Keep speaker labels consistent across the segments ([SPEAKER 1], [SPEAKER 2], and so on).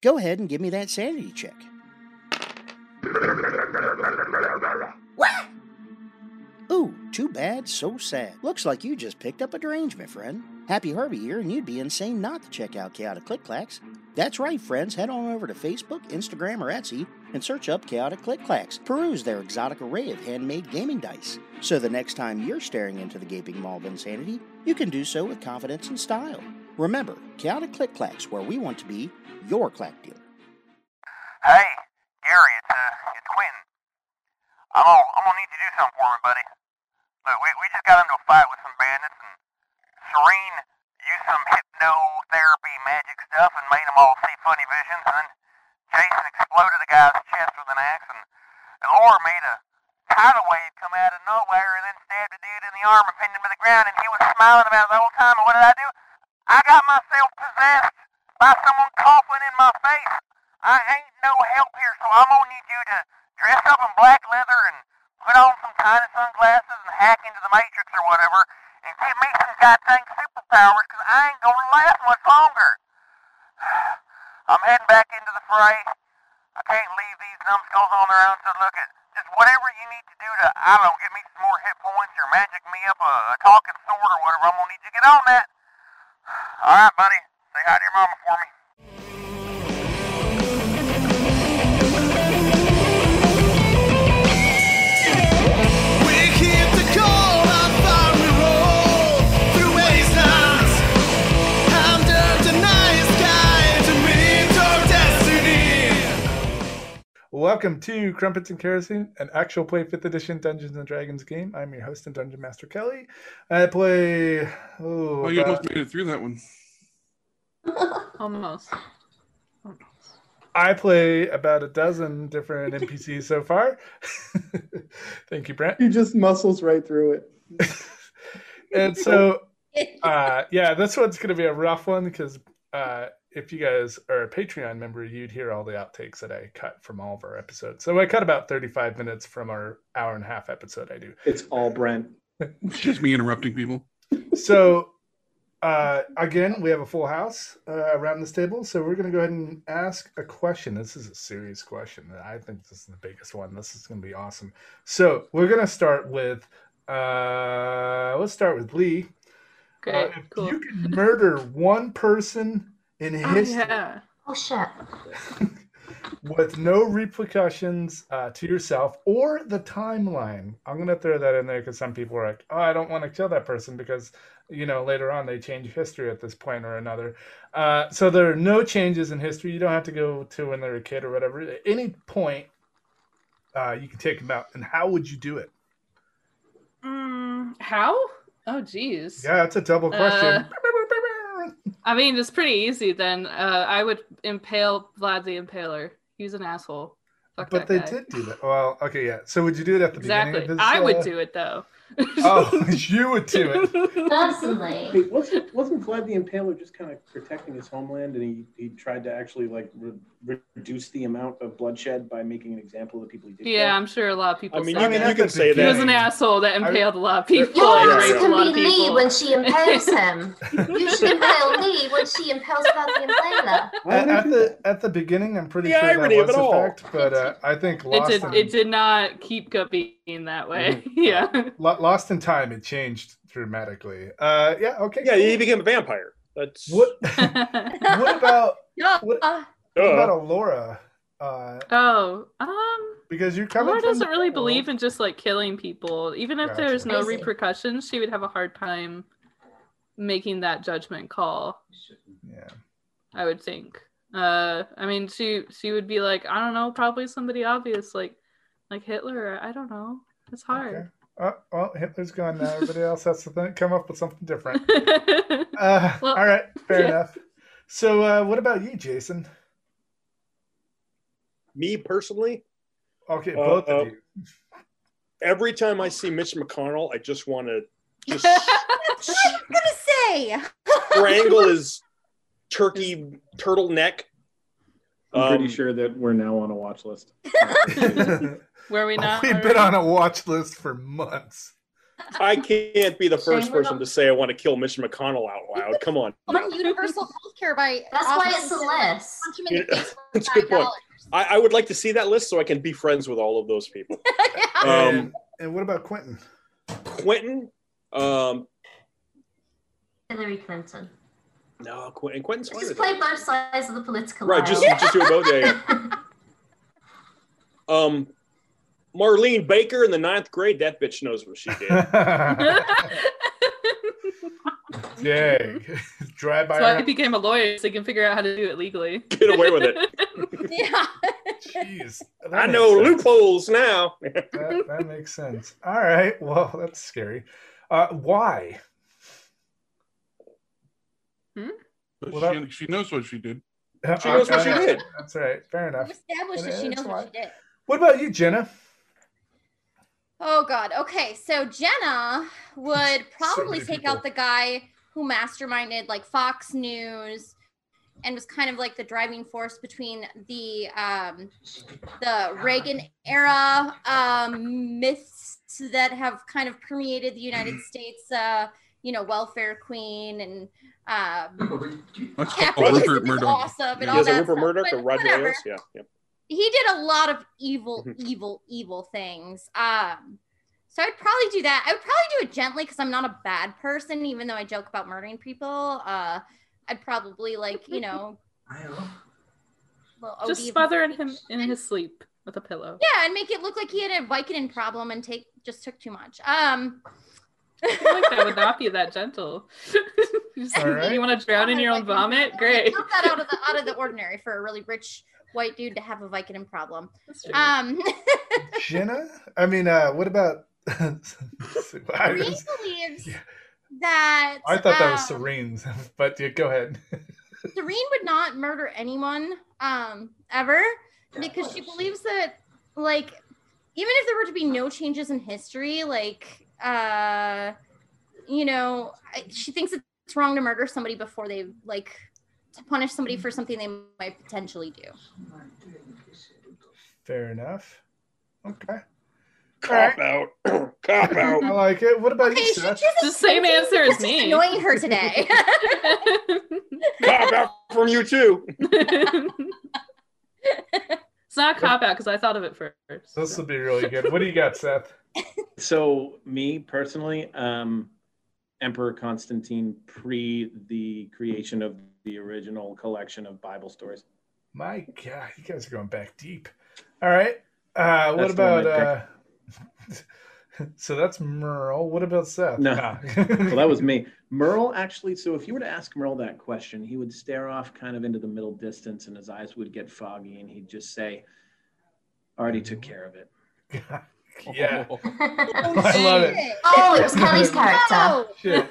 [SPEAKER 1] Go ahead and give me that sanity check.
[SPEAKER 2] What?
[SPEAKER 1] Ooh, too bad, so sad. Looks like you just picked up a derangement, friend. Happy Herbie here, and you'd be insane not to check out Chaotic Click Clacks. That's right, friends. Head on over to Facebook, Instagram, or Etsy and search up Chaotic Click Clacks. Peruse their exotic array of handmade gaming dice. So the next time you're staring into the gaping maw of insanity, you can do so with confidence and style. Remember, Chaotic Click Clacks, where we want to be your clack dealer.
[SPEAKER 2] Hey, Gary, it's uh, it's Quentin. I'm gonna, I'm gonna need you to do something for me, buddy. Look, we, we just got into a fight with some bandits, and Serene used some hypnotherapy magic stuff and made them all see funny visions, and then Jason exploded a guy's chest with an axe, and, and Laura made a tidal wave come out of nowhere and then stabbed a dude in the arm and pinned him to the ground, and he was smiling about it the whole time, and what did I do? I got myself possessed by someone coughing in my face. I ain't no help here, so I'm gonna need you to dress up in black leather and put on some tiny sunglasses and hack into the Matrix or whatever, and give me some goddamn superpowers, 'cause I ain't gonna last much longer. I'm heading back into the fray. I can't leave these numbskulls on their own, so look at just whatever you need to do to, I don't know, get me some more hit points or magic me up a, a talking sword or whatever. I'm gonna need you to get on that. Alright, buddy. Say hi to your mama for me.
[SPEAKER 3] We keep the cold on fire we roll through wastelands. I'm the nice guy to meet our destiny.
[SPEAKER 4] Welcome to Crumpets and Kerosene, an actual play 5th edition Dungeons and Dragons game. I'm your host and Dungeon Master Kelly. I play. Oh,
[SPEAKER 5] Oh, you
[SPEAKER 4] about-
[SPEAKER 5] almost made it through that one.
[SPEAKER 6] Almost.
[SPEAKER 4] I play about a dozen different NPCs so far. Thank you, Brent.
[SPEAKER 7] He just muscles right through it.
[SPEAKER 4] And so, uh, yeah, this one's going to be a rough one because uh, if you guys are a Patreon member, you'd hear all the outtakes that I cut from all of our episodes. So I cut about 35 minutes from our hour and a half episode I do.
[SPEAKER 7] It's all Brent.
[SPEAKER 5] It's just me interrupting people.
[SPEAKER 4] so uh, again we have a full house uh, around this table so we're going to go ahead and ask a question this is a serious question and i think this is the biggest one this is going to be awesome so we're going to start with uh, let's start with lee Uh,
[SPEAKER 6] Great.
[SPEAKER 4] if
[SPEAKER 6] cool.
[SPEAKER 4] you could murder one person in
[SPEAKER 6] Oh,
[SPEAKER 4] history
[SPEAKER 6] yeah.
[SPEAKER 8] Oh shit.
[SPEAKER 4] with no repercussions uh, to yourself or the timeline. I'm going to throw that in there because some people are like, oh, I don't want to kill that person because, you know, later on they change history at this point or another. Uh, so there are no changes in history. You don't have to go to when they were a kid or whatever. At any point, uh, you can take them out. And how would you do it?
[SPEAKER 6] Mm, how? Oh, geez. Uh,
[SPEAKER 4] Yeah, that's a double question.
[SPEAKER 6] I mean, it's pretty easy then. Uh, I would impale Vlad the Impaler. He's an asshole. Fuck
[SPEAKER 4] but
[SPEAKER 6] that
[SPEAKER 4] they
[SPEAKER 6] guy.
[SPEAKER 4] did do that. Well, okay, yeah. So would you do it at the
[SPEAKER 6] Exactly.
[SPEAKER 4] beginning? of this,
[SPEAKER 6] I would
[SPEAKER 4] uh,
[SPEAKER 6] do it though.
[SPEAKER 4] Oh, you would do it.
[SPEAKER 8] Personally.
[SPEAKER 7] Hey, wasn't wasn't Vlad the Impaler just kind of protecting his homeland, and he, he tried to actually like re- reduce the amount of bloodshed by making an example of the people he did. kill?
[SPEAKER 6] yeah, I'm sure a lot of people.
[SPEAKER 9] I mean,
[SPEAKER 6] said
[SPEAKER 9] you,
[SPEAKER 4] I mean,
[SPEAKER 9] you
[SPEAKER 4] that's
[SPEAKER 9] can
[SPEAKER 4] a
[SPEAKER 9] say
[SPEAKER 6] he
[SPEAKER 4] beginning.
[SPEAKER 9] that.
[SPEAKER 6] was an asshole that impaled a lot of people.
[SPEAKER 8] You
[SPEAKER 6] and
[SPEAKER 8] asked
[SPEAKER 6] raped a lot
[SPEAKER 8] to
[SPEAKER 6] of
[SPEAKER 8] be Lee
[SPEAKER 6] people.
[SPEAKER 8] when she impales him. You should impale Lee when she impales Buffy and Layla.
[SPEAKER 7] Why
[SPEAKER 4] At,
[SPEAKER 7] would I
[SPEAKER 4] at
[SPEAKER 7] do
[SPEAKER 4] the
[SPEAKER 7] that?
[SPEAKER 4] at the beginning, I'm pretty
[SPEAKER 9] The
[SPEAKER 4] sure that
[SPEAKER 9] irony of
[SPEAKER 4] was
[SPEAKER 9] it
[SPEAKER 4] a
[SPEAKER 9] all.
[SPEAKER 4] fact, but uh, I think
[SPEAKER 6] It
[SPEAKER 4] lost
[SPEAKER 6] did.
[SPEAKER 4] in,
[SPEAKER 6] It did not keep being that way.
[SPEAKER 9] Mm-hmm.
[SPEAKER 6] yeah.
[SPEAKER 4] Lo- lost in time, it changed dramatically. Uh, yeah, okay,
[SPEAKER 9] Yeah,
[SPEAKER 4] cool.
[SPEAKER 9] he became a vampire. That's
[SPEAKER 4] What what about
[SPEAKER 8] Yeah.
[SPEAKER 4] what,
[SPEAKER 9] Duh.
[SPEAKER 4] what about Alora? Uh,
[SPEAKER 6] oh. Um.
[SPEAKER 4] because you're coming.
[SPEAKER 6] Laura
[SPEAKER 4] from
[SPEAKER 6] doesn't
[SPEAKER 4] the
[SPEAKER 6] really
[SPEAKER 4] world-
[SPEAKER 6] believe in just like killing people. Even if there's
[SPEAKER 4] Gotcha.
[SPEAKER 6] no
[SPEAKER 8] Crazy.
[SPEAKER 6] repercussions, she would have a hard time making that judgment call,
[SPEAKER 4] Yeah,
[SPEAKER 6] I would think. Uh I mean she she would be like, I don't know, probably somebody obvious like like Hitler, I don't know. It's hard.
[SPEAKER 4] oh, well, Hitler's gone now. Everybody else has to think, come up with something different. Uh,
[SPEAKER 6] Well,
[SPEAKER 4] all right, fair
[SPEAKER 6] yeah.
[SPEAKER 4] enough. So, uh, what about you, Jason?
[SPEAKER 9] me personally?
[SPEAKER 4] Okay,
[SPEAKER 9] Uh,
[SPEAKER 4] both
[SPEAKER 9] uh,
[SPEAKER 4] of you.
[SPEAKER 9] Every time I see Mitch McConnell, I just want to just
[SPEAKER 10] That's what I was gonna say.
[SPEAKER 9] strangle his turkey turtle neck.
[SPEAKER 7] I'm pretty
[SPEAKER 9] Um,
[SPEAKER 7] sure that we're now on a watch list.
[SPEAKER 6] Were we not
[SPEAKER 4] We've been
[SPEAKER 6] already?
[SPEAKER 4] on a watch list for months.
[SPEAKER 9] I can't be the first
[SPEAKER 8] Shame we're
[SPEAKER 9] person
[SPEAKER 8] not-
[SPEAKER 9] to say I want to kill Mitch McConnell out loud. Come on.
[SPEAKER 8] Oh
[SPEAKER 10] Want universal health care by
[SPEAKER 8] That's why it's a
[SPEAKER 10] offering-
[SPEAKER 8] list.
[SPEAKER 10] Punch him in the
[SPEAKER 9] Yeah.
[SPEAKER 10] face for
[SPEAKER 9] That's a good
[SPEAKER 10] $5.
[SPEAKER 9] point. I, I would like to see that list so I can be friends with all of those people. Um,
[SPEAKER 4] and, and what about Quentin?
[SPEAKER 9] Quentin, um,
[SPEAKER 8] Hillary Clinton.
[SPEAKER 9] no, Quentin, Quentin's fine
[SPEAKER 8] Just
[SPEAKER 9] with
[SPEAKER 8] play
[SPEAKER 9] that.
[SPEAKER 8] both sides of the political
[SPEAKER 9] Right,
[SPEAKER 8] aisle.
[SPEAKER 9] just just do it both. Yeah, yeah. Um, Marlene Baker in the ninth grade. That bitch knows what she did.
[SPEAKER 4] Dang. Dry by
[SPEAKER 6] So I
[SPEAKER 4] her.
[SPEAKER 6] became a lawyer so they can figure out how to do it legally.
[SPEAKER 9] Get away with it.
[SPEAKER 10] Yeah.
[SPEAKER 4] Jeez. That
[SPEAKER 9] I
[SPEAKER 4] makes
[SPEAKER 9] know
[SPEAKER 4] sense.
[SPEAKER 9] loopholes now.
[SPEAKER 4] That, that makes sense. All right. Well, that's scary. Uh, why?
[SPEAKER 5] But
[SPEAKER 4] Well,
[SPEAKER 5] she, she knows what she did.
[SPEAKER 9] She knows what she
[SPEAKER 4] Uh,
[SPEAKER 9] did.
[SPEAKER 4] That's right. Fair
[SPEAKER 10] We've
[SPEAKER 4] enough.
[SPEAKER 10] established that she
[SPEAKER 4] That's
[SPEAKER 10] knows what
[SPEAKER 4] why.
[SPEAKER 10] she did.
[SPEAKER 4] What about you, Jenna?
[SPEAKER 10] Oh God. Okay, so Jenna would probably
[SPEAKER 4] many
[SPEAKER 10] take
[SPEAKER 4] people.
[SPEAKER 10] out the guy who masterminded like Fox News and was kind of like the driving force between the um the Reagan era um myths that have kind of permeated the
[SPEAKER 4] Mm-hmm.
[SPEAKER 10] United States uh you know welfare queen and um
[SPEAKER 5] That's called
[SPEAKER 10] capitalism
[SPEAKER 5] Rupert
[SPEAKER 10] is
[SPEAKER 5] Murdoch.
[SPEAKER 10] awesome and
[SPEAKER 5] Yeah.
[SPEAKER 10] all
[SPEAKER 9] He has
[SPEAKER 10] that
[SPEAKER 9] a Rupert
[SPEAKER 10] stuff,
[SPEAKER 9] Murdoch
[SPEAKER 10] but
[SPEAKER 9] or Roger
[SPEAKER 10] whatever
[SPEAKER 9] Ailes. Yeah, yeah.
[SPEAKER 10] he did a lot of evil,
[SPEAKER 6] Mm-hmm.
[SPEAKER 9] Mhm.
[SPEAKER 10] evil, evil things. Um, so I'd probably do that. I would probably do it gently because I'm not a bad person, even though I joke about murdering people. Uh, I'd probably like you know, little
[SPEAKER 6] Just
[SPEAKER 10] OD
[SPEAKER 6] smothering him in
[SPEAKER 10] and-
[SPEAKER 6] his sleep with a pillow.
[SPEAKER 10] Yeah, and make it look like he had a Vicodin problem and take just took too much. Um,
[SPEAKER 6] I feel like that would not be that gentle. Just,
[SPEAKER 4] All right.
[SPEAKER 6] You want to drown in your own vomit? Great.
[SPEAKER 10] Not that out of the out of the ordinary for a really rich white dude to have a Vicodin problem.
[SPEAKER 6] That's true.
[SPEAKER 10] Um,
[SPEAKER 4] Jenna? I mean, uh, what about. I,
[SPEAKER 10] he
[SPEAKER 4] was-
[SPEAKER 10] believes
[SPEAKER 4] Yeah.
[SPEAKER 10] that
[SPEAKER 4] I thought that was
[SPEAKER 10] um,
[SPEAKER 4] Serene's, but yeah, go ahead.
[SPEAKER 10] Serene would not murder anyone um ever because she believes that like even if there were to be no changes in history like uh you know I- she thinks it's wrong to murder somebody before they like to punish somebody for something they might potentially do
[SPEAKER 4] Fair enough. Okay.
[SPEAKER 9] Cop out. Cop out.
[SPEAKER 4] I like it. What about
[SPEAKER 10] okay
[SPEAKER 4] you,
[SPEAKER 10] she
[SPEAKER 4] Seth?
[SPEAKER 10] just
[SPEAKER 6] the same answer as me.
[SPEAKER 10] annoying her today
[SPEAKER 9] Cop out from you too.
[SPEAKER 6] it's not a cop out because I thought of it first.
[SPEAKER 4] This will be really good. What do you got, Seth?
[SPEAKER 7] So me personally, um, Emperor Constantine pre the creation of the original collection of Bible stories.
[SPEAKER 4] My God, you guys are going back deep. All right. Uh, what
[SPEAKER 7] That's the one
[SPEAKER 4] about? Uh, so that's Merle. What about Seth? Uh,
[SPEAKER 7] No.
[SPEAKER 4] Nah.
[SPEAKER 7] Well, that was me. Merle actually. So if you were to ask Merle that question, he would stare off kind of into the middle distance, and his eyes would get foggy, and he'd just say, "Already took care of it."
[SPEAKER 4] yeah.
[SPEAKER 8] oh,
[SPEAKER 4] I love it.
[SPEAKER 8] it was Kelly's character.
[SPEAKER 10] No.
[SPEAKER 4] Shit.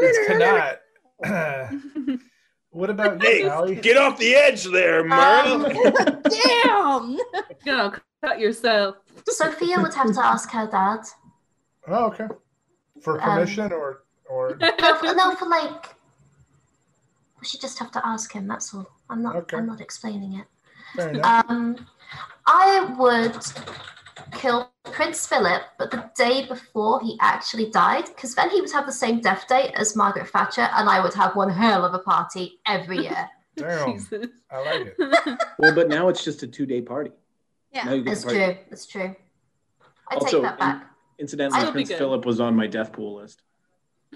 [SPEAKER 4] it's Kanat. what about
[SPEAKER 9] Hey,
[SPEAKER 4] you, Allie?
[SPEAKER 9] get off the edge there,
[SPEAKER 10] Um,
[SPEAKER 9] Merle.
[SPEAKER 10] damn
[SPEAKER 6] you know, cut yourself.
[SPEAKER 8] Um, Sophia would have to ask her dad.
[SPEAKER 4] Oh, okay. For
[SPEAKER 8] Um,
[SPEAKER 4] permission or or
[SPEAKER 8] No, for, no, for like. She just have to ask him. That's all. I'm not.
[SPEAKER 4] Okay.
[SPEAKER 8] I'm not explaining it.
[SPEAKER 4] fair enough.
[SPEAKER 8] Um, I would kill Prince Philip, but the day before he actually died, because then he would have the same death date as Margaret Thatcher, and I would have one hell of a party every year.
[SPEAKER 4] Damn. I like it.
[SPEAKER 7] Well, but now it's just a two-day party. Now
[SPEAKER 10] yeah
[SPEAKER 7] you get
[SPEAKER 8] It's
[SPEAKER 7] to party.
[SPEAKER 8] true. It's true. I
[SPEAKER 7] Also,
[SPEAKER 8] take that back.
[SPEAKER 7] Incidentally,
[SPEAKER 6] That'll be
[SPEAKER 7] Prince
[SPEAKER 6] good.
[SPEAKER 7] Philip was on my death pool list.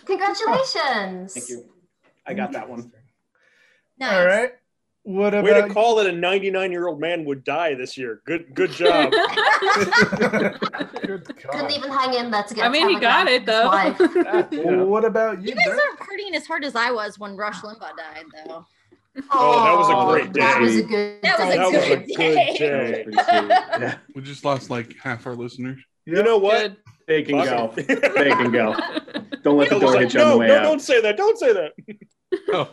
[SPEAKER 8] Congratulations.
[SPEAKER 7] Thank you. I got that one.
[SPEAKER 10] nice.
[SPEAKER 4] All right. What
[SPEAKER 9] Way to
[SPEAKER 4] about?
[SPEAKER 9] call that a 99 year old man would die this year. Good, good job.
[SPEAKER 4] Good
[SPEAKER 8] Couldn't
[SPEAKER 4] God.
[SPEAKER 8] even hang in there to get.
[SPEAKER 6] I
[SPEAKER 8] a
[SPEAKER 6] mean, he got
[SPEAKER 8] telegram
[SPEAKER 6] it
[SPEAKER 8] from his wife.
[SPEAKER 6] though.
[SPEAKER 9] Yeah.
[SPEAKER 4] What about you?
[SPEAKER 10] you guys
[SPEAKER 4] Dirk?
[SPEAKER 10] aren't hurting as hard as I was when Rush Limbaugh died, though.
[SPEAKER 9] Oh, that was a great
[SPEAKER 8] That
[SPEAKER 9] day.
[SPEAKER 8] was a good
[SPEAKER 10] That was a
[SPEAKER 8] day.
[SPEAKER 9] that was a
[SPEAKER 10] good
[SPEAKER 9] good
[SPEAKER 7] That was
[SPEAKER 10] day.
[SPEAKER 9] day.
[SPEAKER 7] pretty sweet. Yeah,
[SPEAKER 5] We just lost like half our listeners.
[SPEAKER 9] You know what?
[SPEAKER 6] Good.
[SPEAKER 7] they can go.
[SPEAKER 9] Fuck it.
[SPEAKER 7] They can go. Don't let the
[SPEAKER 9] Phil was
[SPEAKER 7] door
[SPEAKER 9] like,
[SPEAKER 7] hit you on the
[SPEAKER 9] no,
[SPEAKER 7] way
[SPEAKER 9] no,
[SPEAKER 7] out.
[SPEAKER 9] don't say that. Don't say that.
[SPEAKER 5] Oh,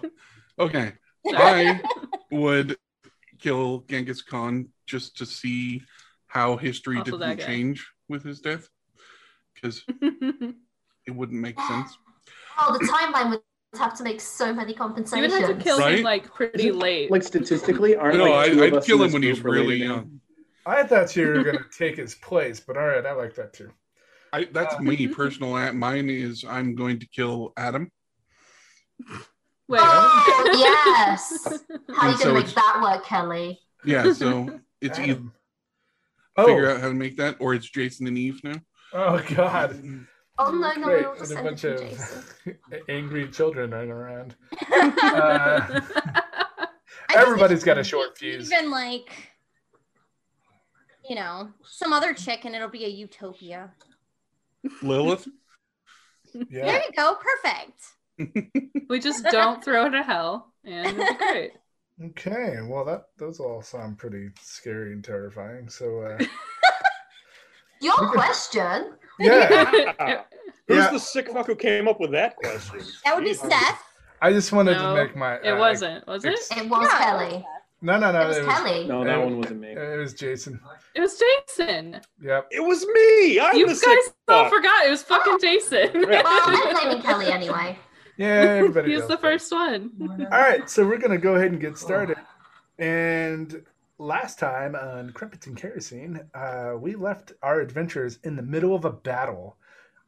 [SPEAKER 5] okay. I would kill Genghis Khan just to see how history
[SPEAKER 6] Also that
[SPEAKER 5] didn't
[SPEAKER 6] guy.
[SPEAKER 5] change with his death because it wouldn't make sense.
[SPEAKER 8] Oh, the timeline would have to make so many
[SPEAKER 6] you
[SPEAKER 8] compensations.
[SPEAKER 6] would have to kill him
[SPEAKER 5] Right?
[SPEAKER 6] like pretty late.
[SPEAKER 7] Like statistically, aren't
[SPEAKER 5] No,
[SPEAKER 7] like two
[SPEAKER 5] I,
[SPEAKER 7] of
[SPEAKER 5] I'd
[SPEAKER 7] us
[SPEAKER 5] kill
[SPEAKER 7] in
[SPEAKER 5] him
[SPEAKER 7] this
[SPEAKER 5] when he was
[SPEAKER 7] group related
[SPEAKER 5] really
[SPEAKER 7] now?
[SPEAKER 5] young.
[SPEAKER 4] I thought you were gonna take his place, but all right, I like that too.
[SPEAKER 5] I, that's me personal. a- Mine is I'm going to kill Adam.
[SPEAKER 6] Wait.
[SPEAKER 8] Oh, yes. How are you
[SPEAKER 5] And so
[SPEAKER 8] going to
[SPEAKER 5] it's-
[SPEAKER 8] make that work, Kelly?
[SPEAKER 5] Yeah, so it's either
[SPEAKER 4] Adam. Oh.
[SPEAKER 5] figure out how to make that, or it's Jason and Eve now.
[SPEAKER 4] Oh God!
[SPEAKER 8] Oh, no, no,
[SPEAKER 4] Great,
[SPEAKER 8] no.
[SPEAKER 4] and
[SPEAKER 8] Just
[SPEAKER 4] a
[SPEAKER 8] send it
[SPEAKER 4] bunch
[SPEAKER 8] to
[SPEAKER 4] of
[SPEAKER 8] Jason.
[SPEAKER 4] angry children running around. Uh,
[SPEAKER 10] I just
[SPEAKER 4] everybody's
[SPEAKER 10] think
[SPEAKER 4] got a
[SPEAKER 10] if
[SPEAKER 4] short
[SPEAKER 10] you
[SPEAKER 4] fuse.
[SPEAKER 10] Even like, you know, some other chick, and it'll be a utopia.
[SPEAKER 5] Lilith.
[SPEAKER 4] Yeah.
[SPEAKER 10] There you go. Perfect.
[SPEAKER 6] we just don't throw it to hell, and it'll be great.
[SPEAKER 4] Okay. Well, that those all sound pretty scary and terrifying. So, uh,
[SPEAKER 8] Your question.
[SPEAKER 4] yeah.
[SPEAKER 9] Who's
[SPEAKER 4] Yeah.
[SPEAKER 9] the sick fuck who came up with that question?
[SPEAKER 10] That would be
[SPEAKER 9] Jesus.
[SPEAKER 10] Seth.
[SPEAKER 4] I just wanted
[SPEAKER 6] No,
[SPEAKER 4] to make my.
[SPEAKER 6] it
[SPEAKER 4] uh,
[SPEAKER 6] wasn't, was it?
[SPEAKER 4] ex-
[SPEAKER 8] It was
[SPEAKER 10] Yeah.
[SPEAKER 8] Kelly.
[SPEAKER 4] No, no, no.
[SPEAKER 8] It was Kelly.
[SPEAKER 7] No, that one wasn't me.
[SPEAKER 4] It was Jason.
[SPEAKER 6] It was Jason.
[SPEAKER 4] Yep.
[SPEAKER 9] It was me. I'm
[SPEAKER 6] You
[SPEAKER 9] the
[SPEAKER 6] guys
[SPEAKER 9] sick
[SPEAKER 6] all
[SPEAKER 9] fuck.
[SPEAKER 6] forgot it was fucking Jason.
[SPEAKER 9] Yeah.
[SPEAKER 8] Well, I'm blaming Kelly anyway.
[SPEAKER 4] Yeah. Everybody.
[SPEAKER 6] he was
[SPEAKER 4] else
[SPEAKER 6] the
[SPEAKER 4] did.
[SPEAKER 6] first one.
[SPEAKER 4] All right, so we're gonna go ahead and get started. And last time on Crumpets and Kerosene, uh, we left our adventurers in the middle of a battle.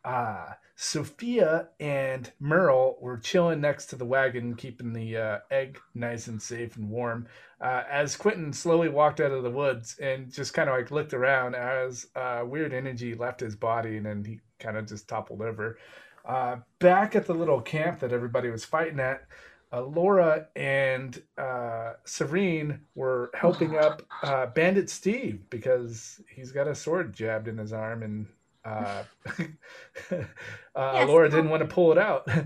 [SPEAKER 4] Uh, Sophia and Merle were chilling next to the wagon, keeping the uh, egg nice and safe and warm. Uh, as Quentin slowly walked out of the woods and just kind of like looked around as uh, weird energy left his body and then he kind of just toppled over. Uh, back at the little camp that everybody was fighting at, uh, Laura and uh, Serene were helping up uh, Bandit Steve because he's got a sword jabbed in his arm, and uh, uh, Laura didn't want to pull it out.
[SPEAKER 6] I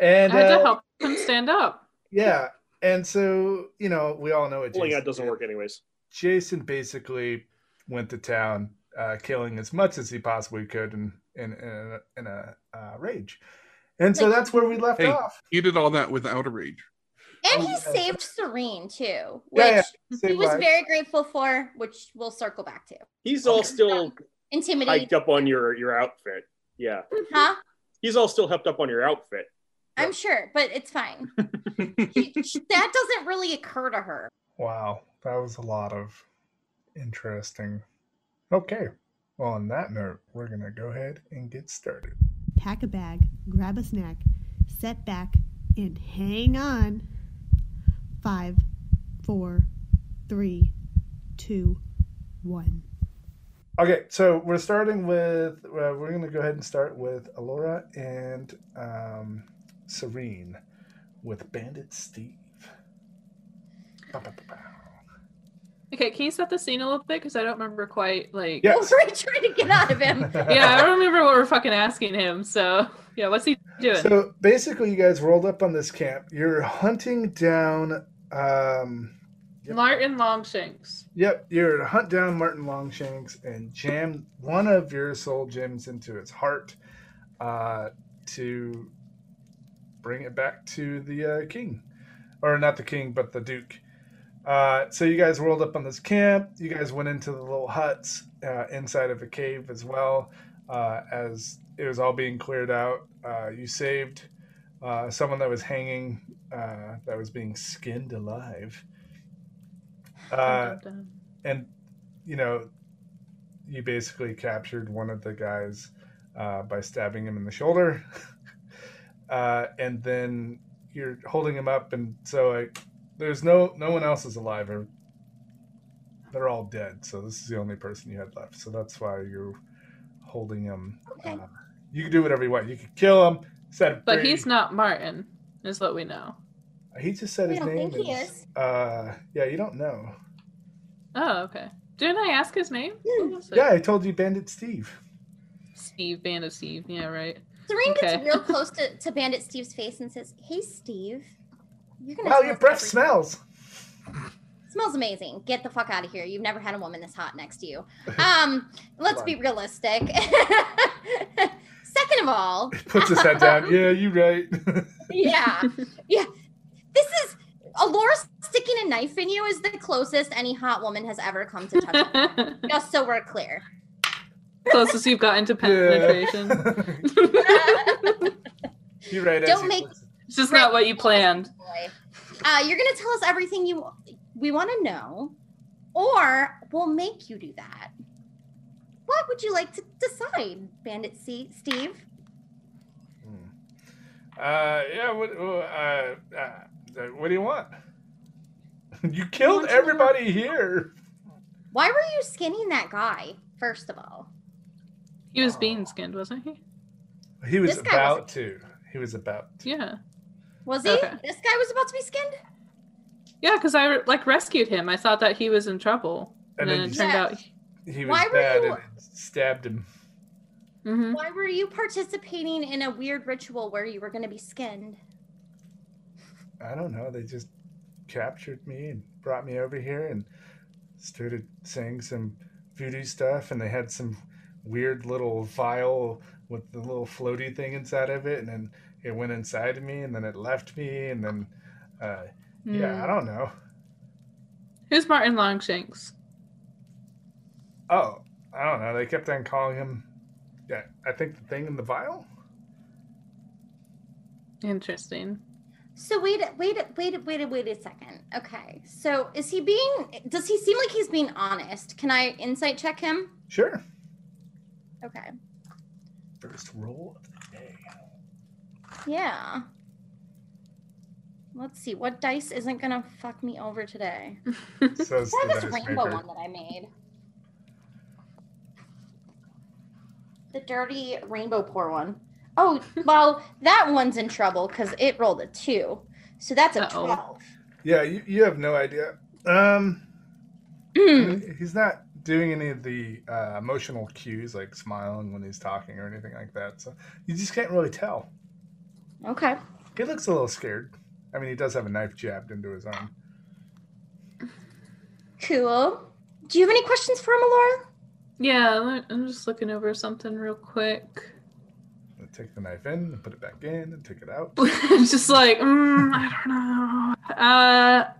[SPEAKER 4] And
[SPEAKER 6] had to
[SPEAKER 4] uh,
[SPEAKER 6] help him stand up.
[SPEAKER 4] yeah, and so you know we all know what
[SPEAKER 9] Pulling
[SPEAKER 4] Jason
[SPEAKER 9] out doesn't
[SPEAKER 4] did.
[SPEAKER 9] work anyways.
[SPEAKER 4] Jason basically went to town, uh, killing as much as he possibly could in in in a, in a uh, rage, and so that's where we left
[SPEAKER 5] Hey,
[SPEAKER 4] off.
[SPEAKER 5] He did all that without a rage.
[SPEAKER 10] And
[SPEAKER 4] Oh,
[SPEAKER 10] he
[SPEAKER 4] yeah.
[SPEAKER 10] saved Serene too, which
[SPEAKER 4] Yeah, yeah,
[SPEAKER 10] he
[SPEAKER 4] Save
[SPEAKER 10] was
[SPEAKER 4] lives.
[SPEAKER 10] very grateful for, which we'll circle back to.
[SPEAKER 9] He's all still
[SPEAKER 10] Intimidate,
[SPEAKER 9] hyped up on your your outfit. Yeah,
[SPEAKER 10] huh?
[SPEAKER 9] he's all still hyped up on your outfit.
[SPEAKER 10] I'm sure, but it's fine. She- she- that doesn't really occur to her.
[SPEAKER 4] Wow, that was a lot of interesting. Okay, well, on that note, we're gonna go ahead and get started.
[SPEAKER 11] pack a bag, grab a snack, set back, and hang on. Five, four, three, two, one.
[SPEAKER 4] Okay, so we're starting with uh, we're gonna go ahead and start with Alora and um, Serene with Bandit Steve. Ba-ba-ba-ba.
[SPEAKER 6] Okay, can you set the scene a little bit? Because I don't remember quite like.
[SPEAKER 4] Yeah.
[SPEAKER 10] We're trying to get out of him.
[SPEAKER 6] Yeah, I don't remember what we're fucking asking him. So yeah, what's he doing?
[SPEAKER 4] So basically, you guys rolled up on this camp. You're hunting down. Um,
[SPEAKER 6] Martin Longshanks.
[SPEAKER 4] Yep, you're to hunt down Martin Longshanks and jam one of your soul gems into its heart uh, to bring it back to the uh, king. Or not the king, but the duke. Uh, so you guys rolled up on this camp. You guys went into the little huts uh, inside of a cave as well. Uh, as it was all being cleared out, uh, you saved uh, someone that was hanging, uh, that was being skinned alive. Uh,
[SPEAKER 6] Dun, dun, dun.
[SPEAKER 4] and you know you basically captured one of the guys uh, by stabbing him in the shoulder uh, and then you're holding him up and so like there's no no one else is alive or they're all dead so this is the only person you had left so that's why you're holding him
[SPEAKER 10] Okay.
[SPEAKER 4] uh, you can do whatever you want you could kill him set him
[SPEAKER 6] But
[SPEAKER 4] free.
[SPEAKER 6] he's not Martin, is what we know.
[SPEAKER 4] he just said
[SPEAKER 10] We
[SPEAKER 4] his
[SPEAKER 10] don't
[SPEAKER 4] name
[SPEAKER 10] think he
[SPEAKER 4] is uh yeah you don't know
[SPEAKER 6] Oh, okay. Didn't I ask his name? What was it?
[SPEAKER 4] yeah i told you bandit steve
[SPEAKER 6] Steve Band of Steve. Yeah, right.
[SPEAKER 10] Serene
[SPEAKER 6] Okay.
[SPEAKER 10] gets real close to, to Bandit Steve's face and says, Hey, Steve, you're going to
[SPEAKER 4] wow your breath smells
[SPEAKER 10] smells amazing. Get the fuck out of here. You've never had a woman this hot next to you. Um, let's be realistic. Second of all,
[SPEAKER 4] puts his head down. Yeah, you right.
[SPEAKER 10] yeah, yeah. This is Alora sticking a knife in you is the closest any hot woman has ever come to touching. you. Just so we're clear.
[SPEAKER 6] Closest you've gotten to penetration.
[SPEAKER 4] you right. as
[SPEAKER 10] Don't
[SPEAKER 4] he
[SPEAKER 10] make-
[SPEAKER 4] puts-
[SPEAKER 6] it's just not what you planned.
[SPEAKER 10] Boy. Uh, you're gonna tell us everything you we want to know, or we'll make you do that. What What would you like to decide, Bandit C- Steve?
[SPEAKER 4] Uh, yeah. What? Uh, uh, what do you want? you killed everybody here.
[SPEAKER 10] Why were you skinning that guy, first of all?
[SPEAKER 6] He was bean skinned, wasn't he?
[SPEAKER 4] He was
[SPEAKER 10] This guy was-
[SPEAKER 4] about to. He was about.
[SPEAKER 6] Yeah.
[SPEAKER 10] Was he?
[SPEAKER 6] Okay.
[SPEAKER 10] This guy was about to be skinned?
[SPEAKER 6] Yeah, because I like rescued him. I thought that he was in trouble, and,
[SPEAKER 4] And
[SPEAKER 6] then
[SPEAKER 4] then
[SPEAKER 6] it
[SPEAKER 4] you-
[SPEAKER 6] turned
[SPEAKER 10] Yeah.
[SPEAKER 6] out.
[SPEAKER 4] He was
[SPEAKER 10] Why were
[SPEAKER 4] bad
[SPEAKER 10] you-
[SPEAKER 4] and stabbed him.
[SPEAKER 6] Mhm.
[SPEAKER 10] Why were you participating in a weird ritual where you were going to be skinned?
[SPEAKER 4] I don't know. They just captured me and brought me over here and started saying some voodoo stuff. And they had some weird little vial with the little floaty thing inside of it. And then it went inside of me and then it left me. And then, uh, yeah, I
[SPEAKER 6] Mm.
[SPEAKER 4] don't know.
[SPEAKER 6] Who's Martin Longshanks?
[SPEAKER 4] Oh, I don't know. They kept on calling him, yeah, I think the thing in the vial?
[SPEAKER 6] Interesting.
[SPEAKER 10] So wait, wait, wait, wait, wait a second. Okay. So is he being? Does he seem like he's being honest? Can I insight check him?
[SPEAKER 4] Sure.
[SPEAKER 10] Okay.
[SPEAKER 4] First roll of the day.
[SPEAKER 10] Yeah. Let's see. What dice isn't gonna fuck me over today?
[SPEAKER 4] Says
[SPEAKER 10] Try
[SPEAKER 4] the
[SPEAKER 10] this
[SPEAKER 4] dice
[SPEAKER 10] rainbow
[SPEAKER 4] maker.
[SPEAKER 10] one that I made. The dirty rainbow pour one. Oh, well, that one's in trouble because it rolled a two. So that's a
[SPEAKER 6] Uh-oh.
[SPEAKER 10] 12.
[SPEAKER 4] Yeah, you, you have no idea. Um, he's not doing any of the uh, emotional cues like smiling when he's talking or anything like that. So you just can't really tell.
[SPEAKER 10] Okay.
[SPEAKER 4] He looks a little scared. I mean, he does have a knife jabbed into his arm.
[SPEAKER 10] Cool. Do you have any questions for him, Alora?
[SPEAKER 6] Yeah, let- I'm just looking over something real quick.
[SPEAKER 4] I take the knife in and put it back in and take it out.
[SPEAKER 6] just like, mm, I don't know. Uh,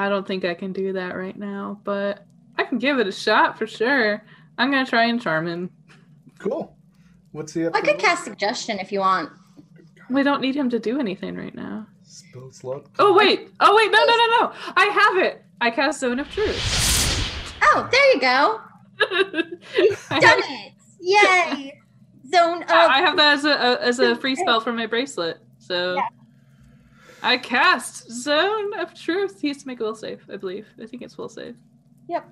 [SPEAKER 6] I don't think I can do that right now, but I can give it a shot for sure. I'm gonna try and charm him.
[SPEAKER 4] Cool. What's he up
[SPEAKER 10] I
[SPEAKER 4] to?
[SPEAKER 10] could cast suggestion if you want.
[SPEAKER 6] We don't need him to do anything right now.
[SPEAKER 4] Spills luck.
[SPEAKER 6] Oh wait! Oh wait! No! No! No! No! I have it. I cast Zone of Truth.
[SPEAKER 10] Oh, there you go.
[SPEAKER 6] I
[SPEAKER 10] Done
[SPEAKER 6] have,
[SPEAKER 10] it. Yay. Zone of.
[SPEAKER 6] Oh, I have that as a, a as a free spell from my bracelet. So
[SPEAKER 10] Yeah.
[SPEAKER 6] I cast Zone of Truth. He has to make a will save, I believe. I think it's will save.
[SPEAKER 10] Yep.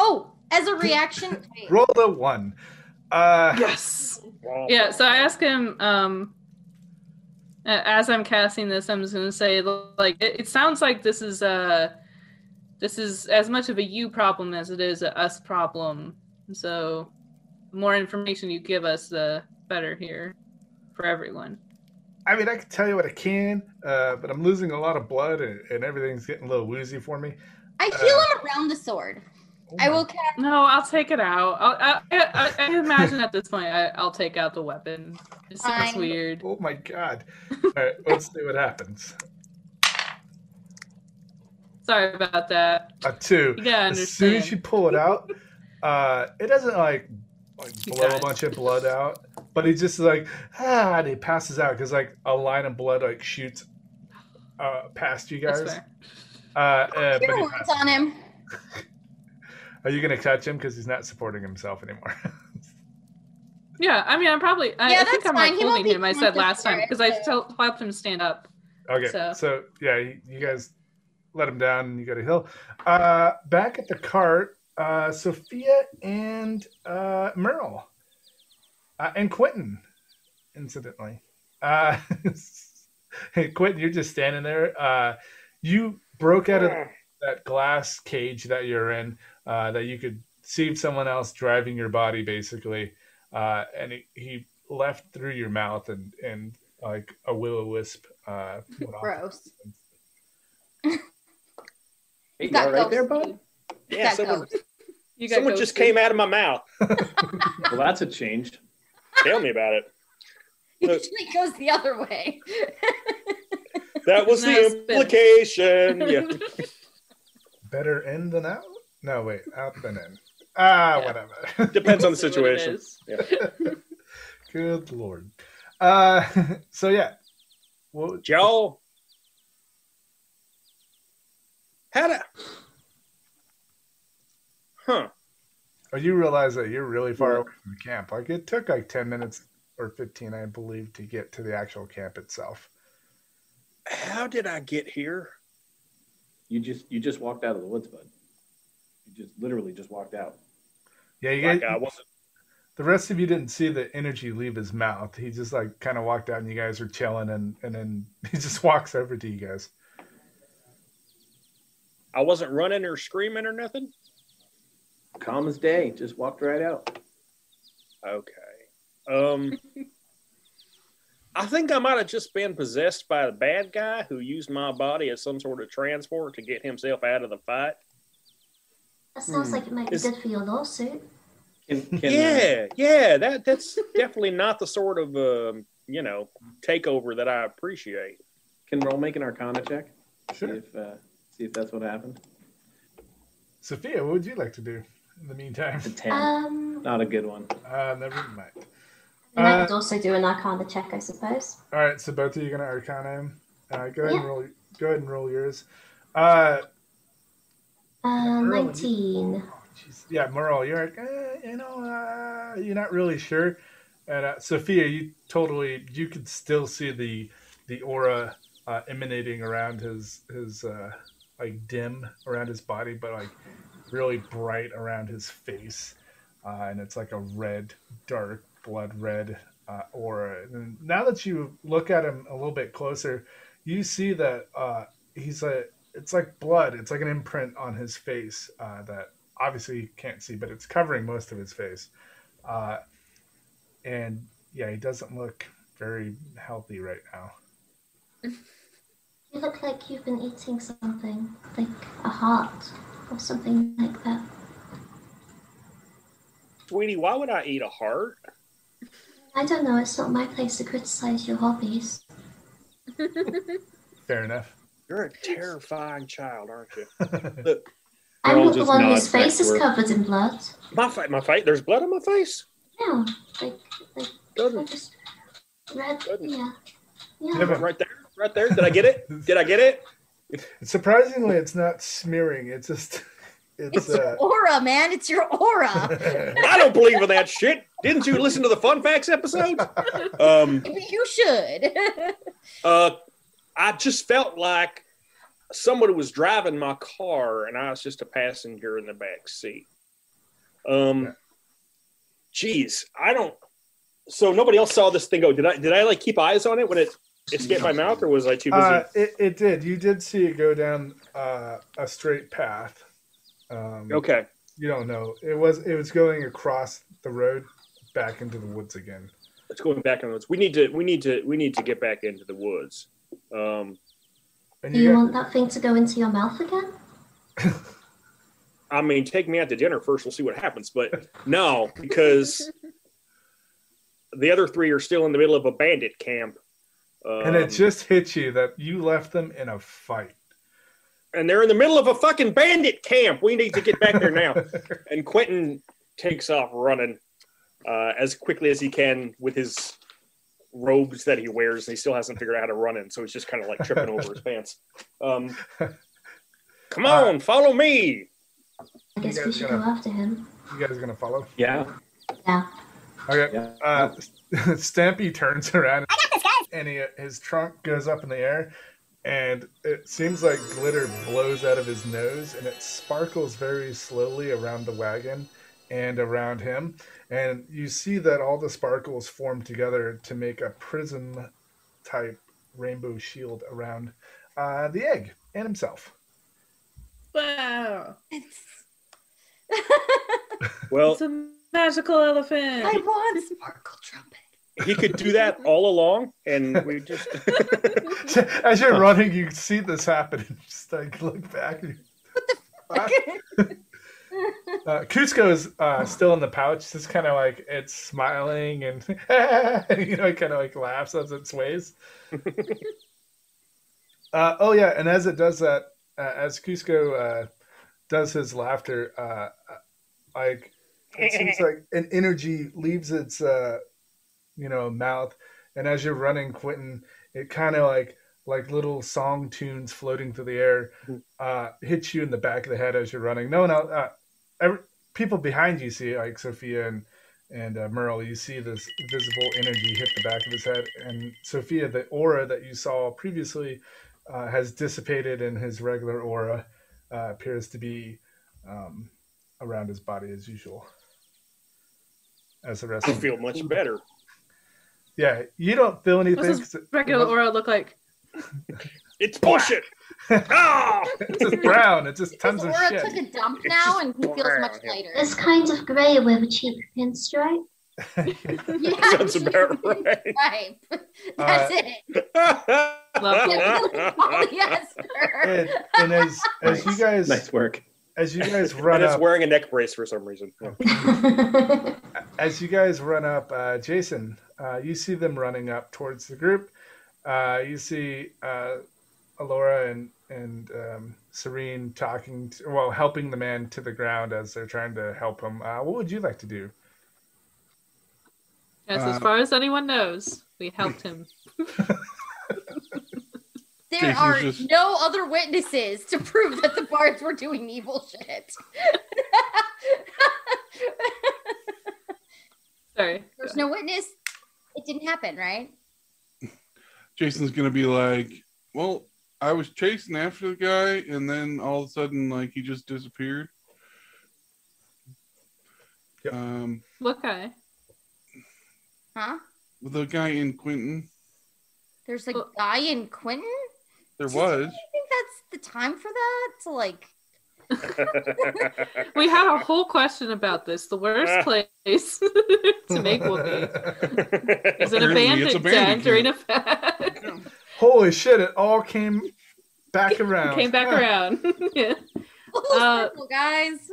[SPEAKER 10] Oh, as a reaction. wait.
[SPEAKER 4] Roll the one. Uh,
[SPEAKER 6] Yes.
[SPEAKER 9] Wow.
[SPEAKER 6] Yeah. So I ask him. Um, a- as I'm casting this, I'm just gonna say like it, it sounds like this is uh this is as much of a you problem as it is a us problem. So the more information you give us, the better here for everyone.
[SPEAKER 4] I mean, I can tell you what I can, uh, but I'm losing a lot of blood and, and everything's getting a little woozy for me.
[SPEAKER 10] I heal him around the sword.
[SPEAKER 4] Oh
[SPEAKER 10] I
[SPEAKER 4] my-
[SPEAKER 10] will cast.
[SPEAKER 6] No, I'll take it out. I'll, I, I, I imagine at this point I, I'll take out the weapon. It seems
[SPEAKER 10] Fine.
[SPEAKER 6] weird.
[SPEAKER 4] Oh my god. All right, let's see what happens.
[SPEAKER 6] Sorry about that.
[SPEAKER 4] A Uh, two.
[SPEAKER 6] You gotta
[SPEAKER 4] as soon as you
[SPEAKER 6] understand.
[SPEAKER 4] pull it out, uh, it doesn't like like
[SPEAKER 6] He
[SPEAKER 4] blow a
[SPEAKER 6] dies.
[SPEAKER 4] bunch of blood out, but he just like ah, and he passes out because like a line of blood like shoots uh, past you
[SPEAKER 6] That's
[SPEAKER 4] guys.
[SPEAKER 6] fair.
[SPEAKER 4] Uh, uh, but
[SPEAKER 10] Cure
[SPEAKER 4] he
[SPEAKER 10] wounds
[SPEAKER 4] passes-
[SPEAKER 10] on him.
[SPEAKER 4] Are you gonna catch him because he's not supporting himself anymore?
[SPEAKER 6] Yeah, I mean, I'm probably. I,
[SPEAKER 10] Yeah,
[SPEAKER 6] I think
[SPEAKER 10] that's
[SPEAKER 6] I'm like
[SPEAKER 10] fine. He won't
[SPEAKER 6] holding
[SPEAKER 10] be
[SPEAKER 6] him. I said
[SPEAKER 10] conscious
[SPEAKER 6] last time
[SPEAKER 10] for it,
[SPEAKER 6] because I
[SPEAKER 10] so-
[SPEAKER 6] tell- helped him stand up.
[SPEAKER 4] okay, so,
[SPEAKER 6] So-
[SPEAKER 4] yeah, you, you guys let him down and you go to hill. Uh, back at the cart, uh, Sophia and uh, Merle uh, and Quentin, incidentally. Uh, hey, Quentin, you're just standing there. Uh, you broke out of that glass cage that you're in, uh, that you could see someone else driving your body, basically. Uh, and he, he left through your mouth, and, and like a will o wisp uh, went off.
[SPEAKER 10] Gross.
[SPEAKER 9] Hey,
[SPEAKER 10] He's
[SPEAKER 9] you
[SPEAKER 10] got
[SPEAKER 9] all right
[SPEAKER 10] ghosts.
[SPEAKER 9] there, bud? Yeah,
[SPEAKER 10] He's got
[SPEAKER 9] someone,
[SPEAKER 10] ghosts.
[SPEAKER 6] You got
[SPEAKER 9] someone just
[SPEAKER 6] ghosted.
[SPEAKER 9] came out of my mouth.
[SPEAKER 7] Well, that's a change.
[SPEAKER 9] Tell me about it. Look.
[SPEAKER 10] Usually goes the other way.
[SPEAKER 9] That was
[SPEAKER 6] Now
[SPEAKER 9] the
[SPEAKER 6] it's been-
[SPEAKER 9] implication. Yeah.
[SPEAKER 4] Better in than out? No, wait, out than in. Ah,
[SPEAKER 6] Yeah.
[SPEAKER 4] whatever.
[SPEAKER 9] Depends on the
[SPEAKER 6] See what it
[SPEAKER 9] situation.
[SPEAKER 6] is.
[SPEAKER 4] Good lord. Uh, so yeah. Well,
[SPEAKER 9] Joe. How to. Huh.
[SPEAKER 4] Oh, you realize that you're really far away from the camp. Like it took like ten minutes or fifteen, I believe, to get to the actual camp itself.
[SPEAKER 9] How did I get here?
[SPEAKER 7] You just you just walked out of the woods, bud. You just literally just walked out.
[SPEAKER 4] Yeah, you
[SPEAKER 7] Like,
[SPEAKER 4] guys,
[SPEAKER 7] I wasn't-
[SPEAKER 4] the rest of you didn't see the energy leave his mouth. He just like kind of walked out, and you guys are chilling, and and then he just walks over to you guys.
[SPEAKER 9] I wasn't running or screaming or nothing.
[SPEAKER 7] Calm as day. Just walked right out.
[SPEAKER 9] Okay. Um, I think I might have just been possessed by the bad guy who used my body as some sort of transport to get himself out of the fight.
[SPEAKER 8] That sounds
[SPEAKER 9] Hmm.
[SPEAKER 8] like it might be
[SPEAKER 9] Is-
[SPEAKER 8] good for your lawsuit.
[SPEAKER 9] yeah, yeah, that that's definitely not the sort of um, you know takeover that I appreciate.
[SPEAKER 7] Can roll make an Arcana check?
[SPEAKER 4] Sure.
[SPEAKER 7] See if, uh, see if that's what happened.
[SPEAKER 4] Sophia, what would you like to do in the meantime?
[SPEAKER 7] Ten.
[SPEAKER 8] Um,
[SPEAKER 7] Not a good one.
[SPEAKER 4] Uh, never mind.
[SPEAKER 8] and I
[SPEAKER 4] Uh,
[SPEAKER 8] would also do an arcana check, I suppose.
[SPEAKER 4] All right, so both of you are gonna Arcana him. Uh, go ahead and roll. Go ahead and roll yours. Uh,
[SPEAKER 8] Uh,
[SPEAKER 4] Merle, you- oh,
[SPEAKER 8] 19.
[SPEAKER 4] yeah, Merle, you're like, eh, you know, uh, you're not really sure. And uh, Sophia, you totally, you could still see the the aura uh, emanating around his his uh, like dim around his body, but like really bright around his face, uh, and it's like a red, dark blood red uh, aura. And now that you look at him a little bit closer, you see that uh, he's a it's like blood. It's like an imprint on his face uh, that obviously you can't see, but it's covering most of his face. Uh, and yeah, he doesn't look very healthy right now.
[SPEAKER 8] You look like you've been eating something, like a heart or something like that.
[SPEAKER 9] Sweetie, why would I eat a heart?
[SPEAKER 8] I don't know, it's not my place to criticize your hobbies.
[SPEAKER 4] Fair enough.
[SPEAKER 9] You're a terrifying child, aren't you?
[SPEAKER 8] I'm
[SPEAKER 9] Merle
[SPEAKER 8] not the
[SPEAKER 9] just
[SPEAKER 8] one whose
[SPEAKER 9] nods back
[SPEAKER 8] face
[SPEAKER 9] to
[SPEAKER 8] is
[SPEAKER 9] her.
[SPEAKER 8] covered in blood.
[SPEAKER 9] My face, my face. There's blood on my face.
[SPEAKER 8] Yeah, like, like,
[SPEAKER 9] Doesn't-
[SPEAKER 8] just red, yeah. Yeah.
[SPEAKER 9] Right there, right there. Did I get it? Did I get it?
[SPEAKER 4] Surprisingly, it's not smearing. It's just, it's,
[SPEAKER 10] It's
[SPEAKER 4] uh,
[SPEAKER 10] your aura, man. It's your aura.
[SPEAKER 9] I don't believe in that shit. Didn't you listen to the fun facts episode? Um,
[SPEAKER 10] you should.
[SPEAKER 9] uh, I just felt like somebody was driving my car, and I was just a passenger in the back seat. Um, geez, I don't. So nobody else saw this thing go. Did I? Did I like keep eyes on it when it escaped my mouth, or was I too busy?
[SPEAKER 4] uh, it, it did. You did see it go down uh, a straight path. Um,
[SPEAKER 9] okay.
[SPEAKER 4] You don't know. It was, it was going across the road back into the woods again.
[SPEAKER 9] Let's go back in the woods. We need to. We need to. We need to get back into the woods. Um,
[SPEAKER 4] And
[SPEAKER 8] Do you want that thing to go into your mouth again?
[SPEAKER 9] I mean, take me out to dinner first. We'll see what happens. But no, because the other three are still in the middle of a bandit camp. Um,
[SPEAKER 4] and it just hit you that you left them in a fight.
[SPEAKER 9] and they're in the middle of a fucking bandit camp. We need to get back there now. and Quentin takes off running uh, as quickly as he can with his robes that he wears, and he still hasn't figured out how to run in, so he's just kind of like tripping over his pants. Um, come on, follow me.
[SPEAKER 8] I guess we
[SPEAKER 4] Uh, guys
[SPEAKER 8] should
[SPEAKER 4] gonna-
[SPEAKER 8] go after him.
[SPEAKER 4] You guys are gonna follow?
[SPEAKER 7] Yeah.
[SPEAKER 8] Yeah.
[SPEAKER 4] Okay. Uh, Stampy turns around and he, his trunk goes up in the air, and it seems like glitter blows out of his nose and it sparkles very slowly around the wagon and around him. And you see that all the sparkles form together to make a prism type rainbow shield around uh, the egg and himself.
[SPEAKER 6] Wow.
[SPEAKER 9] Well,
[SPEAKER 6] It's a magical elephant.
[SPEAKER 10] I want sparkle trumpet.
[SPEAKER 9] he could do that all along, and we just
[SPEAKER 4] As you're running, you see this happen. Just like look back. And Uh, Cusco is uh, still in the pouch, just kind of like it's smiling and you know, kind of like laughs as it sways. uh, oh yeah, and as it does that, uh, as Cusco uh, does his laughter, uh, like it seems like an energy leaves its uh, you know mouth, and as you're running, Quentin, it kind of like like little song tunes floating through the air uh, hits you in the back of the head as you're running. No one else. Uh, every, people behind you see it, like Sophia and and uh, Merle. You see this visible energy hit the back of his head, and Sophia, the aura that you saw previously, uh, has dissipated, and his regular aura uh, appears to be um, around his body as usual. As the rest,
[SPEAKER 9] I
[SPEAKER 4] of-
[SPEAKER 9] feel much better.
[SPEAKER 4] Yeah, you don't feel anything.
[SPEAKER 6] What's his
[SPEAKER 4] 'cause it-
[SPEAKER 6] regular aura look like?
[SPEAKER 9] It's bullshit. Ah!
[SPEAKER 4] it's just brown. It's just tons of
[SPEAKER 10] Aura
[SPEAKER 4] shit.
[SPEAKER 10] took a dump now and he feels much lighter.
[SPEAKER 8] It's kind of grey with a cheap pinstripe.
[SPEAKER 10] Yeah,
[SPEAKER 9] Sounds about right.
[SPEAKER 10] right. That's it.
[SPEAKER 4] Uh,
[SPEAKER 10] Oh, Polyester.
[SPEAKER 4] And, and as as you guys
[SPEAKER 7] Nice work.
[SPEAKER 4] as you guys run
[SPEAKER 9] and it's
[SPEAKER 4] up,
[SPEAKER 9] wearing a neck brace for some reason.
[SPEAKER 4] as you guys run up, uh, Jason, uh, you see them running up towards the group. Uh, you see uh, Alora and and um, Serene talking, to, well, helping the man to the ground as they're trying to help him. Uh, what would you like to do?
[SPEAKER 6] Yes, as
[SPEAKER 5] Uh,
[SPEAKER 6] far as anyone knows, we helped him.
[SPEAKER 10] There
[SPEAKER 5] Jason's
[SPEAKER 10] are
[SPEAKER 5] just-
[SPEAKER 10] no other witnesses to prove that the bards were doing evil shit.
[SPEAKER 6] Sorry.
[SPEAKER 10] There's no witness. It didn't happen, right?
[SPEAKER 5] Jason's gonna be like, "Well, I was chasing after the guy, and then all of a sudden, like he just disappeared."
[SPEAKER 4] Yep.
[SPEAKER 5] Um,
[SPEAKER 6] What guy?
[SPEAKER 10] Huh?
[SPEAKER 5] the guy in Quentin,
[SPEAKER 10] There's a
[SPEAKER 6] Well-
[SPEAKER 10] guy in Quentin.
[SPEAKER 5] there
[SPEAKER 10] Do you
[SPEAKER 5] was.
[SPEAKER 10] think that's the time for that? To like,
[SPEAKER 6] We had a whole question about this. The worst place to make whoopee is
[SPEAKER 5] Apparently
[SPEAKER 6] an abandoned
[SPEAKER 5] it's a
[SPEAKER 6] den
[SPEAKER 5] bandit
[SPEAKER 6] during a
[SPEAKER 5] camp.
[SPEAKER 6] fact.
[SPEAKER 4] Holy shit! It all came back around.
[SPEAKER 6] Came back
[SPEAKER 4] Huh.
[SPEAKER 6] around. yeah.
[SPEAKER 10] full
[SPEAKER 6] Uh,
[SPEAKER 10] circle, guys.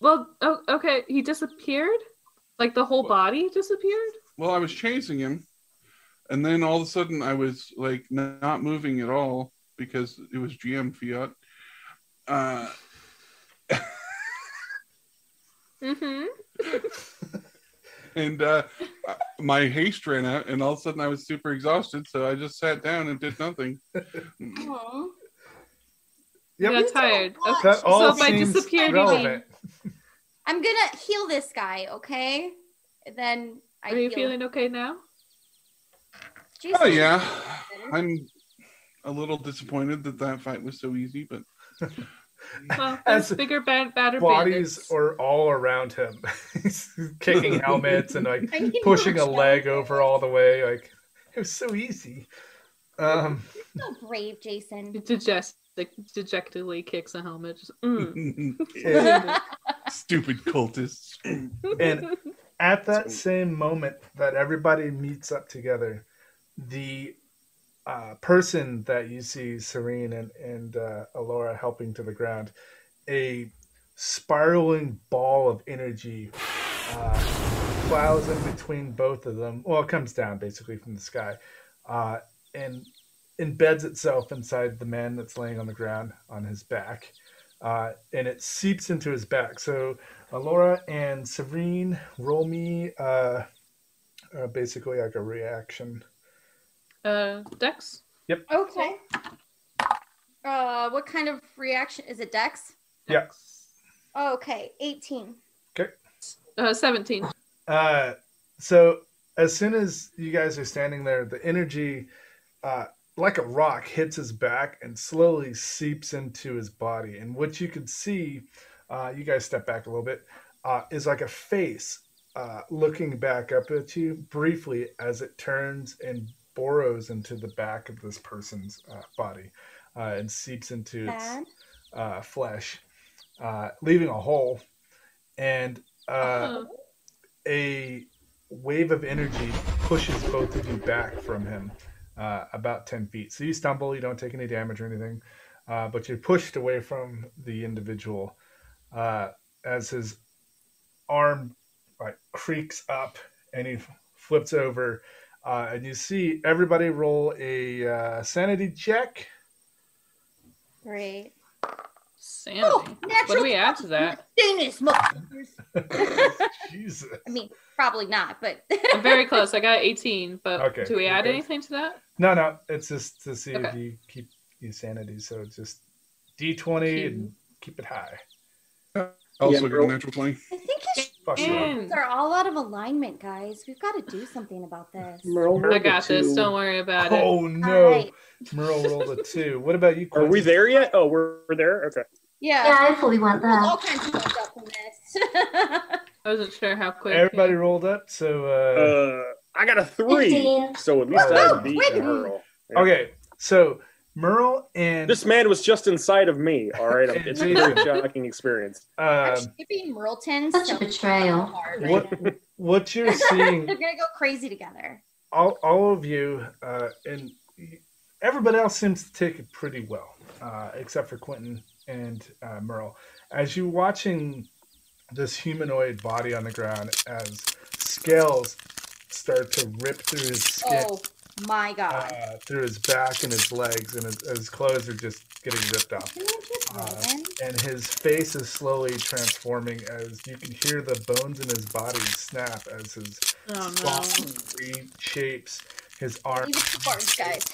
[SPEAKER 6] Well, oh, okay, he disappeared? Like the whole body disappeared?
[SPEAKER 5] Well, I was chasing him, and then all of a sudden, I was like n- not moving at all because it was GM Fiat. Uh,
[SPEAKER 6] Mm-hmm.
[SPEAKER 5] and uh, my haste ran out, and all of a sudden I was super exhausted, so I just sat down and did nothing.
[SPEAKER 10] Aw.
[SPEAKER 4] Yep.
[SPEAKER 6] got tired.
[SPEAKER 10] What?
[SPEAKER 6] Okay.
[SPEAKER 4] That all
[SPEAKER 6] if I
[SPEAKER 4] seems
[SPEAKER 6] disappeared, you mean-
[SPEAKER 10] Oh,
[SPEAKER 4] relevant.
[SPEAKER 10] I'm gonna heal this guy, okay? And then I
[SPEAKER 6] Are you
[SPEAKER 10] heal-
[SPEAKER 6] feeling okay now?
[SPEAKER 10] Jesus.
[SPEAKER 5] Oh yeah, I'm a little disappointed that that fight was so easy, but
[SPEAKER 6] Well,
[SPEAKER 4] As
[SPEAKER 6] there's bigger, bad, badder
[SPEAKER 4] Bodies
[SPEAKER 6] bandits.
[SPEAKER 4] are all around him. He's kicking helmets and like
[SPEAKER 10] I need
[SPEAKER 4] pushing a
[SPEAKER 10] more
[SPEAKER 4] leg
[SPEAKER 10] shells.
[SPEAKER 4] over all the way. Like it was so easy. Um,
[SPEAKER 10] So brave, Jason.
[SPEAKER 6] Dejected, dejectedly kicks a helmet. Just, mm.
[SPEAKER 4] and,
[SPEAKER 5] stupid cultists.
[SPEAKER 4] Mm. and at that same moment that everybody meets up together, the uh, person that you see Serene and and uh, Alora helping to the ground, a spiraling ball of energy uh, plows in between both of them. Well, it comes down basically from the sky, uh, and embeds itself inside the man that's laying on the ground on his back, uh, and it seeps into his back. So Alora and Serene roll me uh, uh, basically like a reaction.
[SPEAKER 6] Uh, Dex?
[SPEAKER 10] Okay. Uh, what kind of reaction is it, Dex? Oh,
[SPEAKER 4] Yeah.
[SPEAKER 10] Okay, 18.
[SPEAKER 6] Uh, 17.
[SPEAKER 4] Uh, so as soon as you guys are standing there, the energy, uh, like a rock, hits his back and slowly seeps into his body. And what you can see, uh, you guys step back a little bit, uh, is like a face uh, looking back up at you briefly as it turns and burrows into the back of this person's uh, body uh, and seeps into its
[SPEAKER 10] Bad.
[SPEAKER 4] uh, flesh, uh, leaving a hole. And uh,
[SPEAKER 6] Uh,
[SPEAKER 4] a wave of energy pushes both of you back from him uh, about 10 feet. So you stumble, you don't take any damage or anything, uh, but you're pushed away from the individual uh, as his arm like creaks up and he flips over. Uh, and you see everybody roll a uh, sanity check.
[SPEAKER 10] Great.
[SPEAKER 6] sanity.
[SPEAKER 10] Oh,
[SPEAKER 6] what
[SPEAKER 10] natural
[SPEAKER 6] do we add to that?
[SPEAKER 10] Danish motherfuckers.
[SPEAKER 4] Jesus.
[SPEAKER 10] I mean, probably not, but
[SPEAKER 6] I'm very close. I got 18, but
[SPEAKER 4] Okay,
[SPEAKER 6] do we add
[SPEAKER 4] okay.
[SPEAKER 6] anything to that?
[SPEAKER 4] No, no, it's just to see if
[SPEAKER 6] Okay.
[SPEAKER 4] you keep your sanity. So it's just D20 and keep it high.
[SPEAKER 5] Also
[SPEAKER 9] Yeah,
[SPEAKER 5] got a natural 20.
[SPEAKER 10] I think his
[SPEAKER 5] Fuck yeah.
[SPEAKER 10] shoes are all out of alignment, guys. We've got to do something about this.
[SPEAKER 9] Merle,
[SPEAKER 6] I got this. Don't worry about it.
[SPEAKER 4] Oh
[SPEAKER 10] All
[SPEAKER 4] no,
[SPEAKER 10] right.
[SPEAKER 4] Merle rolled a two. What about you?
[SPEAKER 9] Are we
[SPEAKER 4] Quincy?
[SPEAKER 9] there yet? Oh, we're, we're there. Okay.
[SPEAKER 10] Yeah.
[SPEAKER 8] Yeah, I fully went there.
[SPEAKER 10] All kinds of fucked up in this.
[SPEAKER 6] I wasn't sure how quick.
[SPEAKER 4] Everybody rolled up. So uh,
[SPEAKER 9] Uh, I got a three.
[SPEAKER 8] Fifteen.
[SPEAKER 9] So at least
[SPEAKER 4] Oh,
[SPEAKER 9] I beat
[SPEAKER 10] wait.
[SPEAKER 9] Merle.
[SPEAKER 4] okay, so Merle and
[SPEAKER 9] This man was just inside of me. All right. It's a very shocking experience.
[SPEAKER 4] um,
[SPEAKER 10] Actually, it being Merleton
[SPEAKER 8] Such
[SPEAKER 10] so
[SPEAKER 8] a betrayal.
[SPEAKER 10] hard right
[SPEAKER 4] what what you're seeing
[SPEAKER 10] They're gonna go crazy together.
[SPEAKER 4] all, all of you uh, and everybody else seems to take it pretty well, uh, except for Quentin and uh, Merle. As you watching this humanoid body on the ground, as scales start to rip through his skin,
[SPEAKER 10] Oh my god.
[SPEAKER 4] uh, through his back and his legs, and his, his clothes are just getting ripped off.
[SPEAKER 10] Can you just
[SPEAKER 4] uh,
[SPEAKER 10] Megan?
[SPEAKER 4] And his face is slowly transforming as you can hear the bones in his body snap as his
[SPEAKER 6] Oh no.
[SPEAKER 4] skull reshapes his arms
[SPEAKER 10] Leave it to the bards, guys.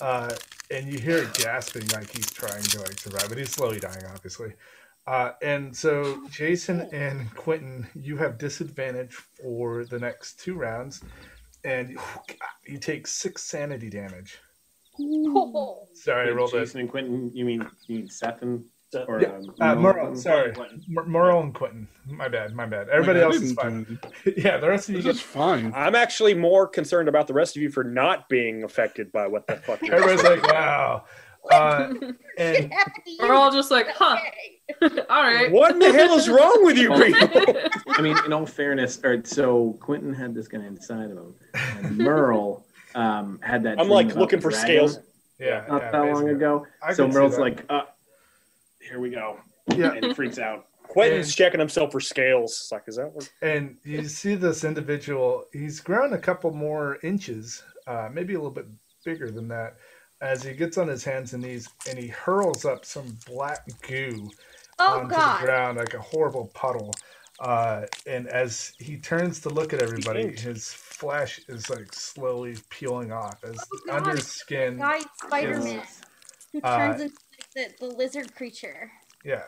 [SPEAKER 4] uh, and you hear it gasping like he's trying to like survive, but he's slowly dying, obviously. Uh, and so, Jason and Quentin, you have disadvantage for the next two rounds, and you take six sanity damage.
[SPEAKER 10] Oh,
[SPEAKER 4] Sorry, I rolled a
[SPEAKER 7] Jason and Quentin, you mean you mean Seth and or
[SPEAKER 4] Yeah,
[SPEAKER 7] um,
[SPEAKER 4] uh, Merle.
[SPEAKER 7] Quentin?
[SPEAKER 4] Sorry,
[SPEAKER 7] Quentin.
[SPEAKER 4] M- Merle and Quentin. My bad, my bad. Everybody
[SPEAKER 5] Like, I
[SPEAKER 4] else is
[SPEAKER 5] didn't
[SPEAKER 4] fine.
[SPEAKER 5] do anything.
[SPEAKER 4] yeah, the rest of you
[SPEAKER 5] This
[SPEAKER 4] get
[SPEAKER 5] is fine.
[SPEAKER 9] I'm actually more concerned about the rest of you for not being affected by what the fuck you're
[SPEAKER 4] everybody's like, wow. Uh,
[SPEAKER 10] It
[SPEAKER 4] and
[SPEAKER 10] happened to you.
[SPEAKER 6] We're all just like, huh.
[SPEAKER 10] Okay.
[SPEAKER 6] All right.
[SPEAKER 9] What in the hell is wrong with you people?
[SPEAKER 7] I mean, in all fairness, or so Quentin had this guy inside of him. And Merle um, had that.
[SPEAKER 9] I'm
[SPEAKER 7] dream
[SPEAKER 9] like
[SPEAKER 7] about
[SPEAKER 9] looking
[SPEAKER 7] the
[SPEAKER 9] for
[SPEAKER 7] dragon
[SPEAKER 9] scales.
[SPEAKER 4] yeah,
[SPEAKER 7] Not
[SPEAKER 4] yeah,
[SPEAKER 7] that long
[SPEAKER 4] basically.
[SPEAKER 7] ago.
[SPEAKER 4] I
[SPEAKER 7] So
[SPEAKER 4] can see
[SPEAKER 7] Merle's
[SPEAKER 4] that.
[SPEAKER 7] like, uh, here we go.
[SPEAKER 4] Yeah.
[SPEAKER 7] And freaks out.
[SPEAKER 9] Quentin's checking himself for scales. It's like, is that what?
[SPEAKER 4] and you see this individual he's grown a couple more inches uh, maybe a little bit bigger than that as he gets on his hands and knees and he hurls up some black goo
[SPEAKER 10] Oh
[SPEAKER 4] onto the
[SPEAKER 10] god.
[SPEAKER 4] ground like a horrible puddle uh, and as he turns to look at everybody his flesh is like slowly peeling off as
[SPEAKER 10] Oh,
[SPEAKER 4] the under
[SPEAKER 10] God.
[SPEAKER 4] skin
[SPEAKER 10] Guy Spider Man who
[SPEAKER 4] Uh,
[SPEAKER 10] turns into like, the, the lizard creature.
[SPEAKER 4] yeah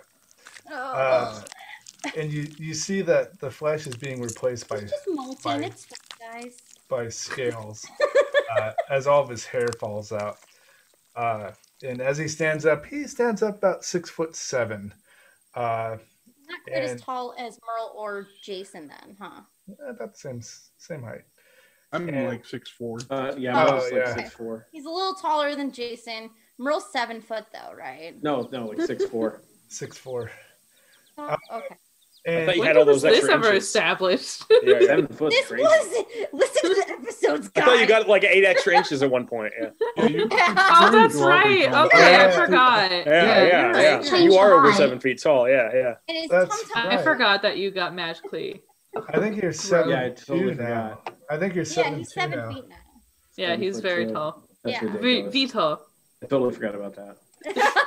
[SPEAKER 10] Oh,
[SPEAKER 4] uh, and you you see that the flesh is being replaced by
[SPEAKER 10] it's just molten.
[SPEAKER 4] fine.
[SPEAKER 10] It's fine, guys.
[SPEAKER 4] by scales uh, as all of his hair falls out. Uh, and as he stands up, he stands up about six foot seven. Uh,
[SPEAKER 10] Not quite as
[SPEAKER 4] And-
[SPEAKER 10] tall as Merle or Jason, then, huh?
[SPEAKER 4] about the same same height.
[SPEAKER 5] I'm
[SPEAKER 4] Yeah.
[SPEAKER 5] like six four.
[SPEAKER 7] Uh, yeah,
[SPEAKER 10] Oh,
[SPEAKER 7] Merle's like
[SPEAKER 4] yeah.
[SPEAKER 7] six four.
[SPEAKER 10] He's a little taller than Jason. Merle's seven foot, though, right?
[SPEAKER 7] No, no, like six four.
[SPEAKER 4] Six four.
[SPEAKER 10] Oh, okay.
[SPEAKER 4] And
[SPEAKER 9] thought you
[SPEAKER 6] When
[SPEAKER 9] had all
[SPEAKER 6] was
[SPEAKER 9] those
[SPEAKER 6] this
[SPEAKER 9] extra
[SPEAKER 6] ever
[SPEAKER 9] inches.
[SPEAKER 6] established?
[SPEAKER 9] Yeah, yeah.
[SPEAKER 7] Seven foot's
[SPEAKER 10] This
[SPEAKER 7] crazy.
[SPEAKER 10] was listen to the episodes,
[SPEAKER 9] I
[SPEAKER 10] guys.
[SPEAKER 9] thought you got like eight extra inches at one point. Yeah,
[SPEAKER 5] Yeah, you-
[SPEAKER 6] Oh, that's
[SPEAKER 5] You're already
[SPEAKER 6] right.
[SPEAKER 5] tall.
[SPEAKER 6] Okay, I
[SPEAKER 4] Yeah.
[SPEAKER 6] forgot.
[SPEAKER 9] yeah, yeah.
[SPEAKER 6] you're
[SPEAKER 9] yeah,
[SPEAKER 6] right.
[SPEAKER 8] Change
[SPEAKER 9] You are over
[SPEAKER 8] your mind.
[SPEAKER 9] seven feet tall. Yeah, yeah.
[SPEAKER 10] And his
[SPEAKER 4] That's
[SPEAKER 10] tum-tum-
[SPEAKER 6] I
[SPEAKER 4] Right.
[SPEAKER 6] forgot that you got magically.
[SPEAKER 4] I think you're seven
[SPEAKER 7] Yeah, I totally
[SPEAKER 4] two now. I think you're
[SPEAKER 10] Yeah,
[SPEAKER 4] seven
[SPEAKER 10] he's
[SPEAKER 4] two
[SPEAKER 10] seven
[SPEAKER 4] now.
[SPEAKER 10] feet now.
[SPEAKER 6] Yeah,
[SPEAKER 7] Seven
[SPEAKER 6] he's
[SPEAKER 7] foot
[SPEAKER 6] very
[SPEAKER 7] two.
[SPEAKER 6] tall.
[SPEAKER 7] That's
[SPEAKER 10] Yeah.
[SPEAKER 6] V-
[SPEAKER 7] ridiculous.
[SPEAKER 6] Vito.
[SPEAKER 7] I totally forgot about that.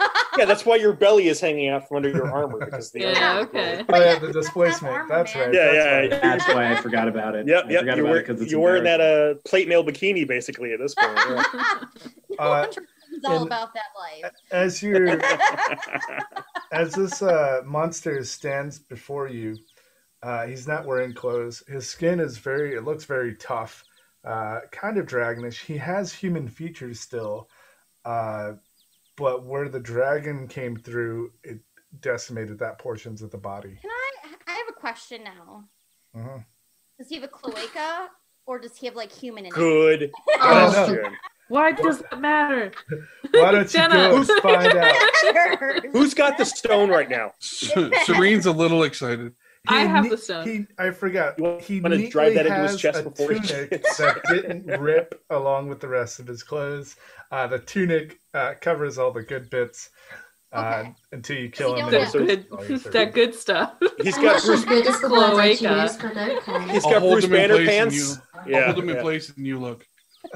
[SPEAKER 9] Yeah, that's why your belly is hanging out from under your armor because the
[SPEAKER 6] Yeah,
[SPEAKER 9] armor-
[SPEAKER 6] okay.
[SPEAKER 4] Oh
[SPEAKER 10] But
[SPEAKER 4] yeah,
[SPEAKER 10] yeah,
[SPEAKER 4] the
[SPEAKER 10] that's
[SPEAKER 4] displacement.
[SPEAKER 10] armor,
[SPEAKER 4] That's
[SPEAKER 10] man.
[SPEAKER 4] right.
[SPEAKER 9] Yeah,
[SPEAKER 4] that's
[SPEAKER 9] yeah,
[SPEAKER 4] right.
[SPEAKER 9] yeah.
[SPEAKER 7] That's why I forgot about it.
[SPEAKER 9] Yep,
[SPEAKER 7] I
[SPEAKER 9] yep.
[SPEAKER 7] forgot
[SPEAKER 9] You're,
[SPEAKER 7] about
[SPEAKER 9] wear,
[SPEAKER 7] it because it's
[SPEAKER 9] you're wearing that
[SPEAKER 7] embarrassing.
[SPEAKER 9] uh, plate mail bikini basically at this point. yeah.
[SPEAKER 10] No
[SPEAKER 4] Uh,
[SPEAKER 10] wonder he's all
[SPEAKER 4] and-
[SPEAKER 10] about that life.
[SPEAKER 4] As you're as this uh, monster stands before you, uh, he's not wearing clothes. His skin is very, it looks very tough, uh, kind of dragonish. He has human features still, uh, but where the dragon came through, it decimated that portions of the body.
[SPEAKER 10] Can I? I have a question now.
[SPEAKER 4] Mhm.
[SPEAKER 10] Does he have a cloaca, or does he have like human in it?
[SPEAKER 9] Good
[SPEAKER 4] Oh, no.
[SPEAKER 9] question.
[SPEAKER 6] Why does that matter?
[SPEAKER 4] Why don't you
[SPEAKER 6] Jenna.
[SPEAKER 4] go find out?
[SPEAKER 9] Who's got the stone right now?
[SPEAKER 5] Serene's a little excited.
[SPEAKER 6] I
[SPEAKER 4] He
[SPEAKER 6] have
[SPEAKER 4] ne-
[SPEAKER 6] the stone.
[SPEAKER 4] He, I forgot.
[SPEAKER 9] You
[SPEAKER 4] He
[SPEAKER 9] wanna
[SPEAKER 4] neatly
[SPEAKER 9] drive that into his
[SPEAKER 4] has
[SPEAKER 9] chest
[SPEAKER 4] a
[SPEAKER 9] before he-
[SPEAKER 4] tunic that didn't rip along with the rest of his clothes. Uh, the tunic uh, covers all the good bits uh,
[SPEAKER 10] Okay.
[SPEAKER 4] until you
[SPEAKER 10] he
[SPEAKER 4] kill him. and
[SPEAKER 10] don't
[SPEAKER 6] That
[SPEAKER 10] have-
[SPEAKER 4] it's just
[SPEAKER 6] good,
[SPEAKER 4] all your
[SPEAKER 6] that
[SPEAKER 4] surgery.
[SPEAKER 6] good stuff.
[SPEAKER 9] He's
[SPEAKER 8] I'm not
[SPEAKER 9] got
[SPEAKER 8] sure
[SPEAKER 9] Bruce.
[SPEAKER 8] if good is the word I
[SPEAKER 6] Cloaca.
[SPEAKER 8] choose, but okay.
[SPEAKER 9] He's got
[SPEAKER 5] I'll hold
[SPEAKER 9] Bruce
[SPEAKER 5] him in
[SPEAKER 9] Banner
[SPEAKER 5] place and
[SPEAKER 9] pants.
[SPEAKER 5] you-
[SPEAKER 9] Yeah,
[SPEAKER 5] Hold him in
[SPEAKER 9] yeah.
[SPEAKER 5] place and you look.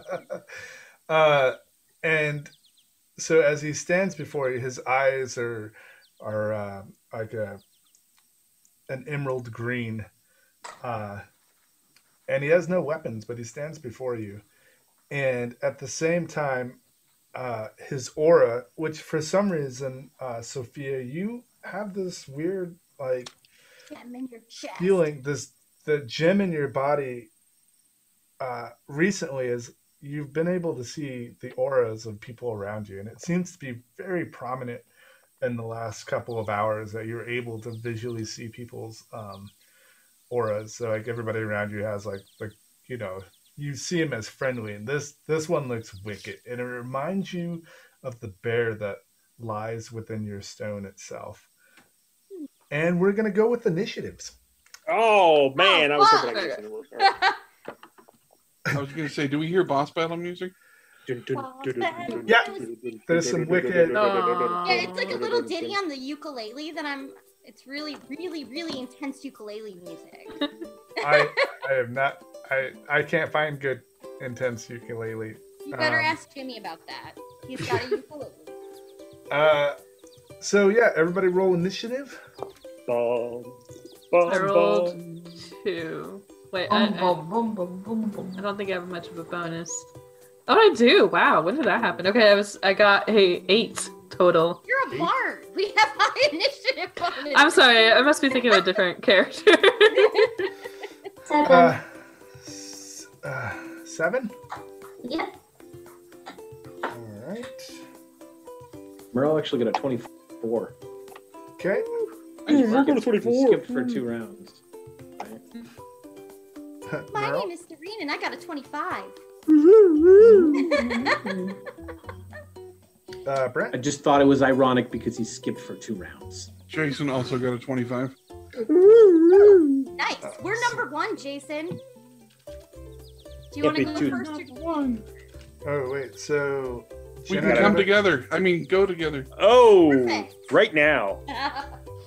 [SPEAKER 4] Uh, and so as he stands before you, his eyes are are uh, like a an emerald green, uh, and he has no weapons, but he stands before you, and at the same time, uh, his aura, which for some reason, uh, Sophia, you have this weird like
[SPEAKER 10] gem in your chest.
[SPEAKER 4] feeling this the gem in your body uh, recently is you've been able to see the auras of people around you and it seems to be very prominent in the last couple of hours that you're able to visually see people's um, auras so like everybody around you has like like you know you see them as friendly and this this one looks wicked and it reminds you of the bear that lies within your stone itself and we're gonna go with initiatives
[SPEAKER 9] Oh man, I was hoping I could.
[SPEAKER 5] I was going to say, do we hear boss battle music?
[SPEAKER 4] Yeah, there's some wicked.
[SPEAKER 10] Yeah, it's like a little ditty on the ukulele that I'm. It's really, really, really intense ukulele music.
[SPEAKER 4] I I am not. I I can't find good intense ukulele.
[SPEAKER 10] You better
[SPEAKER 4] Um,
[SPEAKER 10] ask Jimmy about that. He's got a ukulele.
[SPEAKER 4] Uh, so yeah, everybody roll initiative.
[SPEAKER 6] I rolled two. Wait, I, I, I don't think I have much of a bonus. Oh, I do. Wow, when did that happen? Okay, I was I got a eight total.
[SPEAKER 10] You're a bard. We have high initiative bonus.
[SPEAKER 6] I'm sorry, I must be thinking of a different character.
[SPEAKER 4] Uh, s- uh, seven.
[SPEAKER 8] Yeah.
[SPEAKER 4] All right.
[SPEAKER 7] Merle actually got a 24.
[SPEAKER 4] Okay.
[SPEAKER 7] Skipped- he Skipped for two rounds.
[SPEAKER 10] My name is Serene, and I got a 25.
[SPEAKER 4] Uh, Brent.
[SPEAKER 7] I just thought it was ironic because he skipped for two rounds.
[SPEAKER 5] Jason also got a 25.
[SPEAKER 10] nice. We're number one, Jason. Do you want to
[SPEAKER 5] Happy
[SPEAKER 10] go
[SPEAKER 5] to-
[SPEAKER 10] first? Or... One.
[SPEAKER 4] Oh wait, so
[SPEAKER 5] We
[SPEAKER 4] Jenna-
[SPEAKER 5] can come together. I mean, go together.
[SPEAKER 9] Oh, right now.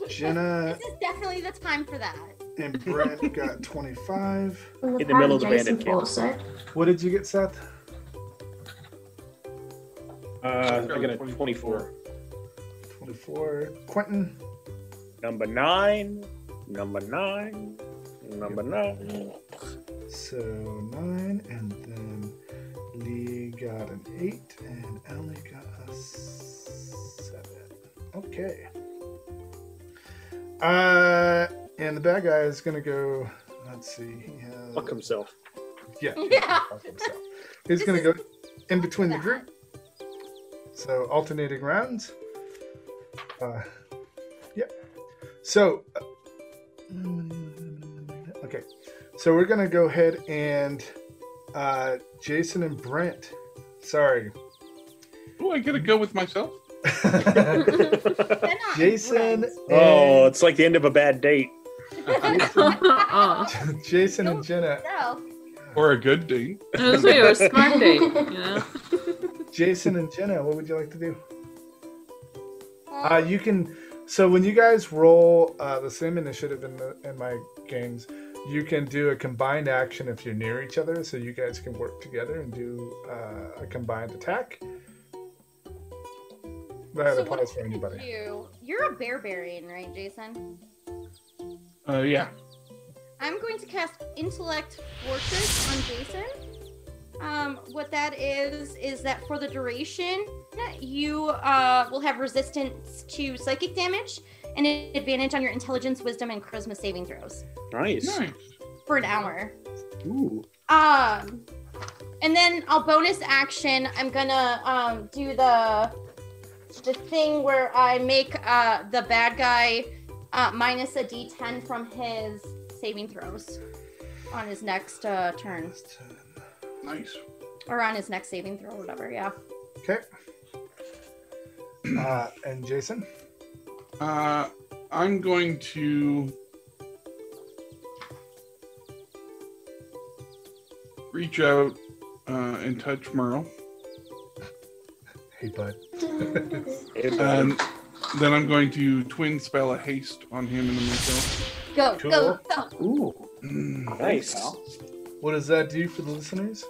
[SPEAKER 4] Jenna
[SPEAKER 10] this is definitely the time for that.
[SPEAKER 4] and Brent got twenty-five.
[SPEAKER 9] In the middle of the bandit camp.
[SPEAKER 4] What did you get, Seth?
[SPEAKER 9] Uh, I got a 24.
[SPEAKER 4] Twenty-four. Quentin.
[SPEAKER 9] Number nine. Number nine. Number nine.
[SPEAKER 4] So nine, and then Lee got an eight, and Ellie got a seven. Okay. Uh, and the bad guy is gonna go. Let's see. He has.
[SPEAKER 9] Fuck himself.
[SPEAKER 4] Yeah.
[SPEAKER 10] Yeah.
[SPEAKER 4] He's gonna go in between the group. So alternating rounds. Uh, yep. So. uh, Okay. So we're gonna go ahead and uh, Jason and Brent. Sorry,
[SPEAKER 5] Oh, I got to go with myself?
[SPEAKER 4] Jason.
[SPEAKER 9] Oh, it's like the end of a bad date.
[SPEAKER 4] and- Jason and Jenna.
[SPEAKER 10] Oh.
[SPEAKER 5] Or a good date.
[SPEAKER 6] I was like, it was a smart date, you know?
[SPEAKER 4] Jason and Jenna, what would you like to do? Uh, you can. So when you guys roll uh, the same initiative in, the, in my games, you can do a combined action if you're near each other, so you guys can work together and do uh, a combined attack. That
[SPEAKER 10] So what
[SPEAKER 4] applies for
[SPEAKER 10] do you
[SPEAKER 4] anybody.
[SPEAKER 10] do? You're a barbarian, right, Jason?
[SPEAKER 5] Uh, yeah.
[SPEAKER 10] I'm going to cast Intellect Fortress on Jason. Um, what that is is that for the duration, you uh, will have resistance to psychic damage and an advantage on your intelligence, wisdom, and charisma saving throws
[SPEAKER 9] Nice.
[SPEAKER 10] for an hour.
[SPEAKER 9] Ooh.
[SPEAKER 10] Um, and then I'll bonus action. I'm gonna um do the the thing where I make uh the bad guy uh, minus a D10 from his saving throws on his next uh, turn
[SPEAKER 5] Nice.
[SPEAKER 10] or on his next saving throw, whatever. Yeah.
[SPEAKER 4] Okay. Uh, and Jason,
[SPEAKER 5] Uh, I'm going to reach out uh, and touch Merle.
[SPEAKER 4] hey bud.
[SPEAKER 5] And then I'm going to twin spell a haste on him and myself.
[SPEAKER 10] Go, go, go.
[SPEAKER 5] Ooh.
[SPEAKER 9] Nice.
[SPEAKER 4] What does that do for the listeners?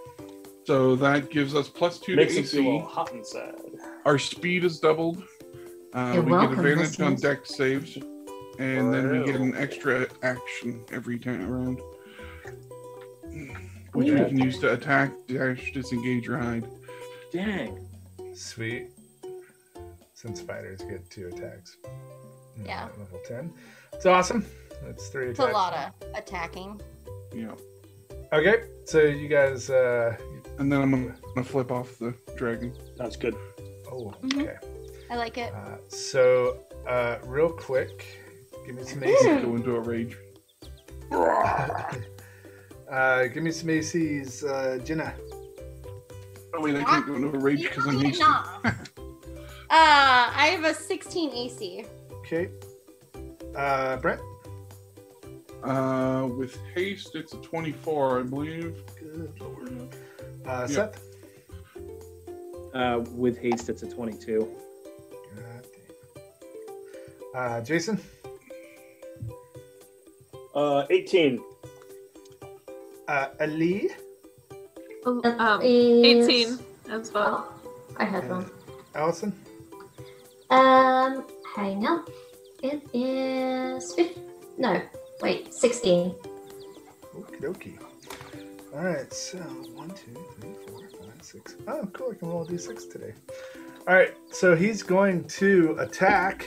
[SPEAKER 5] So that gives us plus two
[SPEAKER 9] Makes
[SPEAKER 5] to
[SPEAKER 9] him feel
[SPEAKER 5] AC.
[SPEAKER 9] all hot inside.
[SPEAKER 5] Our speed is doubled. Uh,
[SPEAKER 9] You're
[SPEAKER 5] we
[SPEAKER 9] welcome,
[SPEAKER 5] get advantage on
[SPEAKER 9] listeners.
[SPEAKER 5] deck saves, and then we get an extra action every time around, which we can use to attack, dash, disengage, or hide.
[SPEAKER 7] Dang.
[SPEAKER 4] Sweet. Since fighters get two attacks.
[SPEAKER 10] Yeah.
[SPEAKER 4] Level ten. It's awesome. That's three attacks.
[SPEAKER 10] Talata attacking.
[SPEAKER 5] Yeah.
[SPEAKER 4] Okay, so you guys. Uh,
[SPEAKER 5] And then I'm gonna- gonna flip off the dragon.
[SPEAKER 9] Sounds good.
[SPEAKER 4] oh,
[SPEAKER 10] Mhm.
[SPEAKER 4] okay.
[SPEAKER 10] I like it.
[SPEAKER 4] Uh, so, uh, real quick, give me some AC.
[SPEAKER 5] Go into a rage.
[SPEAKER 4] uh, give me some ACs, uh, Jenna.
[SPEAKER 5] Oh wait, I can't go into a rage
[SPEAKER 10] You
[SPEAKER 5] because I'm
[SPEAKER 10] did
[SPEAKER 5] hasted.
[SPEAKER 10] not. uh, I have a 16 AC.
[SPEAKER 4] Okay. Uh, Brett.
[SPEAKER 5] Uh, with haste, it's a 24, I believe.
[SPEAKER 4] Good lord. Uh,
[SPEAKER 5] Yeah.
[SPEAKER 4] Seth.
[SPEAKER 7] Uh, with haste, it's a 22.
[SPEAKER 4] God damn. Uh, Jason.
[SPEAKER 9] Uh, 18.
[SPEAKER 4] Uh, Ali.
[SPEAKER 6] Oh,
[SPEAKER 8] That
[SPEAKER 6] um,
[SPEAKER 8] is-
[SPEAKER 6] 18 as well.
[SPEAKER 8] Oh, I
[SPEAKER 4] Mm.
[SPEAKER 8] heard one.
[SPEAKER 4] Allison.
[SPEAKER 8] Um, hang on. It is fif- no, wait, sixteen.
[SPEAKER 4] Okie dokie. All right, so one, two, three, four, five, six. Oh, cool. I can roll a d6 today. All right, so he's going to attack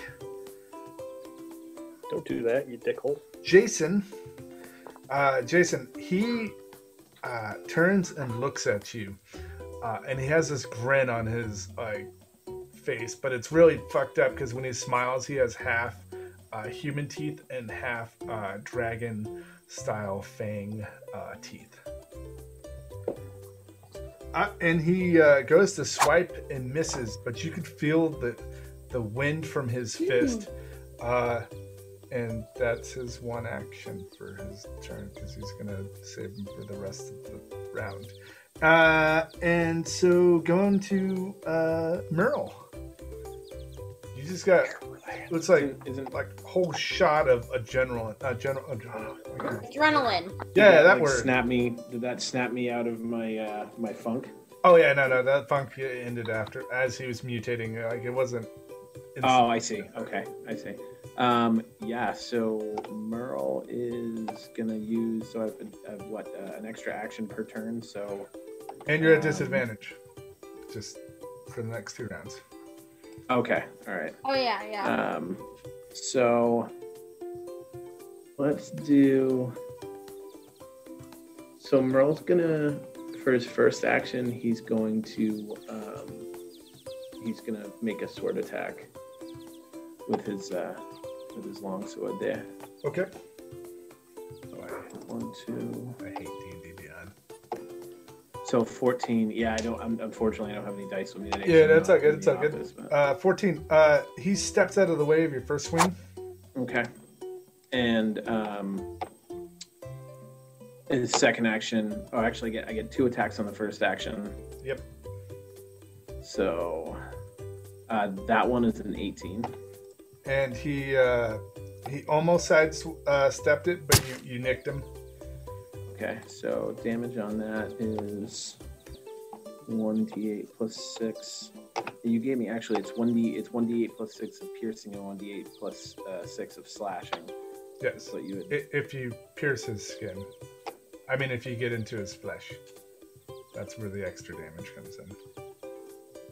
[SPEAKER 9] Don't do that, you dickhole.
[SPEAKER 4] Jason. Uh, Jason, he uh, turns and looks at you, uh, and he has this grin on his like face, but it's really fucked up because when he smiles, he has half uh, human teeth and half uh, dragon style fang uh, teeth. Uh, and he uh, goes to swipe and misses, but you could feel the the wind from his fist. Uh, and that's his one action for his turn because he's gonna save him for the rest of the round. Uh, and so going to uh, Merle. You just got looks like
[SPEAKER 7] Isn't- isn't-
[SPEAKER 4] like whole shot of a general, a general. oh my God.
[SPEAKER 10] Adrenaline.
[SPEAKER 4] yeah, that
[SPEAKER 7] like,
[SPEAKER 4] word.
[SPEAKER 7] Snap me. Did that snap me out of my uh, my funk?
[SPEAKER 4] Oh yeah, no, no, that funk ended after as he was mutating. Like it wasn't. instant.
[SPEAKER 7] Oh, I see. Okay, I see. Um, yeah. So Merle is gonna use. So I've, I've what uh, an extra action per turn. So
[SPEAKER 4] and you're at
[SPEAKER 7] um,
[SPEAKER 4] disadvantage, just for the next two rounds.
[SPEAKER 7] okay, all right.
[SPEAKER 10] Oh yeah, yeah.
[SPEAKER 7] Um, so let's do. So Merle's gonna, for his first action, he's going to, um, he's gonna make a sword attack with his uh, with his long sword there.
[SPEAKER 4] Okay.
[SPEAKER 7] One, two.
[SPEAKER 4] I hate D&D Beyond.
[SPEAKER 7] So fourteen. Yeah, I don't. I'm, unfortunately, I don't have any dice with me today.
[SPEAKER 4] Yeah,
[SPEAKER 7] so I'm
[SPEAKER 4] that's
[SPEAKER 7] not
[SPEAKER 4] all good,
[SPEAKER 7] in
[SPEAKER 4] that's
[SPEAKER 7] the
[SPEAKER 4] all good.
[SPEAKER 7] office, but-
[SPEAKER 4] Uh, 14. Uh, he steps out of the way of your first swing.
[SPEAKER 7] Okay. And um, his second action. Oh, actually, I get I get two attacks on the first action.
[SPEAKER 4] Yep.
[SPEAKER 7] So uh, that one is an 18.
[SPEAKER 4] And he uh, he almost side uh, stepped it, but you, you nicked him.
[SPEAKER 7] Okay. So damage on that is one d8 plus six. You gave me actually it's one d it's one d8 plus six of piercing and one d8 plus uh, six of slashing.
[SPEAKER 4] Yes.
[SPEAKER 7] That's what you would.
[SPEAKER 4] I- If you pierce his skin. I mean, if you get into his flesh. That's where the extra damage comes in.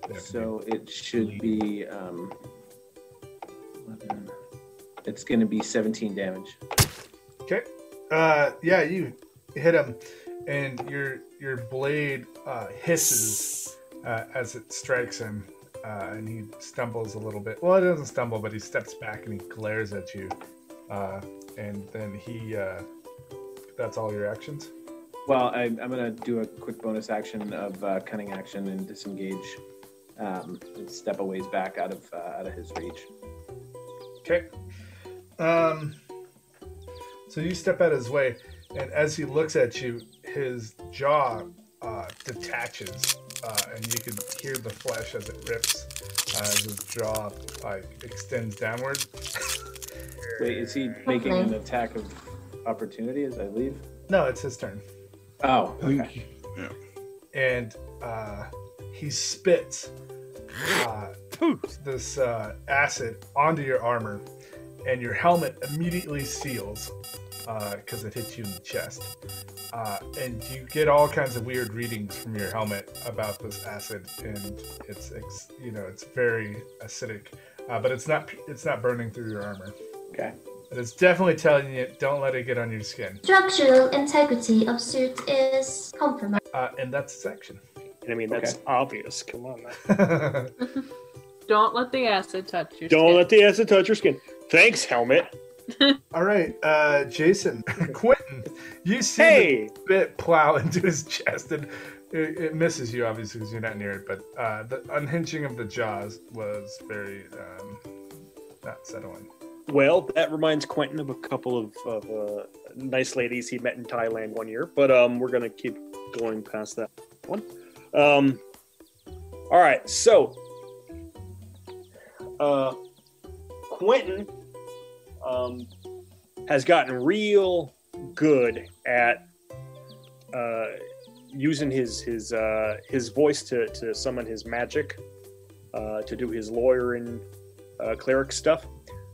[SPEAKER 4] They have to
[SPEAKER 7] So it should be. Um, 11. it's going to be 17 damage.
[SPEAKER 4] Okay. Uh, yeah, you hit him, and your your blade uh, hisses uh, as it strikes him, uh, and he stumbles a little bit. Well, he doesn't stumble, but he steps back and he glares at you, uh, and then he. Uh, that's all your actions.
[SPEAKER 7] Well, I, I'm going to do a quick bonus action of uh, cunning action and disengage um, and step a ways back out of uh, out of his reach.
[SPEAKER 4] Okay. Um, so you step out of his way, and as he looks at you, his jaw uh, detaches, uh, and you can hear the flesh as it rips, uh, as his jaw like extends downward.
[SPEAKER 7] Wait, is he making
[SPEAKER 8] Okay.
[SPEAKER 7] an attack of opportunity as I leave?
[SPEAKER 4] No, it's his turn,
[SPEAKER 7] Oh,
[SPEAKER 5] I think
[SPEAKER 7] okay.
[SPEAKER 4] and uh, he spits uh, this uh, acid onto your armor, and your helmet immediately seals because it hits you in the chest. Uh, and you get all kinds of weird readings from your helmet about this acid, and it's, it's you know it's very acidic, uh, but it's not it's not burning through your armor.
[SPEAKER 7] okay.
[SPEAKER 4] And it's definitely telling you don't let it get on your skin.
[SPEAKER 8] Structural integrity of suit is compromised.
[SPEAKER 4] Uh, and that's its action.
[SPEAKER 9] I mean, that's obvious. Come on. man.
[SPEAKER 6] Don't let the acid touch your
[SPEAKER 9] Don't let the acid touch your skin. Thanks, helmet.
[SPEAKER 4] All right, uh, Jason, Quentin, you see
[SPEAKER 9] Hey,
[SPEAKER 4] the bit plow into his chest, and it, it misses you obviously because you're not near it. But uh, the unhinging of the jaws was very um, not settling.
[SPEAKER 9] well, that reminds Quentin of a couple of, of uh, nice ladies he met in Thailand one year, but um, we're gonna keep going past that one. Um, all right, so uh, Quentin um, has gotten real good at uh, using his his uh, his voice to, to summon his magic uh, to do his lawyer and uh, cleric stuff.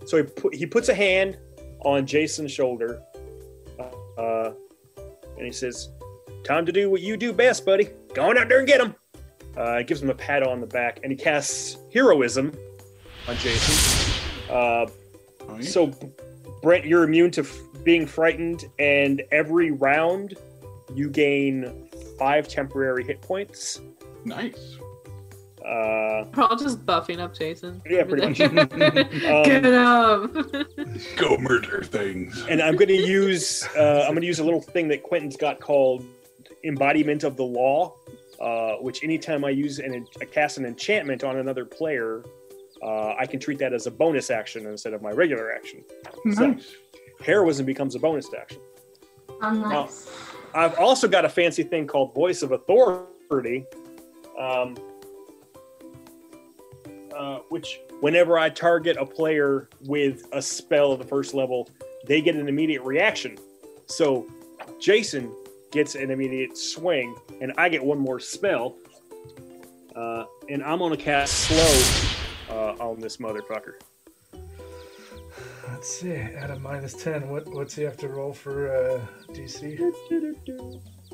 [SPEAKER 9] So he put, he puts a hand on Jason's shoulder, uh, and he says, "Time to do what you do best, buddy. Go on out there and get him." Uh, gives him a pat on the back, and he casts heroism on Jason. Uh,
[SPEAKER 5] Right?
[SPEAKER 9] so, B- Brent, you're immune to f- being frightened, and every round you gain five temporary hit points.
[SPEAKER 5] nice.
[SPEAKER 9] Uh,
[SPEAKER 6] We're all just buffing up Jason.
[SPEAKER 9] Yeah, pretty much. Um,
[SPEAKER 6] Get up.
[SPEAKER 5] Go murder things.
[SPEAKER 9] and I'm going to use uh, I'm going to use a little thing that Quentin's got called embodiment of the law, uh, which anytime I use and cast an enchantment on another player, uh, I can treat that as a bonus action instead of my regular action.
[SPEAKER 5] Nice.
[SPEAKER 9] Heroism becomes a bonus action.
[SPEAKER 8] How nice.
[SPEAKER 9] I've also got a fancy thing called Voice of Authority, um, uh, which whenever I target a player with a spell of the first level, they get an immediate reaction. So Jason gets an immediate swing, and I get one more spell. Uh, and I'm going to cast Slow uh, on this motherfucker.
[SPEAKER 4] Let's see, at a minus ten, what what's he have to roll for uh, DC?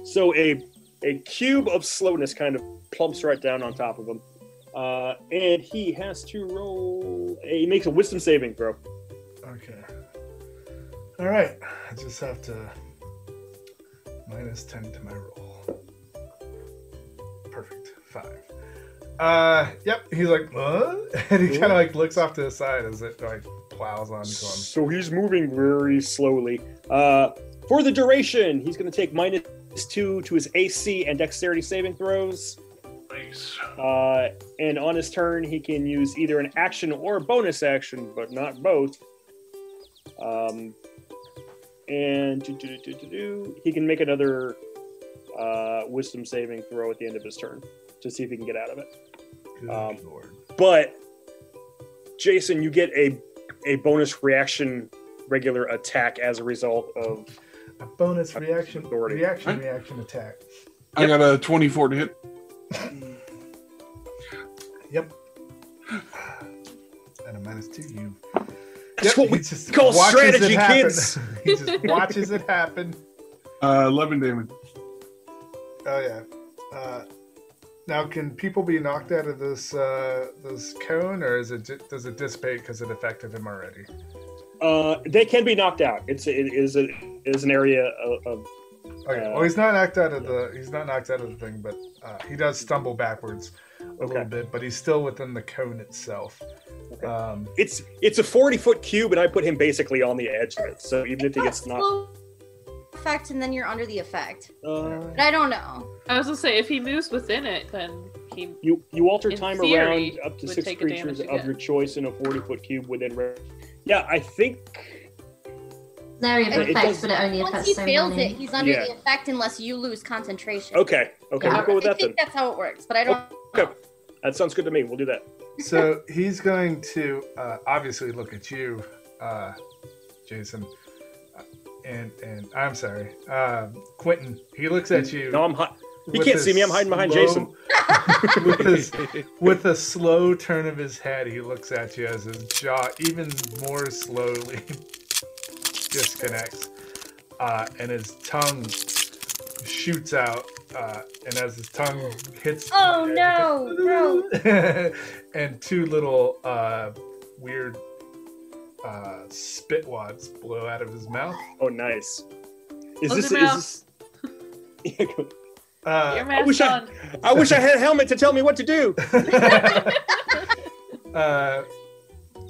[SPEAKER 9] So a a cube of slowness kind of plumps right down on top of him, uh, and he has to roll. He makes a wisdom saving throw.
[SPEAKER 4] Okay. All right, I just have to minus ten to my roll. Perfect. Five. Uh, yep. He's like, "What?" and he
[SPEAKER 9] Cool.
[SPEAKER 4] kind of like looks off to the side as it like plows onto him.
[SPEAKER 9] So he's moving very slowly. Uh, for the duration, he's going to take minus two to his AC and dexterity saving throws.
[SPEAKER 5] Nice.
[SPEAKER 9] Uh, and on his turn, he can use either an action or a bonus action, but not both. Um, and do, do, do, do, do, do. he can make another uh, wisdom saving throw at the end of his turn to see if he can get out of it.
[SPEAKER 4] Good
[SPEAKER 9] Um,
[SPEAKER 4] lord.
[SPEAKER 9] But Jason, you get a a bonus reaction regular attack as a result of
[SPEAKER 4] A bonus reaction,
[SPEAKER 9] authority.
[SPEAKER 4] reaction,
[SPEAKER 5] Huh?
[SPEAKER 4] reaction attack.
[SPEAKER 5] I got a 24 to hit.
[SPEAKER 4] Yep. At a minus two, you.
[SPEAKER 9] That's what
[SPEAKER 4] he
[SPEAKER 9] we
[SPEAKER 4] just
[SPEAKER 9] call
[SPEAKER 4] watches it
[SPEAKER 9] strategy,
[SPEAKER 4] happen.
[SPEAKER 9] kids.
[SPEAKER 4] he just watches it happen.
[SPEAKER 5] Uh, 11 damage.
[SPEAKER 4] Oh yeah. Uh, now, can people be knocked out of this uh, this cone, or is it ju- does it dissipate because it affected him already?
[SPEAKER 9] uh, they can be knocked out. It's it is a it is an area of, of
[SPEAKER 4] Okay.
[SPEAKER 9] Uh,
[SPEAKER 4] Oh, well, he's not knocked out of the he's not knocked out of the thing, but uh, he does stumble backwards a little
[SPEAKER 9] Okay.
[SPEAKER 4] bit, but he's still within the cone itself.
[SPEAKER 9] Okay.
[SPEAKER 4] Um,
[SPEAKER 9] it's it's a forty foot cube, and I put him basically on the edge of it. So even if he gets knocked,
[SPEAKER 10] Slow effect, and then you're under the effect.
[SPEAKER 9] uh,
[SPEAKER 10] But I don't know.
[SPEAKER 6] I was gonna say if he moves within it, then he.
[SPEAKER 9] you you alter
[SPEAKER 6] In
[SPEAKER 9] time
[SPEAKER 6] theory,
[SPEAKER 9] around up to
[SPEAKER 6] would
[SPEAKER 9] six
[SPEAKER 6] take a damage
[SPEAKER 9] creatures
[SPEAKER 6] to
[SPEAKER 9] of
[SPEAKER 6] hit.
[SPEAKER 9] your choice in a forty foot cube within. Re- yeah, I think
[SPEAKER 8] An area of
[SPEAKER 10] It-
[SPEAKER 9] it
[SPEAKER 8] effect,
[SPEAKER 9] does-
[SPEAKER 8] but it only
[SPEAKER 10] Once
[SPEAKER 8] affects
[SPEAKER 10] he
[SPEAKER 8] so
[SPEAKER 10] fails
[SPEAKER 8] many.
[SPEAKER 10] it, he's under
[SPEAKER 9] Yeah.
[SPEAKER 10] the effect unless you lose concentration.
[SPEAKER 9] okay. Okay,
[SPEAKER 8] Yeah.
[SPEAKER 9] we'll go with
[SPEAKER 10] I
[SPEAKER 9] that then.
[SPEAKER 10] think that's how it works, but I don't.
[SPEAKER 9] Okay, that sounds good to me. We'll do that.
[SPEAKER 4] so he's going to uh, obviously look at you, uh, Jason, uh, and and I'm sorry, uh, Quentin. He looks at you.
[SPEAKER 9] No, I'm hot. He
[SPEAKER 4] with
[SPEAKER 9] can't
[SPEAKER 4] a
[SPEAKER 9] see me. I'm hiding behind
[SPEAKER 4] slow-
[SPEAKER 9] Jason.
[SPEAKER 4] with, his, with a slow turn of his head, he looks at you as his jaw even more slowly disconnects, uh, and his tongue shoots out. Uh, and as his tongue hits, the
[SPEAKER 10] Oh,
[SPEAKER 4] air,
[SPEAKER 10] no,
[SPEAKER 4] and two little uh, weird uh, spit wads blow out of his mouth.
[SPEAKER 9] Oh, nice. Is
[SPEAKER 6] Close
[SPEAKER 9] this, is
[SPEAKER 6] your mouth.
[SPEAKER 9] this?
[SPEAKER 4] Uh,
[SPEAKER 9] I
[SPEAKER 6] Your mask
[SPEAKER 9] wish I,
[SPEAKER 6] on.
[SPEAKER 9] I wish I had a helmet to tell me what to do.
[SPEAKER 4] uh,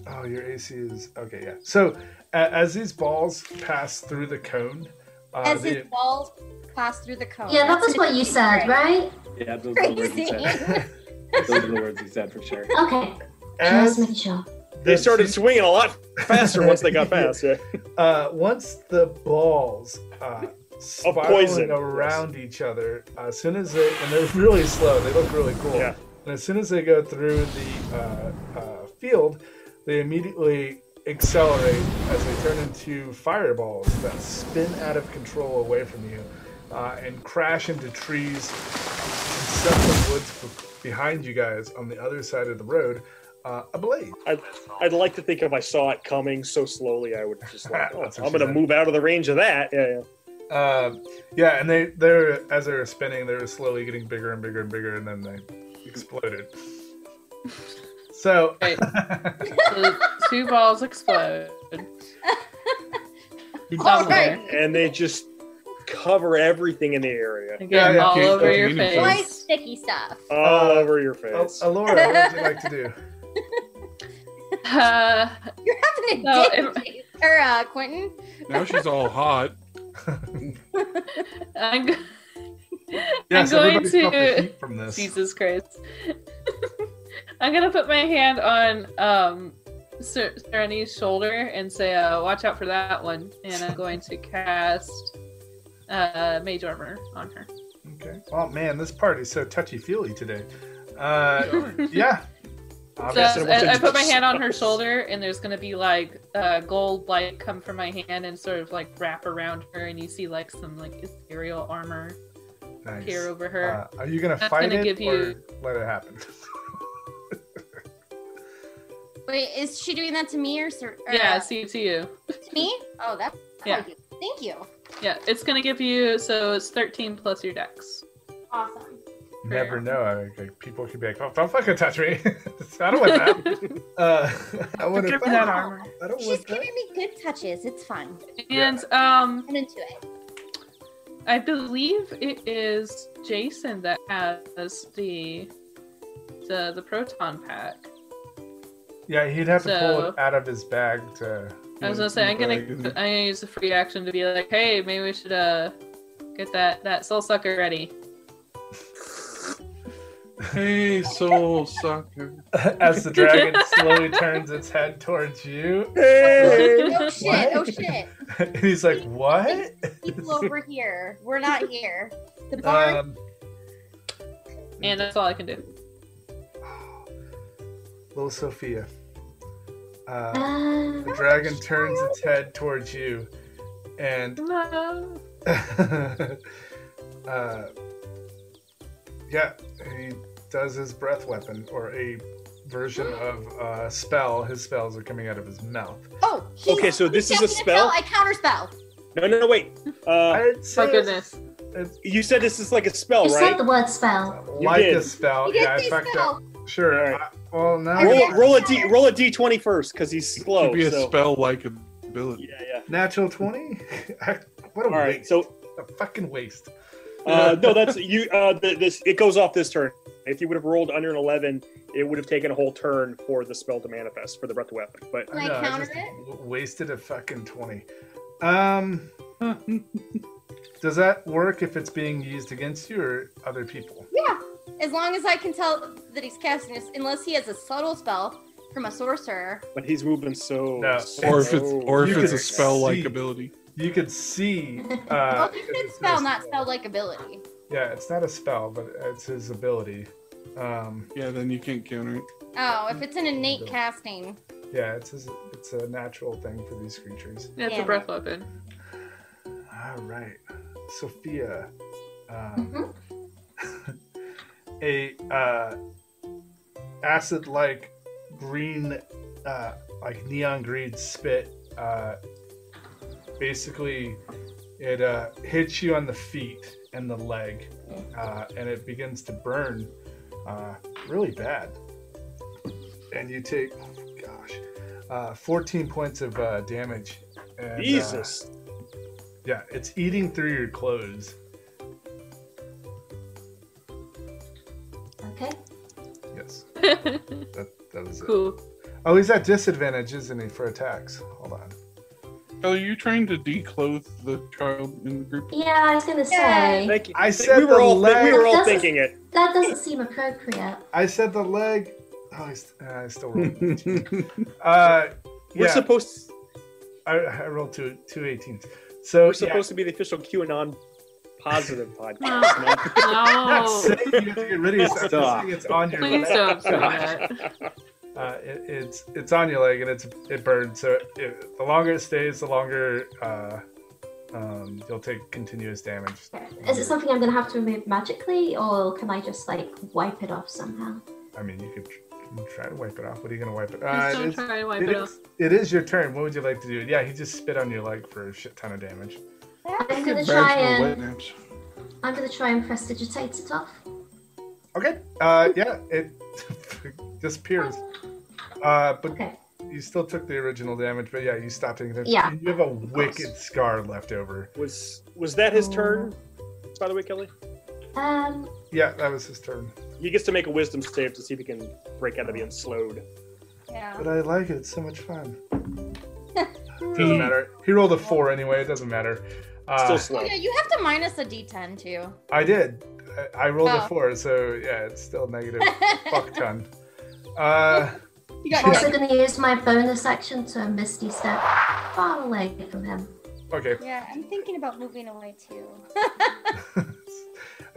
[SPEAKER 4] oh, your AC is okay. Yeah. So uh, as these balls pass through the cone, uh,
[SPEAKER 10] as
[SPEAKER 4] they-
[SPEAKER 10] his balls pass through the cone.
[SPEAKER 8] Yeah, that was what you said, right?
[SPEAKER 7] Yeah, those are the words he said. those are the words he said for sure.
[SPEAKER 8] Okay.
[SPEAKER 4] as
[SPEAKER 8] Just making sure.
[SPEAKER 9] They started swinging a lot faster once they got past. Yeah.
[SPEAKER 4] uh, once the balls uh, spiraling
[SPEAKER 9] poison, yes.
[SPEAKER 4] around each other, as soon as they and they're really slow, they look really cool.
[SPEAKER 9] Yeah.
[SPEAKER 4] And as soon as they go through the uh, uh, field, they immediately accelerate as they turn into fireballs that spin out of control away from you uh, and crash into trees and set the woods be- behind you guys on the other side of the road uh, ablaze.
[SPEAKER 9] I'd, I'd like to think if I saw it coming so slowly, I would just like, oh,
[SPEAKER 4] Ah, That's what
[SPEAKER 9] I'm
[SPEAKER 4] she said.
[SPEAKER 9] gonna move out of the range of that. Yeah, yeah.
[SPEAKER 4] Uh, yeah, and they they're as they were spinning, they were slowly getting bigger and bigger and bigger, and then they exploded. So
[SPEAKER 6] Right. so two balls explode.
[SPEAKER 10] All right.
[SPEAKER 6] Somewhere.
[SPEAKER 9] and they just cover everything in the area,
[SPEAKER 6] Again,
[SPEAKER 4] Yeah, yeah,
[SPEAKER 6] all
[SPEAKER 5] okay,
[SPEAKER 6] over
[SPEAKER 5] that's
[SPEAKER 6] your
[SPEAKER 5] meaningful.
[SPEAKER 10] Why
[SPEAKER 6] face.
[SPEAKER 10] sticky stuff?
[SPEAKER 9] all
[SPEAKER 4] Uh,
[SPEAKER 9] over your
[SPEAKER 4] Al-
[SPEAKER 9] face.
[SPEAKER 4] Alora, what would you like to do?
[SPEAKER 6] Uh,
[SPEAKER 10] You're having
[SPEAKER 6] So,
[SPEAKER 10] a dick, Jason- or uh, Quentin.
[SPEAKER 5] Now she's all hot.
[SPEAKER 6] I'm, go-
[SPEAKER 4] Yes,
[SPEAKER 6] I'm going
[SPEAKER 4] everybody felt the
[SPEAKER 6] to.
[SPEAKER 4] heat from this.
[SPEAKER 6] Jesus Christ. I'm gonna put my hand on um Ser- Sereni's shoulder and say, uh, "Watch out for that one." And I'm going to cast uh Mage Armor on her.
[SPEAKER 4] Okay. Oh man, this party's so touchy feely today. Uh, yeah.
[SPEAKER 6] So uh,
[SPEAKER 4] Obviously,
[SPEAKER 9] we'll
[SPEAKER 6] I, I
[SPEAKER 9] just-
[SPEAKER 6] put my hand on her shoulder, and there's gonna be like uh, gold light come from my hand and sort of like wrap around her, and you see like some like ethereal armor
[SPEAKER 4] nice.
[SPEAKER 6] appear over her.
[SPEAKER 4] Uh, are you gonna
[SPEAKER 6] That's
[SPEAKER 4] fight
[SPEAKER 6] gonna
[SPEAKER 4] it
[SPEAKER 6] give
[SPEAKER 4] or
[SPEAKER 6] you-
[SPEAKER 4] let it happen?
[SPEAKER 10] Wait, is she doing that to me or, Sir- or
[SPEAKER 6] yeah,
[SPEAKER 10] uh,
[SPEAKER 6] see to you.
[SPEAKER 10] to me? Oh, that's
[SPEAKER 6] Yeah.
[SPEAKER 10] Thank you.
[SPEAKER 6] Yeah, it's gonna give you so it's 13 plus your dex.
[SPEAKER 10] Awesome.
[SPEAKER 4] You Never know. I, like, people could be like, "Oh, don't fucking touch me! I don't want that." uh, I want to
[SPEAKER 6] Give me
[SPEAKER 4] fight.
[SPEAKER 6] that armor.
[SPEAKER 4] I don't
[SPEAKER 10] She's
[SPEAKER 4] want that.
[SPEAKER 10] giving me good touches. It's fine.
[SPEAKER 6] And um,
[SPEAKER 10] I'm into it.
[SPEAKER 6] I believe it is Jason that has the the the proton pack.
[SPEAKER 4] Yeah, he'd have to pull it
[SPEAKER 6] So-
[SPEAKER 4] out of his bag to.
[SPEAKER 6] I was gonna say I'm gonna I'm gonna use a free action to be like, hey, maybe we should uh get that that soul sucker ready.
[SPEAKER 5] Hey, soul sucker.
[SPEAKER 4] As the dragon slowly turns its head towards you,
[SPEAKER 9] Hey!
[SPEAKER 10] Oh shit!
[SPEAKER 4] What?
[SPEAKER 10] Oh shit!
[SPEAKER 4] and he's like, "What?"
[SPEAKER 10] People over here. We're not here. The barn.
[SPEAKER 4] Um,
[SPEAKER 9] Mm.
[SPEAKER 6] and that's all I can do.
[SPEAKER 4] little Sophia. Uh,
[SPEAKER 8] Uh,
[SPEAKER 4] the dragon turns its head towards you, and
[SPEAKER 6] No.
[SPEAKER 4] uh, yeah, he does his breath weapon or a version of uh, spell. His spells are coming out of his mouth.
[SPEAKER 10] oh. he's-
[SPEAKER 9] Okay, so this
[SPEAKER 10] he's
[SPEAKER 9] is a
[SPEAKER 10] casting
[SPEAKER 9] spell?
[SPEAKER 10] I counter spell.
[SPEAKER 9] No, no, no, wait. Uh,
[SPEAKER 4] I'd say
[SPEAKER 6] My
[SPEAKER 4] it's
[SPEAKER 6] goodness.
[SPEAKER 9] you said this is like a spell,
[SPEAKER 8] you said
[SPEAKER 9] right?
[SPEAKER 8] the word spell.
[SPEAKER 4] Like
[SPEAKER 9] did.
[SPEAKER 4] a spell.
[SPEAKER 10] He did
[SPEAKER 4] yeah, I
[SPEAKER 10] say
[SPEAKER 4] fucked
[SPEAKER 10] spell.
[SPEAKER 4] up. Sure.
[SPEAKER 9] All right.
[SPEAKER 4] I- well, now
[SPEAKER 9] Roll,
[SPEAKER 10] Roll-
[SPEAKER 9] roll a d roll a d twenty first because he's slow.
[SPEAKER 4] Oh,
[SPEAKER 5] Could be a
[SPEAKER 9] so-
[SPEAKER 5] spell like ability.
[SPEAKER 9] Yeah, yeah.
[SPEAKER 4] natural twenty. what a
[SPEAKER 9] All right,
[SPEAKER 4] waste!
[SPEAKER 9] so
[SPEAKER 4] a fucking waste.
[SPEAKER 9] uh, no, that's you. Uh, th- this it goes off this turn. If you would have rolled under an eleven, it would have taken a whole turn for the spell to manifest for the breath weapon. But
[SPEAKER 10] Can I
[SPEAKER 4] know,
[SPEAKER 10] counter
[SPEAKER 4] just
[SPEAKER 10] it?
[SPEAKER 4] w- wasted a fucking twenty. Um, does that work if it's being used against you or other people?
[SPEAKER 10] Yeah. As long as I can tell that he's casting this, unless he has a subtle spell from a sorcerer.
[SPEAKER 9] but he's moving so.
[SPEAKER 4] No.
[SPEAKER 9] slow.
[SPEAKER 5] Or if it's or if
[SPEAKER 4] You
[SPEAKER 5] it's a
[SPEAKER 4] could
[SPEAKER 5] spell like
[SPEAKER 4] see.
[SPEAKER 5] ability.
[SPEAKER 4] You could see.
[SPEAKER 10] Well,
[SPEAKER 4] Uh,
[SPEAKER 10] he said spell, not spell like ability.
[SPEAKER 4] Yeah, it's not a spell, but it's his ability. Um,
[SPEAKER 5] Yeah, then you can't counter it.
[SPEAKER 10] Oh, if it's an innate casting.
[SPEAKER 4] yeah, it's his, it's a natural thing for these creatures.
[SPEAKER 6] It's
[SPEAKER 10] Yeah.
[SPEAKER 6] a breath weapon.
[SPEAKER 4] All right, Sophia, um,
[SPEAKER 8] Mhm.
[SPEAKER 4] a uh, acid-like green, uh, like neon green spit. Uh, basically, it uh, hits you on the feet and the leg, uh, and it begins to burn uh, really bad. And you take, oh, gosh, uh, 14 points of uh, damage. And, uh,
[SPEAKER 9] Jesus.
[SPEAKER 4] yeah, it's eating through your clothes.
[SPEAKER 8] Okay.
[SPEAKER 4] Yes. that, that was it.
[SPEAKER 6] Cool.
[SPEAKER 4] Oh, he's at disadvantage, isn't he, for attacks? Hold on.
[SPEAKER 5] Are you trying to declothe the child in the group?
[SPEAKER 8] Yeah, I was gonna say
[SPEAKER 9] Thank you.
[SPEAKER 4] I
[SPEAKER 9] Th-
[SPEAKER 4] said
[SPEAKER 9] we were
[SPEAKER 4] the
[SPEAKER 9] all thi- we
[SPEAKER 4] leg-
[SPEAKER 9] were all
[SPEAKER 8] That's-
[SPEAKER 9] thinking it.
[SPEAKER 8] that doesn't seem appropriate.
[SPEAKER 4] I said the leg. Oh, I, st- I still rolled. uh,
[SPEAKER 9] We're
[SPEAKER 4] yeah,
[SPEAKER 9] supposed
[SPEAKER 4] I, I rolled two two 18s. So
[SPEAKER 9] we're
[SPEAKER 4] yeah,
[SPEAKER 9] supposed to be the official QAnon positive podcast. man.
[SPEAKER 4] I'm not
[SPEAKER 6] Oh, No.
[SPEAKER 4] saying you have to get rid of yourself. I'm
[SPEAKER 7] Stop.
[SPEAKER 4] saying it's on your
[SPEAKER 6] Please
[SPEAKER 4] leg.
[SPEAKER 6] don't say that.
[SPEAKER 4] Uh, it, it's it's on your leg and it's it burns. So it, the longer it stays, the longer uh, um, you'll take continuous damage.
[SPEAKER 8] Is it something I'm gonna have to remove magically, or can I just like wipe it off somehow?
[SPEAKER 4] I mean, you could tr- try to wipe it off. What are you gonna wipe it?
[SPEAKER 6] Please
[SPEAKER 4] Uh,
[SPEAKER 6] don't
[SPEAKER 4] it's-
[SPEAKER 6] try to wipe
[SPEAKER 4] it
[SPEAKER 6] it off.
[SPEAKER 4] is, it is your turn. What would you like to do? Yeah, he just spit on your leg for a shit ton of damage.
[SPEAKER 5] Get
[SPEAKER 8] I'm gonna
[SPEAKER 5] bags
[SPEAKER 8] try
[SPEAKER 5] full of
[SPEAKER 8] and
[SPEAKER 5] wet naps.
[SPEAKER 8] I'm gonna try and prestidigitate it off.
[SPEAKER 4] Okay. Uh, yeah, it disappears. Uh, but
[SPEAKER 8] Okay.
[SPEAKER 4] you still took the original damage. But yeah, you stopped taking it.
[SPEAKER 8] Yeah.
[SPEAKER 4] You have a wicked scar left over.
[SPEAKER 9] Was was that his turn? By the way, Kelly,
[SPEAKER 8] Um.
[SPEAKER 4] Yeah, that was his turn.
[SPEAKER 9] he gets to make a wisdom save to see if he can break out of being slowed.
[SPEAKER 10] Yeah.
[SPEAKER 4] But I like it. It's so much fun. doesn't matter. He rolled a four anyway. It doesn't matter. Uh,
[SPEAKER 9] Still slow.
[SPEAKER 10] Oh, Yeah, you have to minus a d10 too.
[SPEAKER 4] I did. I, I rolled a
[SPEAKER 10] Oh.
[SPEAKER 4] four, so yeah, it's still negative. Fuck ton. Uh,
[SPEAKER 10] You
[SPEAKER 8] I'm also
[SPEAKER 10] got
[SPEAKER 8] gonna use my bonus action to misty step far away from him.
[SPEAKER 4] okay.
[SPEAKER 10] Yeah, I'm thinking about moving away too.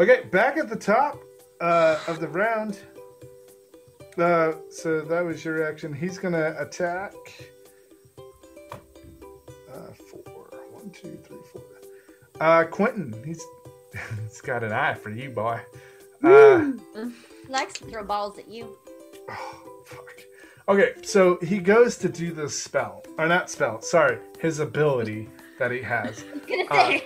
[SPEAKER 4] okay, back at the top uh, of the round. Uh, so that was your action. He's going to attack. Uh, four. One, two, three, four. Uh, Quentin, he's, he's got an eye for you, boy. Uh,
[SPEAKER 10] Lex throw balls at you.
[SPEAKER 4] oh, fuck. Okay, so he goes to do this spell. Or not spell, sorry, his ability that he has.
[SPEAKER 10] I was gonna
[SPEAKER 4] Uh,
[SPEAKER 10] say.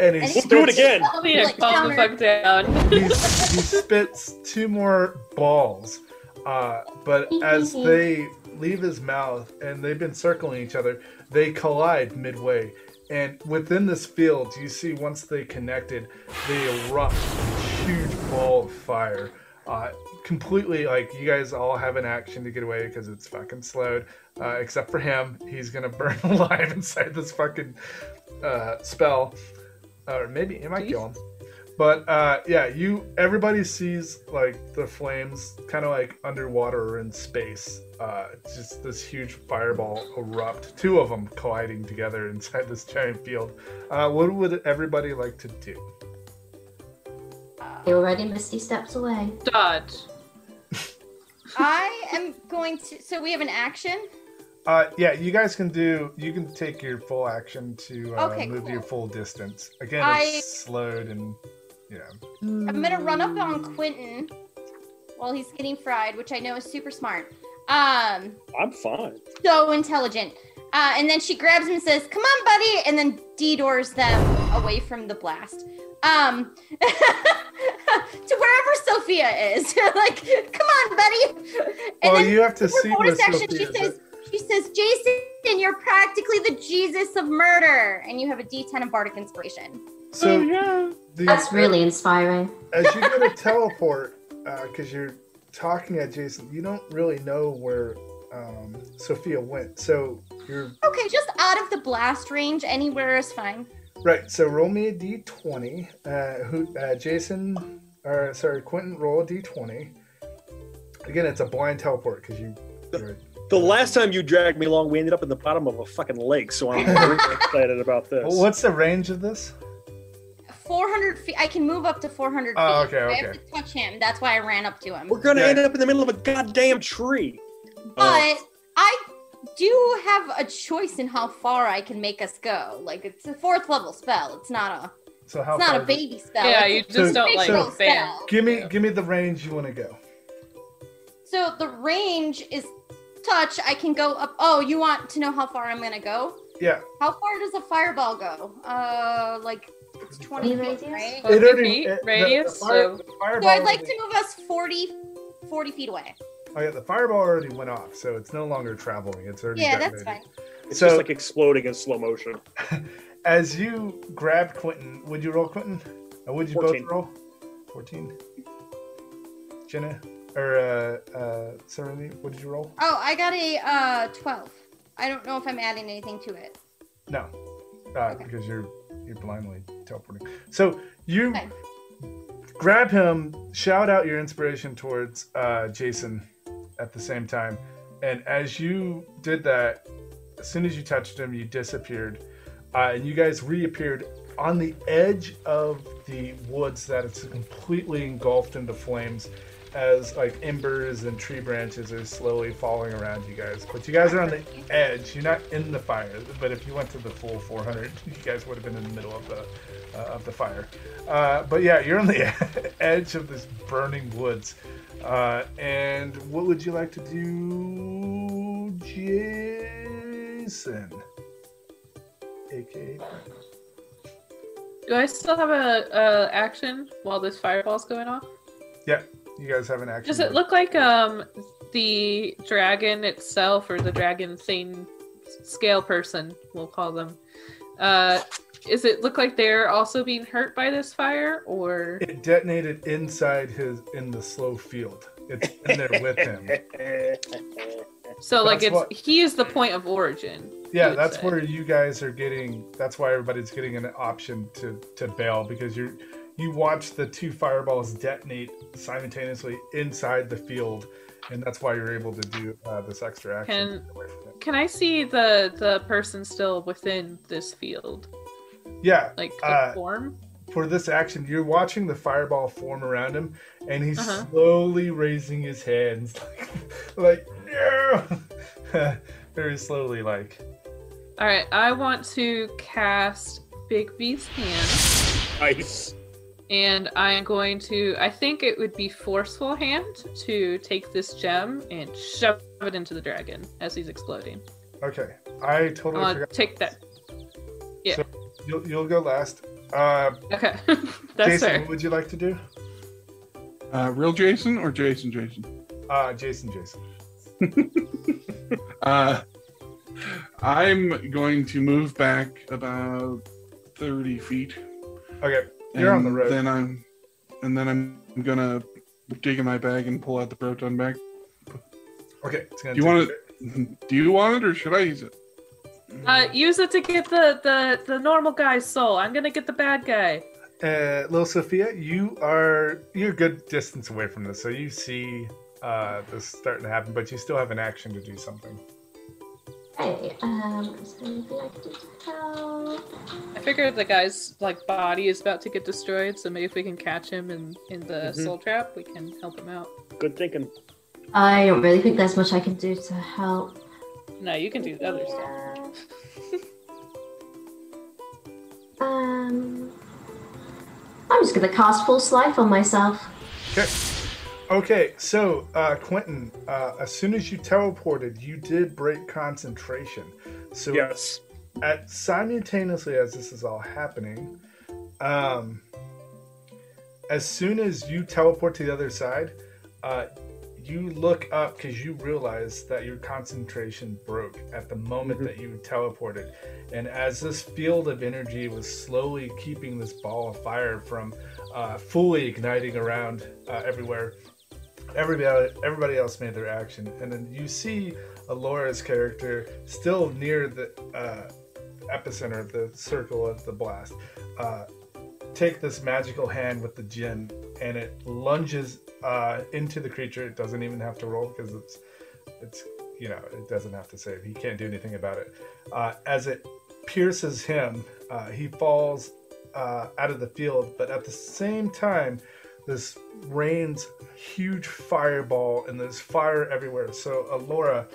[SPEAKER 4] And he
[SPEAKER 10] And he-
[SPEAKER 9] We'll Ah. do it again.
[SPEAKER 10] That'll be
[SPEAKER 6] Yeah,
[SPEAKER 10] like
[SPEAKER 6] calm the
[SPEAKER 10] counter-
[SPEAKER 6] fuck down.
[SPEAKER 4] he, he spits two more balls. Uh, but as they leave his mouth and they've been circling each other, they collide midway. And within this field, you see once they connected, they erupt a huge ball of fire. Uh, completely like you guys all have an action to get away because it's fucking slowed. Uh, except for him, he's gonna burn alive inside this fucking uh, spell. uh, Or maybe it might kill him. But uh, yeah, you everybody sees like the flames kind of like underwater or in space. Uh, it's just this huge fireball erupt, two of them colliding together inside this giant field. Uh, what would everybody like to do?
[SPEAKER 8] He already misty steps away.
[SPEAKER 6] Dodge.
[SPEAKER 10] I am going to. So we have an action.
[SPEAKER 4] Uh, yeah, you guys can do. You can take your full action to uh,
[SPEAKER 10] Okay,
[SPEAKER 4] move
[SPEAKER 10] cool.
[SPEAKER 4] your full distance. Again,
[SPEAKER 10] I-
[SPEAKER 4] it's slowed and yeah.
[SPEAKER 10] I'm gonna run up
[SPEAKER 4] Hmm.
[SPEAKER 10] on Quentin while he's getting fried, which I know is super smart. Um,
[SPEAKER 9] I'm fine.
[SPEAKER 10] so intelligent. Uh, and then she grabs him and says, "Come on, buddy!" And then D-doors them away from the blast, um, to wherever Sophia is. like, "Come on, buddy!" And
[SPEAKER 4] well,
[SPEAKER 10] then
[SPEAKER 4] you have to
[SPEAKER 10] her
[SPEAKER 4] see where
[SPEAKER 10] bonus action, she
[SPEAKER 4] Sophia is.
[SPEAKER 10] says, "She says, Jason, you're practically the Jesus of murder, and you have a D10 of bardic inspiration." Oh,
[SPEAKER 4] So the-
[SPEAKER 8] That's really inspiring.
[SPEAKER 4] as you go to teleport, because you're talking at Jason, you don't really know where um, Sophia went. So you're
[SPEAKER 10] Okay, just out of the blast range, anywhere is fine.
[SPEAKER 4] right. So roll me a d20. Uh, who uh, Jason? Or sorry, Quentin, roll a d20. Again, it's a blind teleport because you. You're,
[SPEAKER 9] The last time you dragged me along, we ended up in the bottom of a fucking lake, so I'm very excited about this.
[SPEAKER 4] Well, what's the range of this?
[SPEAKER 10] 400 feet. I can move up to 400 feet.
[SPEAKER 4] Oh, okay,
[SPEAKER 10] I have
[SPEAKER 4] okay.
[SPEAKER 10] to touch him. That's why I ran up to him.
[SPEAKER 9] We're gonna
[SPEAKER 4] Yeah.
[SPEAKER 9] end up in the middle of a goddamn tree.
[SPEAKER 10] But
[SPEAKER 9] Uh,
[SPEAKER 10] I do have a choice in how far I can make us go. Like it's a fourth level spell. It's not a
[SPEAKER 4] So how
[SPEAKER 10] it's not
[SPEAKER 4] far?
[SPEAKER 10] a baby spell.
[SPEAKER 6] Yeah,
[SPEAKER 10] It's
[SPEAKER 6] you
[SPEAKER 10] a
[SPEAKER 6] just don't
[SPEAKER 10] fictional
[SPEAKER 6] like bam.
[SPEAKER 10] spell.
[SPEAKER 4] Give me, give me the range you want to go.
[SPEAKER 10] So the range is touch. I can go up. Oh, you want to know how far I'm gonna go?
[SPEAKER 4] Yeah,
[SPEAKER 10] How far does a fireball go? Uh, like it's 20
[SPEAKER 8] Any
[SPEAKER 10] feet,
[SPEAKER 8] ideas?
[SPEAKER 10] right?
[SPEAKER 6] Fifty
[SPEAKER 4] already-
[SPEAKER 6] feet
[SPEAKER 4] it- the- the
[SPEAKER 6] radius.
[SPEAKER 4] fire-
[SPEAKER 6] so
[SPEAKER 4] the fireball
[SPEAKER 10] So I'd like
[SPEAKER 4] already-
[SPEAKER 10] to move us 40, 40 feet away.
[SPEAKER 4] Oh yeah, the fireball already went off, so it's no longer traveling. It's already
[SPEAKER 10] Yeah, that's
[SPEAKER 4] detonated.
[SPEAKER 10] fine.
[SPEAKER 9] It's
[SPEAKER 4] So-
[SPEAKER 9] just like exploding in slow motion.
[SPEAKER 4] As you grab Quentin, would you roll Quentin? Or would you
[SPEAKER 9] 14.
[SPEAKER 4] both roll? 14. Jenna? Or uh, uh, Serenity, what did you roll?
[SPEAKER 10] Oh, I got a uh 12. I don't know if I'm adding anything to it.
[SPEAKER 4] No, uh, because you're you're blindly teleporting. So you
[SPEAKER 10] Okay.
[SPEAKER 4] grab him, shout out your inspiration towards uh, Jason at the same time, and as you did that, as soon as you touched him, you disappeared, uh, and you guys reappeared on the edge of the woods that it's completely engulfed into flames. As like embers and tree branches are slowly falling around you guys, but you guys are on the edge. You're not in the fire, but if you went to the full 400, you guys would have been in the middle of the uh, of the fire. Uh, but yeah, you're on the edge of this burning woods. Uh, and what would you like to do, Jason? AK.
[SPEAKER 6] Do I still have a, a action while this fireball's going off?
[SPEAKER 4] Yeah, you guys have an action.
[SPEAKER 6] Does it
[SPEAKER 4] word.
[SPEAKER 6] look like um the dragon itself or the dragon thing scale person, we'll call them. Uh is it look like they're also being hurt by this fire or
[SPEAKER 4] It detonated inside his in the slow field. It's in there with him.
[SPEAKER 6] so like
[SPEAKER 4] That's
[SPEAKER 6] it's
[SPEAKER 4] what-
[SPEAKER 6] he is the point of origin. you
[SPEAKER 4] Yeah,
[SPEAKER 6] would
[SPEAKER 4] that's
[SPEAKER 6] say.
[SPEAKER 4] where you guys are getting. That's why everybody's getting an option to to bail because you're you watch the two fireballs detonate simultaneously inside the field, and that's why you're able to do uh, this extra action. to
[SPEAKER 6] Can-
[SPEAKER 4] get away from it.
[SPEAKER 6] Can I see the the person still within this field?
[SPEAKER 4] Yeah,
[SPEAKER 6] Like the
[SPEAKER 4] Uh,
[SPEAKER 6] form?
[SPEAKER 4] for this action, you're watching the fireball form around him, and he's
[SPEAKER 6] Uh-huh.
[SPEAKER 4] slowly raising his hands, like, like no, very slowly, like.
[SPEAKER 6] Alright, I want to cast Bigby's hand.
[SPEAKER 9] Nice.
[SPEAKER 6] and I am going to. I think it would be forceful hand to take this gem and shove it into the dragon as he's exploding.
[SPEAKER 4] Okay, I totally
[SPEAKER 6] I'll
[SPEAKER 4] forgot.
[SPEAKER 6] take that.
[SPEAKER 4] You'll, you'll go last. Uh,
[SPEAKER 6] Okay, that's
[SPEAKER 4] Jason,
[SPEAKER 6] fair.
[SPEAKER 4] what would you like to do?
[SPEAKER 5] Uh, real Jason or Jason Jason?
[SPEAKER 4] Uh, Jason, Jason.
[SPEAKER 5] Uh, I'm going to move back about 30 feet.
[SPEAKER 4] Okay, You're on the
[SPEAKER 5] and
[SPEAKER 4] road.
[SPEAKER 5] Then I'm, and then I'm gonna dig in my bag and pull out the proton bag.
[SPEAKER 4] okay. It's gonna
[SPEAKER 5] Do you
[SPEAKER 4] take-
[SPEAKER 5] want it? Do you want it, or should I use it?
[SPEAKER 6] Uh, use it to get the, the the normal guy's soul. I'm gonna get the bad guy.
[SPEAKER 4] uh, little Sophia? You are you're a good distance away from this, so you see uh, this starting to happen, but you still have an action to do something.
[SPEAKER 8] Okay, um, is there anything I can do to help?
[SPEAKER 6] I figure the guy's like body is about to get destroyed, so maybe if we can catch him in in the
[SPEAKER 9] Mhm.
[SPEAKER 6] soul trap, we can help him out.
[SPEAKER 9] Good thinking.
[SPEAKER 8] I don't really think there's much I can do to help.
[SPEAKER 6] No, you can do the other stuff.
[SPEAKER 8] Um, I'm just gonna cast false life on myself.
[SPEAKER 4] Okay. Okay, so uh, Quentin, uh, as soon as you teleported, you did break concentration. So
[SPEAKER 9] Yes.
[SPEAKER 4] at simultaneously as this is all happening, um, as soon as you teleport to the other side, uh, you look up because you realize that your concentration broke at the moment that you teleported. And as this field of energy was slowly keeping this ball of fire from uh, fully igniting around uh, everywhere, everybody everybody else made their action. And then you see Alora's character still near the uh, epicenter of the circle of the blast. Uh, take this magical hand with the gin, and it lunges uh, into the creature. It doesn't even have to roll because it's it's you know it doesn't have to save. He can't do anything about it. Uh, as it pierces him, uh, he falls uh, out of the field. But at the same time, this rains huge fireball and there's fire everywhere. So Alora.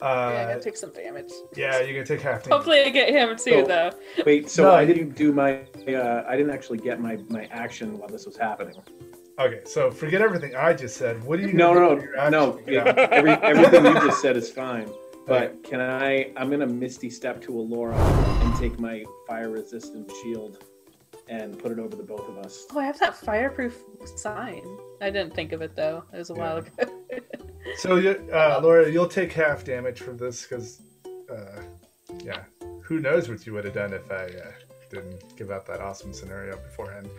[SPEAKER 4] Uh,
[SPEAKER 6] yeah, I gotta take some damage.
[SPEAKER 4] yeah, you're gonna take half. damage.
[SPEAKER 6] Hopefully, I get him too,
[SPEAKER 7] So-
[SPEAKER 6] though.
[SPEAKER 7] Wait, so
[SPEAKER 4] No,
[SPEAKER 7] I didn't do my. Uh, I didn't actually get my my action while this was happening.
[SPEAKER 4] Okay, so forget everything I just said. What do you?
[SPEAKER 7] No,
[SPEAKER 4] gonna
[SPEAKER 7] no,
[SPEAKER 4] do with your
[SPEAKER 7] no,
[SPEAKER 4] action?
[SPEAKER 7] no.
[SPEAKER 4] Yeah.
[SPEAKER 7] it- Every, everything you just said is fine. But can I? I'm gonna misty step to Alora and take my fire resistant shield and put it over the both of us.
[SPEAKER 6] Oh, I have that fireproof sign. I didn't think of it though. It was a while ago.
[SPEAKER 4] So, you- uh, Laura, you'll take half damage from this because, uh, yeah, who knows what you would have done if I uh, didn't give out that awesome scenario beforehand.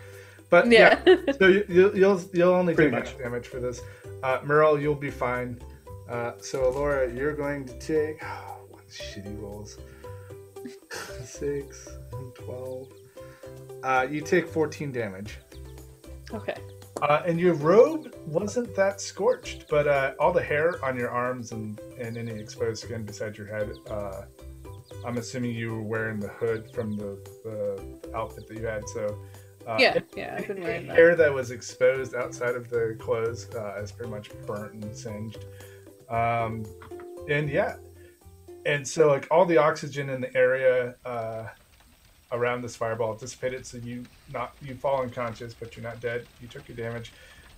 [SPEAKER 4] But yeah, so you, you'll, you'll you'll only
[SPEAKER 9] Pretty
[SPEAKER 4] take
[SPEAKER 9] much.
[SPEAKER 4] half damage for this. Uh, Merle, you'll be fine. Uh, so, Laura, you're going to take oh, what shitty rolls. Six and twelve. Uh, you take fourteen damage.
[SPEAKER 6] Okay.
[SPEAKER 4] Uh, and your robe wasn't that scorched, but uh, all the hair on your arms and, and any exposed skin beside your head, uh, I'm assuming you were wearing the hood from the, the outfit that you had. So, uh,
[SPEAKER 6] yeah, yeah, I've been wearing that.
[SPEAKER 4] hair that was exposed outside of the clothes uh, is pretty much burnt and singed. Um, and yeah, and so like all the oxygen in the area uh, around this fireball dissipated, so you not you fall unconscious, but you're not dead. You took your damage.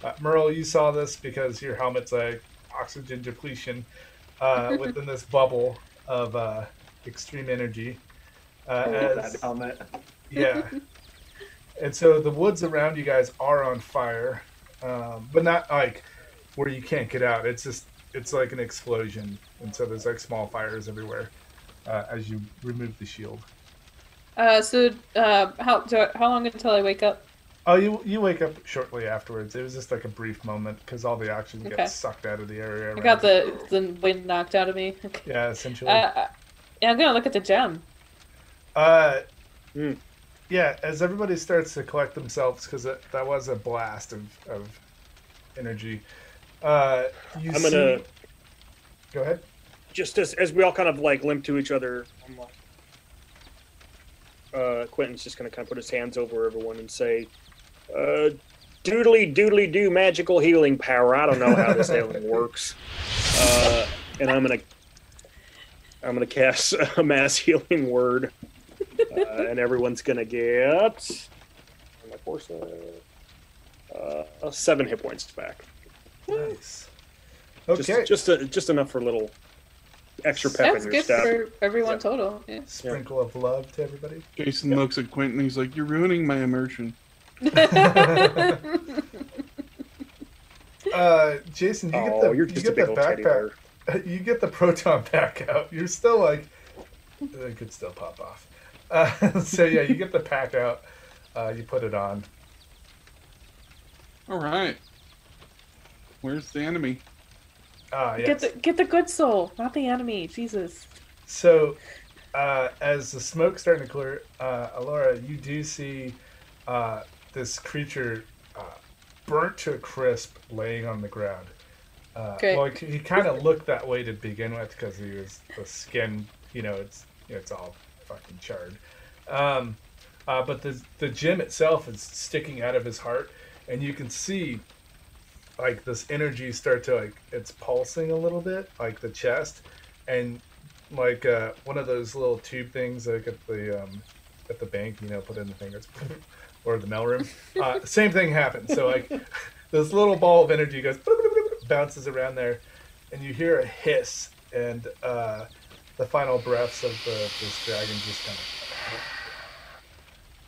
[SPEAKER 4] Uh, Merle, you saw this because your helmet's like oxygen depletion uh, within this bubble of uh, extreme energy. Uh, as,
[SPEAKER 7] that helmet.
[SPEAKER 4] yeah. and so the woods around you guys are on fire, um, but not like where you can't get out. It's just it's like an explosion, and so there's like small fires everywhere uh, as you remove the shield.
[SPEAKER 6] Uh, so uh, how do I, how long until I wake up?
[SPEAKER 4] Oh, you you wake up shortly afterwards. It was just like a brief moment because all the oxygen
[SPEAKER 6] Okay.
[SPEAKER 4] gets sucked out of the area.
[SPEAKER 6] I
[SPEAKER 4] around
[SPEAKER 6] got
[SPEAKER 4] you.
[SPEAKER 6] the the wind knocked out of me. Okay.
[SPEAKER 4] yeah, essentially.
[SPEAKER 6] Uh, yeah, I'm gonna look at the gem.
[SPEAKER 4] Uh,
[SPEAKER 9] Hmm.
[SPEAKER 4] yeah, as everybody starts to collect themselves, because that was a blast of, of energy. Uh, you
[SPEAKER 9] I'm gonna
[SPEAKER 4] see- go ahead.
[SPEAKER 9] just as as we all kind of like limp to each other. I'm like, uh, Quentin's just gonna kind of put his hands over everyone and say, uh, "Doodly doodly do magical healing power." I don't know how this healing works, uh, and I'm gonna I'm gonna cast a mass healing word, uh, and everyone's gonna get my force uh, seven hit points back.
[SPEAKER 4] Nice. Okay.
[SPEAKER 9] Just just, a, just enough for a little extra pep
[SPEAKER 6] That's
[SPEAKER 9] in your
[SPEAKER 6] good
[SPEAKER 9] step.
[SPEAKER 6] for everyone
[SPEAKER 9] Yeah.
[SPEAKER 6] total. Yeah.
[SPEAKER 4] Sprinkle of love to everybody.
[SPEAKER 5] Jason looks at Quentin. He's like, "You're ruining my immersion."
[SPEAKER 4] Uh, Jason, you get
[SPEAKER 9] oh,
[SPEAKER 4] the you
[SPEAKER 9] you're just
[SPEAKER 4] get
[SPEAKER 9] a
[SPEAKER 4] the
[SPEAKER 9] big old
[SPEAKER 4] backpack.
[SPEAKER 9] teddy bear.
[SPEAKER 4] You get the proton pack out. You're still like, it could still pop off. Uh, so yeah, you get the pack out. Uh, you put it on.
[SPEAKER 5] All right. Where's the enemy?
[SPEAKER 4] Ah, yes.
[SPEAKER 6] Get the get the good soul, not the enemy. Jesus.
[SPEAKER 4] So, uh, as the smoke's starting to clear, uh, Alora, you do see uh, this creature uh, burnt to a crisp laying on the ground. Uh,
[SPEAKER 6] Okay.
[SPEAKER 4] Well, he kind of looked that way to begin with because he was the skin, you know, it's it's all fucking charred. Um, uh, but the the gem itself is sticking out of his heart, and you can see like this energy start to like it's pulsing a little bit, like the chest, and like uh, one of those little tube things like at the um, at the bank, you know, put in the fingers or the mail room. Uh, same thing happens. So like this little ball of energy goes bounces around there, and you hear a hiss and uh, the final breaths of the, this dragon just kind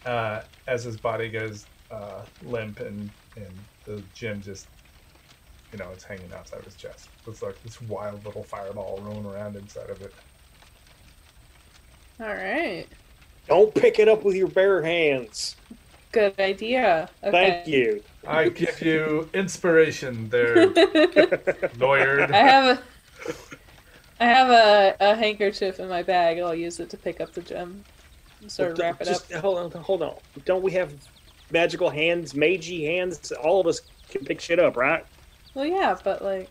[SPEAKER 4] of uh, as his body goes uh, limp and and the gem just you know it's hanging outside of his chest. It's like this wild little fireball rolling around inside of it.
[SPEAKER 6] All right.
[SPEAKER 9] Don't pick it up with your bare hands.
[SPEAKER 6] Good idea. Okay.
[SPEAKER 9] Thank you.
[SPEAKER 4] I give you inspiration there, lawyer.
[SPEAKER 6] I have a I have a, a handkerchief in my bag. I'll use it to pick up the gem. and Sort of
[SPEAKER 9] Well,
[SPEAKER 6] wrap it up.
[SPEAKER 9] just, Hold on, hold on. Don't we have magical hands, magi hands? All of us can pick shit up, right?
[SPEAKER 6] Well, yeah, but like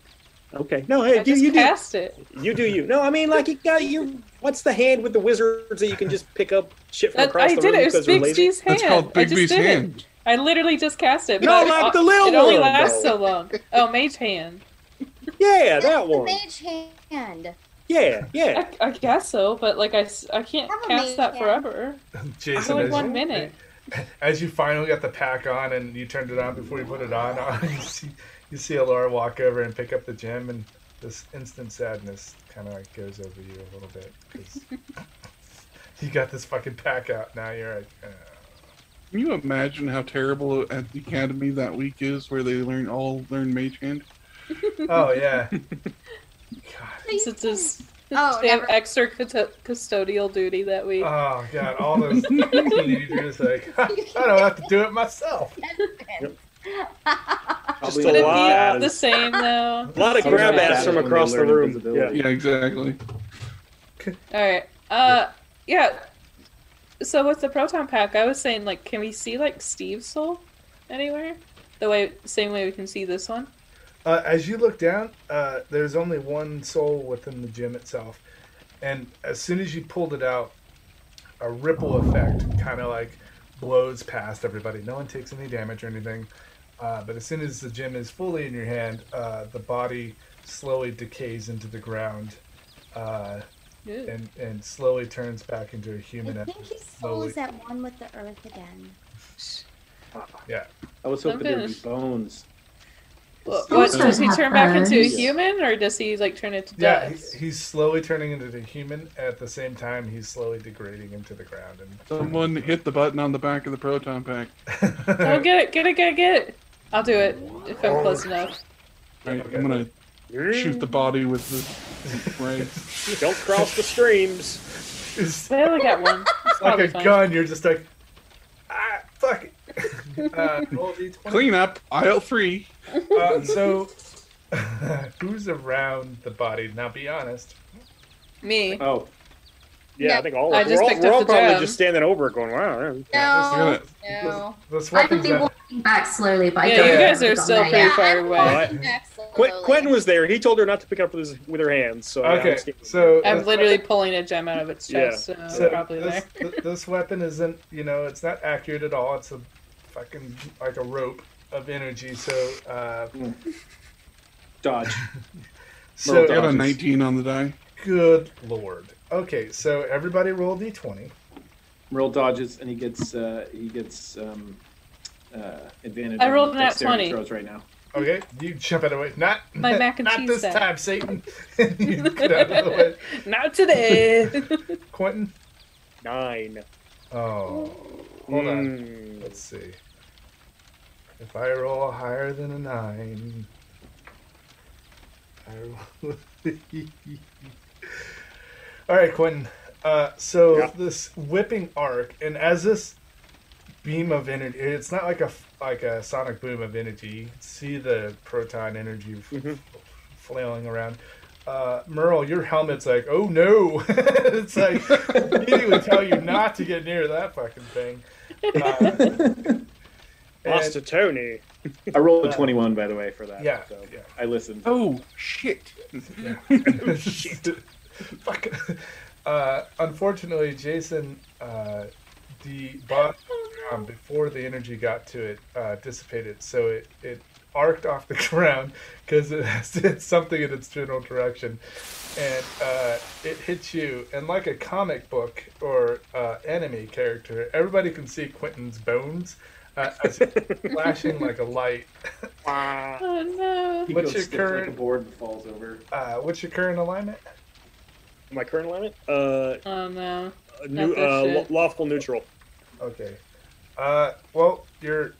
[SPEAKER 9] Okay. No, hey,
[SPEAKER 6] I
[SPEAKER 9] you,
[SPEAKER 6] just
[SPEAKER 9] you do.
[SPEAKER 6] cast it.
[SPEAKER 9] You do you. No, I mean, like you got you. What's the hand with the wizards that you can just pick up shit from
[SPEAKER 6] That,
[SPEAKER 9] across
[SPEAKER 6] I
[SPEAKER 9] the
[SPEAKER 6] did
[SPEAKER 9] room
[SPEAKER 6] it. It was
[SPEAKER 9] because we're
[SPEAKER 6] Big
[SPEAKER 9] lazy?
[SPEAKER 6] G's hand.
[SPEAKER 5] That's called
[SPEAKER 6] I just
[SPEAKER 5] Bigby's
[SPEAKER 6] did it.
[SPEAKER 5] hand.
[SPEAKER 6] I literally just cast it.
[SPEAKER 9] No,
[SPEAKER 6] but
[SPEAKER 9] like
[SPEAKER 6] it,
[SPEAKER 9] the little
[SPEAKER 6] It only
[SPEAKER 9] one,
[SPEAKER 6] lasts
[SPEAKER 9] though.
[SPEAKER 6] so long. Oh, mage hand.
[SPEAKER 9] Yeah,
[SPEAKER 10] That's
[SPEAKER 9] that
[SPEAKER 10] the
[SPEAKER 9] one.
[SPEAKER 10] Mage hand.
[SPEAKER 9] Yeah, yeah.
[SPEAKER 6] I, I guess so, but like I, s- I can't
[SPEAKER 10] Have a
[SPEAKER 6] cast
[SPEAKER 10] mage
[SPEAKER 6] that
[SPEAKER 10] hand.
[SPEAKER 6] forever. It's
[SPEAKER 4] Jason,
[SPEAKER 6] only
[SPEAKER 4] as
[SPEAKER 6] one
[SPEAKER 4] you-
[SPEAKER 6] minute.
[SPEAKER 4] As you finally got the pack on and you turned it on before you put it on, you see you see Laura walk over and pick up the gem, and this instant sadness kind of like goes over you a little bit because you got this fucking pack out. Now you're like, uh,
[SPEAKER 5] Can you imagine how terrible at the academy that week is, where they learn all learn Mage Hand?
[SPEAKER 4] Oh yeah.
[SPEAKER 6] Since his
[SPEAKER 10] Oh,
[SPEAKER 6] they have
[SPEAKER 10] never-
[SPEAKER 6] extra custo- custodial duty that week.
[SPEAKER 4] Oh god, all those teenagers like "Ha, I don't have to do it myself.
[SPEAKER 6] Just
[SPEAKER 9] Probably
[SPEAKER 6] would it
[SPEAKER 9] a lot
[SPEAKER 6] be
[SPEAKER 9] of-
[SPEAKER 6] the same though?
[SPEAKER 9] A lot of
[SPEAKER 7] Sometimes
[SPEAKER 9] grab ass
[SPEAKER 7] that's
[SPEAKER 9] from
[SPEAKER 7] when they
[SPEAKER 9] across the
[SPEAKER 7] learn
[SPEAKER 9] room. Yeah.
[SPEAKER 7] invisibility.
[SPEAKER 5] Yeah, exactly.
[SPEAKER 6] All right. Uh, yeah. So with the proton pack, I was saying like, can we see like Steve's soul anywhere? The way, same way we can see this one.
[SPEAKER 4] Uh, as you look down, uh, there's only one soul within the gym itself, and as soon as you pulled it out, a ripple effect kind of like blows past everybody. No one takes any damage or anything, uh, but as soon as the gym is fully in your hand, uh, the body slowly decays into the ground. Uh,
[SPEAKER 6] Ooh.
[SPEAKER 4] and, and slowly turns back into a
[SPEAKER 10] I
[SPEAKER 4] human.
[SPEAKER 10] think
[SPEAKER 4] after
[SPEAKER 10] his soul
[SPEAKER 4] slowly-
[SPEAKER 10] is at one with the earth again.
[SPEAKER 4] Yeah.
[SPEAKER 7] I was hoping there'd be
[SPEAKER 6] Sometimes-
[SPEAKER 7] bones.
[SPEAKER 6] What,
[SPEAKER 8] Souls
[SPEAKER 6] what- does
[SPEAKER 8] don't
[SPEAKER 6] he
[SPEAKER 8] have
[SPEAKER 6] turn back into a
[SPEAKER 8] bones.
[SPEAKER 6] human, or does he like turn into
[SPEAKER 4] Yeah, he,
[SPEAKER 6] dust?
[SPEAKER 4] he's slowly turning into the human. At the same time, he's slowly degrading into the ground.
[SPEAKER 5] Someone hit the button on the back of the proton pack.
[SPEAKER 4] And
[SPEAKER 6] Oh, get it, get it, get it, get it. I'll do it if I'm
[SPEAKER 4] Oh.
[SPEAKER 6] close enough.
[SPEAKER 5] Right, I'm gonna shoot the body with the ray.
[SPEAKER 9] Don't cross the streams.
[SPEAKER 4] it's
[SPEAKER 6] They only got one. It's
[SPEAKER 4] like
[SPEAKER 6] probably
[SPEAKER 4] a
[SPEAKER 6] fine.
[SPEAKER 4] gun. You're just like, ah, fuck it. Uh, roll D20.
[SPEAKER 5] Clean up aisle three.
[SPEAKER 9] Mm-hmm.
[SPEAKER 4] Uh, so, who's around the body? Now, be honest.
[SPEAKER 6] Me.
[SPEAKER 7] Oh,
[SPEAKER 9] Yeah,
[SPEAKER 10] Yeah.
[SPEAKER 9] I think all of
[SPEAKER 6] I
[SPEAKER 9] us.
[SPEAKER 6] just
[SPEAKER 9] We're all,
[SPEAKER 6] picked
[SPEAKER 9] we're
[SPEAKER 6] up
[SPEAKER 9] all
[SPEAKER 6] the
[SPEAKER 9] probably
[SPEAKER 6] gem.
[SPEAKER 9] just standing over it going, wow.
[SPEAKER 5] We're gonna-
[SPEAKER 10] No, no.
[SPEAKER 4] This
[SPEAKER 8] I would
[SPEAKER 4] weapon's
[SPEAKER 8] be
[SPEAKER 4] that,
[SPEAKER 8] walking back slowly, but I
[SPEAKER 6] Yeah,
[SPEAKER 8] don't
[SPEAKER 6] you
[SPEAKER 8] know
[SPEAKER 6] guys
[SPEAKER 8] if
[SPEAKER 6] are
[SPEAKER 8] I've
[SPEAKER 6] still
[SPEAKER 8] done
[SPEAKER 6] pretty
[SPEAKER 8] that yet.
[SPEAKER 6] far away.
[SPEAKER 9] Alright. Quentin, Quentin was there. He told her not to pick up with, his, with her hands. So uh, yeah, I'm
[SPEAKER 4] okay,
[SPEAKER 9] standing-
[SPEAKER 4] so uh,
[SPEAKER 6] I'm
[SPEAKER 4] this
[SPEAKER 6] literally pulling a gem out of its
[SPEAKER 9] Yeah.
[SPEAKER 6] chest, so,
[SPEAKER 4] So
[SPEAKER 6] Oh, probably
[SPEAKER 4] this,
[SPEAKER 6] there.
[SPEAKER 4] th- this weapon isn't, you know, it's not accurate at all. It's a fucking like a rope of energy. So, uh,
[SPEAKER 7] dodge.
[SPEAKER 4] so
[SPEAKER 5] I got a
[SPEAKER 7] Dodges.
[SPEAKER 5] 19 on the die.
[SPEAKER 4] good lord. Okay, so everybody roll d20.
[SPEAKER 7] Roll dodges, and he gets uh, he gets um, uh, advantage.
[SPEAKER 6] I
[SPEAKER 7] on
[SPEAKER 6] rolled a nat
[SPEAKER 7] dexterity
[SPEAKER 6] 20.
[SPEAKER 7] Throws right now.
[SPEAKER 4] Okay, you jump out of the way. Not
[SPEAKER 6] My mac and
[SPEAKER 4] not
[SPEAKER 6] cheese
[SPEAKER 4] this
[SPEAKER 6] set.
[SPEAKER 4] time, Satan. you get out of the way.
[SPEAKER 6] Not today.
[SPEAKER 4] Quentin.
[SPEAKER 9] nine.
[SPEAKER 4] Oh, hold on.
[SPEAKER 9] Mm.
[SPEAKER 4] Let's see. If I roll higher than a nine, I roll. All right, Quentin. Uh, so
[SPEAKER 9] Yeah.
[SPEAKER 4] this whipping arc, and as this beam of energy, it's not like a like a sonic boom of energy. You can see the proton energy f-
[SPEAKER 9] Mhm.
[SPEAKER 4] flailing around. Uh, Merle, your helmet's like, oh no! it's like he would tell you not to get near that fucking thing. Uh, and-
[SPEAKER 9] Lost to Tony.
[SPEAKER 7] I rolled a twenty-one, by the way, for that.
[SPEAKER 4] Yeah,
[SPEAKER 7] So
[SPEAKER 4] yeah.
[SPEAKER 7] I listened. Oh,
[SPEAKER 5] Oh shit!
[SPEAKER 4] Shit. Fuck. Uh, unfortunately, Jason, uh, the bot um, before the energy got to it uh, dissipated, so it it arced off the ground because it has to hit something in its general direction, and uh, it hits you. And like a comic book or uh, anime character, everybody can see Quentin's bones. Uh, as it's flashing like a light.
[SPEAKER 6] oh no.
[SPEAKER 7] He
[SPEAKER 4] What's your
[SPEAKER 7] goes stiff like a
[SPEAKER 4] current-
[SPEAKER 7] board and falls over.
[SPEAKER 4] Uh, what's your current alignment?
[SPEAKER 9] My current alignment? Uh,
[SPEAKER 6] Oh no.
[SPEAKER 9] new,
[SPEAKER 6] Not this
[SPEAKER 9] uh, lo-
[SPEAKER 6] shit.
[SPEAKER 9] lawful neutral.
[SPEAKER 4] Okay. Uh, well, you're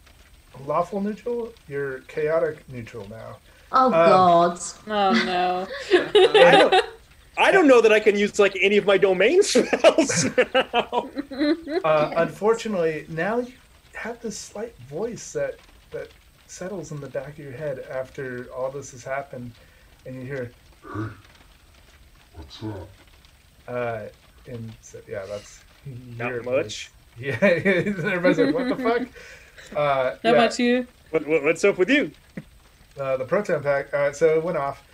[SPEAKER 4] lawful neutral. You're chaotic neutral now. Um,
[SPEAKER 8] Oh god.
[SPEAKER 6] Oh no.
[SPEAKER 9] I don't, I don't know that I can use like any of my domain spells now.
[SPEAKER 4] Uh, Unfortunately, now you have this slight voice that that settles in the back of your head after all this has happened, and you hear,
[SPEAKER 5] What's up?
[SPEAKER 4] uh, and so, yeah, that's your
[SPEAKER 9] Not
[SPEAKER 4] voice.
[SPEAKER 9] much.
[SPEAKER 4] Yeah, everybody's like, what the fuck? Uh,
[SPEAKER 6] How
[SPEAKER 4] yeah.
[SPEAKER 6] about you?
[SPEAKER 9] What, what, what's up with you?
[SPEAKER 4] uh, the proton pack. Uh, so it went off.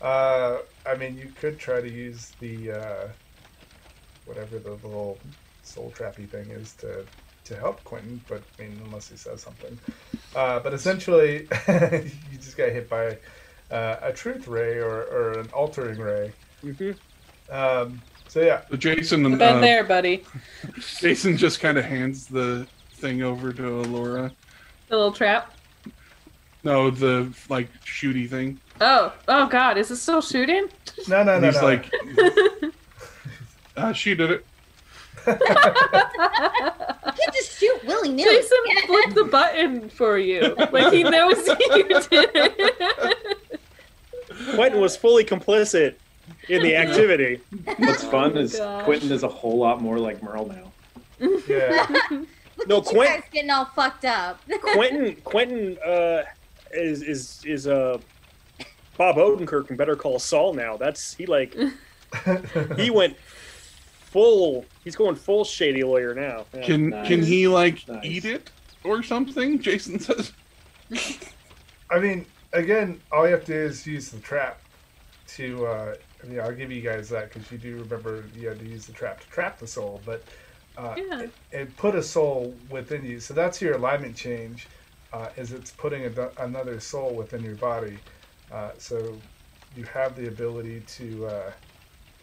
[SPEAKER 4] Uh, I mean, you could try to use the uh, whatever the little soul trappy thing is to to help Quentin, but I mean, unless he says something. Uh, but essentially, you just got hit by uh, a truth ray or, or an altering ray.
[SPEAKER 9] Mhm.
[SPEAKER 4] Um, so yeah,
[SPEAKER 5] So Jason
[SPEAKER 6] Been
[SPEAKER 5] and uh,
[SPEAKER 6] there, buddy.
[SPEAKER 5] Jason just kind of hands the thing over to Laura.
[SPEAKER 6] The little trap.
[SPEAKER 5] No, the like shooty thing.
[SPEAKER 6] Oh, oh god, is it still shooting?
[SPEAKER 4] no, no,
[SPEAKER 5] And
[SPEAKER 4] no,
[SPEAKER 5] he's
[SPEAKER 4] no.
[SPEAKER 5] like, uh, she did it.
[SPEAKER 10] You can't just shoot willy nilly.
[SPEAKER 6] Jason flipped the button for you. Like he knows you did it.
[SPEAKER 9] Quentin was fully complicit in the activity.
[SPEAKER 7] What's fun
[SPEAKER 6] my
[SPEAKER 7] is
[SPEAKER 6] gosh.
[SPEAKER 7] Quentin is a whole lot more like Merle now.
[SPEAKER 4] Yeah.
[SPEAKER 9] No,
[SPEAKER 10] You
[SPEAKER 9] Quentin.
[SPEAKER 10] guys getting all fucked up.
[SPEAKER 9] Quentin Quentin uh, is is is uh, Bob Odenkirk from Better Call Saul now. That's he like he went full. He's going full shady lawyer now. Yeah.
[SPEAKER 5] Can
[SPEAKER 7] Nice.
[SPEAKER 5] can he like
[SPEAKER 7] Nice.
[SPEAKER 5] eat it or something? Jason says.
[SPEAKER 4] I mean, again, all you have to do is use the trap to. Uh, I mean, I'll give you guys that because you do remember you had to use the trap to trap the soul, but uh,
[SPEAKER 6] Yeah.
[SPEAKER 4] it, it put a soul within you. So that's your alignment change. Uh, is it's putting a, another soul within your body, uh, so you have the ability to, uh,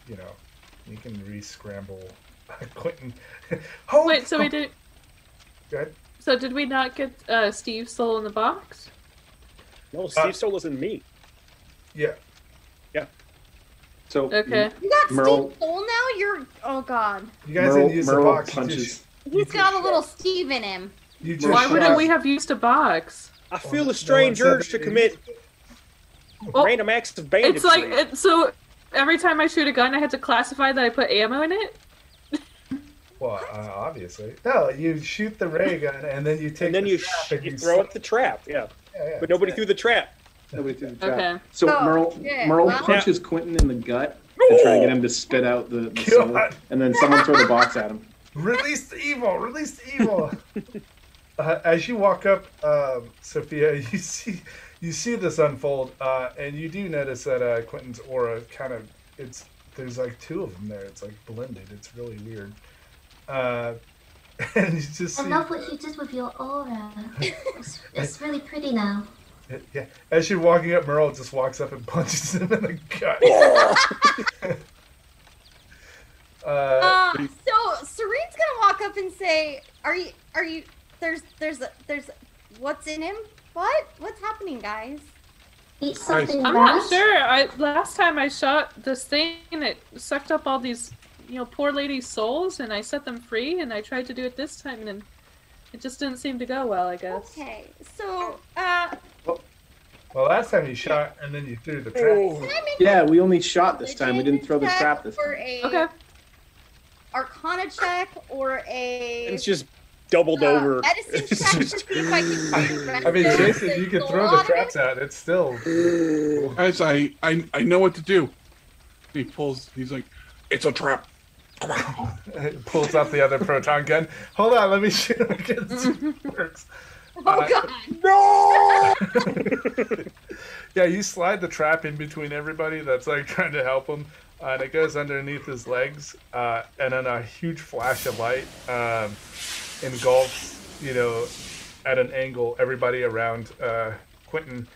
[SPEAKER 4] you know, you can re-scramble Quentin. oh,
[SPEAKER 6] Wait, so
[SPEAKER 4] oh,
[SPEAKER 6] we did.
[SPEAKER 4] go ahead.
[SPEAKER 6] So did we not get uh, Steve's soul in the box?
[SPEAKER 5] Uh,
[SPEAKER 9] No, Steve Stoll was in me.
[SPEAKER 4] Yeah,
[SPEAKER 7] So
[SPEAKER 6] Okay.
[SPEAKER 10] You got
[SPEAKER 7] Merle-
[SPEAKER 10] Steve Soul now? You're oh god.
[SPEAKER 4] you guys
[SPEAKER 7] Merle,
[SPEAKER 4] didn't use
[SPEAKER 7] Merle
[SPEAKER 4] the box. You
[SPEAKER 7] punches.
[SPEAKER 4] just,
[SPEAKER 10] He's got a little Steve in him.
[SPEAKER 4] you just
[SPEAKER 6] Why wouldn't
[SPEAKER 4] shot-
[SPEAKER 6] we have used a box?
[SPEAKER 9] I feel
[SPEAKER 4] no,
[SPEAKER 9] a strange
[SPEAKER 4] it's not
[SPEAKER 9] urge to
[SPEAKER 4] me.
[SPEAKER 9] commit
[SPEAKER 6] Well,
[SPEAKER 9] random acts of banditry.
[SPEAKER 6] Oh, It's like it, so. Every time I shoot a gun, I had to classify that I put ammo in it.
[SPEAKER 4] Well, uh, obviously. No, you shoot the ray gun and then you take
[SPEAKER 9] and then
[SPEAKER 4] the
[SPEAKER 9] you,
[SPEAKER 4] strap
[SPEAKER 9] sh-
[SPEAKER 4] and
[SPEAKER 9] you throw
[SPEAKER 4] slap-
[SPEAKER 9] up the trap. Yeah,
[SPEAKER 4] Yeah, yeah.
[SPEAKER 9] but nobody threw the trap.
[SPEAKER 7] Nobody threw the trap.
[SPEAKER 6] Okay.
[SPEAKER 7] So
[SPEAKER 10] Oh,
[SPEAKER 7] Merle,
[SPEAKER 4] Uh,
[SPEAKER 10] shit.
[SPEAKER 7] Merle
[SPEAKER 10] Wow.
[SPEAKER 7] punches Quentin in the gut to try to get him to spit out the, the soul,
[SPEAKER 4] God.
[SPEAKER 7] and then someone throw the box at him.
[SPEAKER 4] Release the evil! Release the evil! uh, as you walk up, um, Sophia, you see you see this unfold, uh, and you do notice that uh, Quentin's aura kind of it's there's like two of them there. It's like blended. It's really weird. Uh, and you just
[SPEAKER 8] I
[SPEAKER 4] see,
[SPEAKER 8] love what you did with your aura. It's, it's really pretty now.
[SPEAKER 4] yeah. As you're walking up, Merle just walks up and punches him in the gut. uh,
[SPEAKER 10] Uh, so Serene's gonna walk up and say, "Are you? Are you? There's, there's, a, there's, what's in him? What? What's happening, guys?
[SPEAKER 8] Eat something,
[SPEAKER 6] I'm not
[SPEAKER 8] Raz.
[SPEAKER 6] sure. I last time I shot this thing, it sucked up all these, you know, poor ladies' souls, and I set them free. And I tried to do it this time, and it just didn't seem to go well. I guess.
[SPEAKER 10] Okay, so uh,
[SPEAKER 4] Well, last time you shot and then you threw the trap.
[SPEAKER 10] can I make
[SPEAKER 7] Yeah, we only shot this time. We didn't throw the
[SPEAKER 10] check
[SPEAKER 7] trap this
[SPEAKER 10] or
[SPEAKER 7] time.
[SPEAKER 10] a
[SPEAKER 6] Okay.
[SPEAKER 10] Arcana check or a
[SPEAKER 9] It's just doubled
[SPEAKER 10] uh,
[SPEAKER 9] over.
[SPEAKER 10] medicine check to see if I can.
[SPEAKER 4] I mean, Jason, if you
[SPEAKER 10] can
[SPEAKER 4] could throw the traps out. It's still.
[SPEAKER 5] Guys, I, I I know what to do. He pulls. He's like, it's a trap.
[SPEAKER 4] It pulls out the other proton gun. Hold on, let me shoot him again. see if it works.
[SPEAKER 10] Oh god.
[SPEAKER 4] Yeah, you slide the trap in between everybody that's like trying to help him, uh, and it goes underneath his legs, uh, and then a huge flash of light um, engulfs, you know, at an angle everybody around uh, Quentin,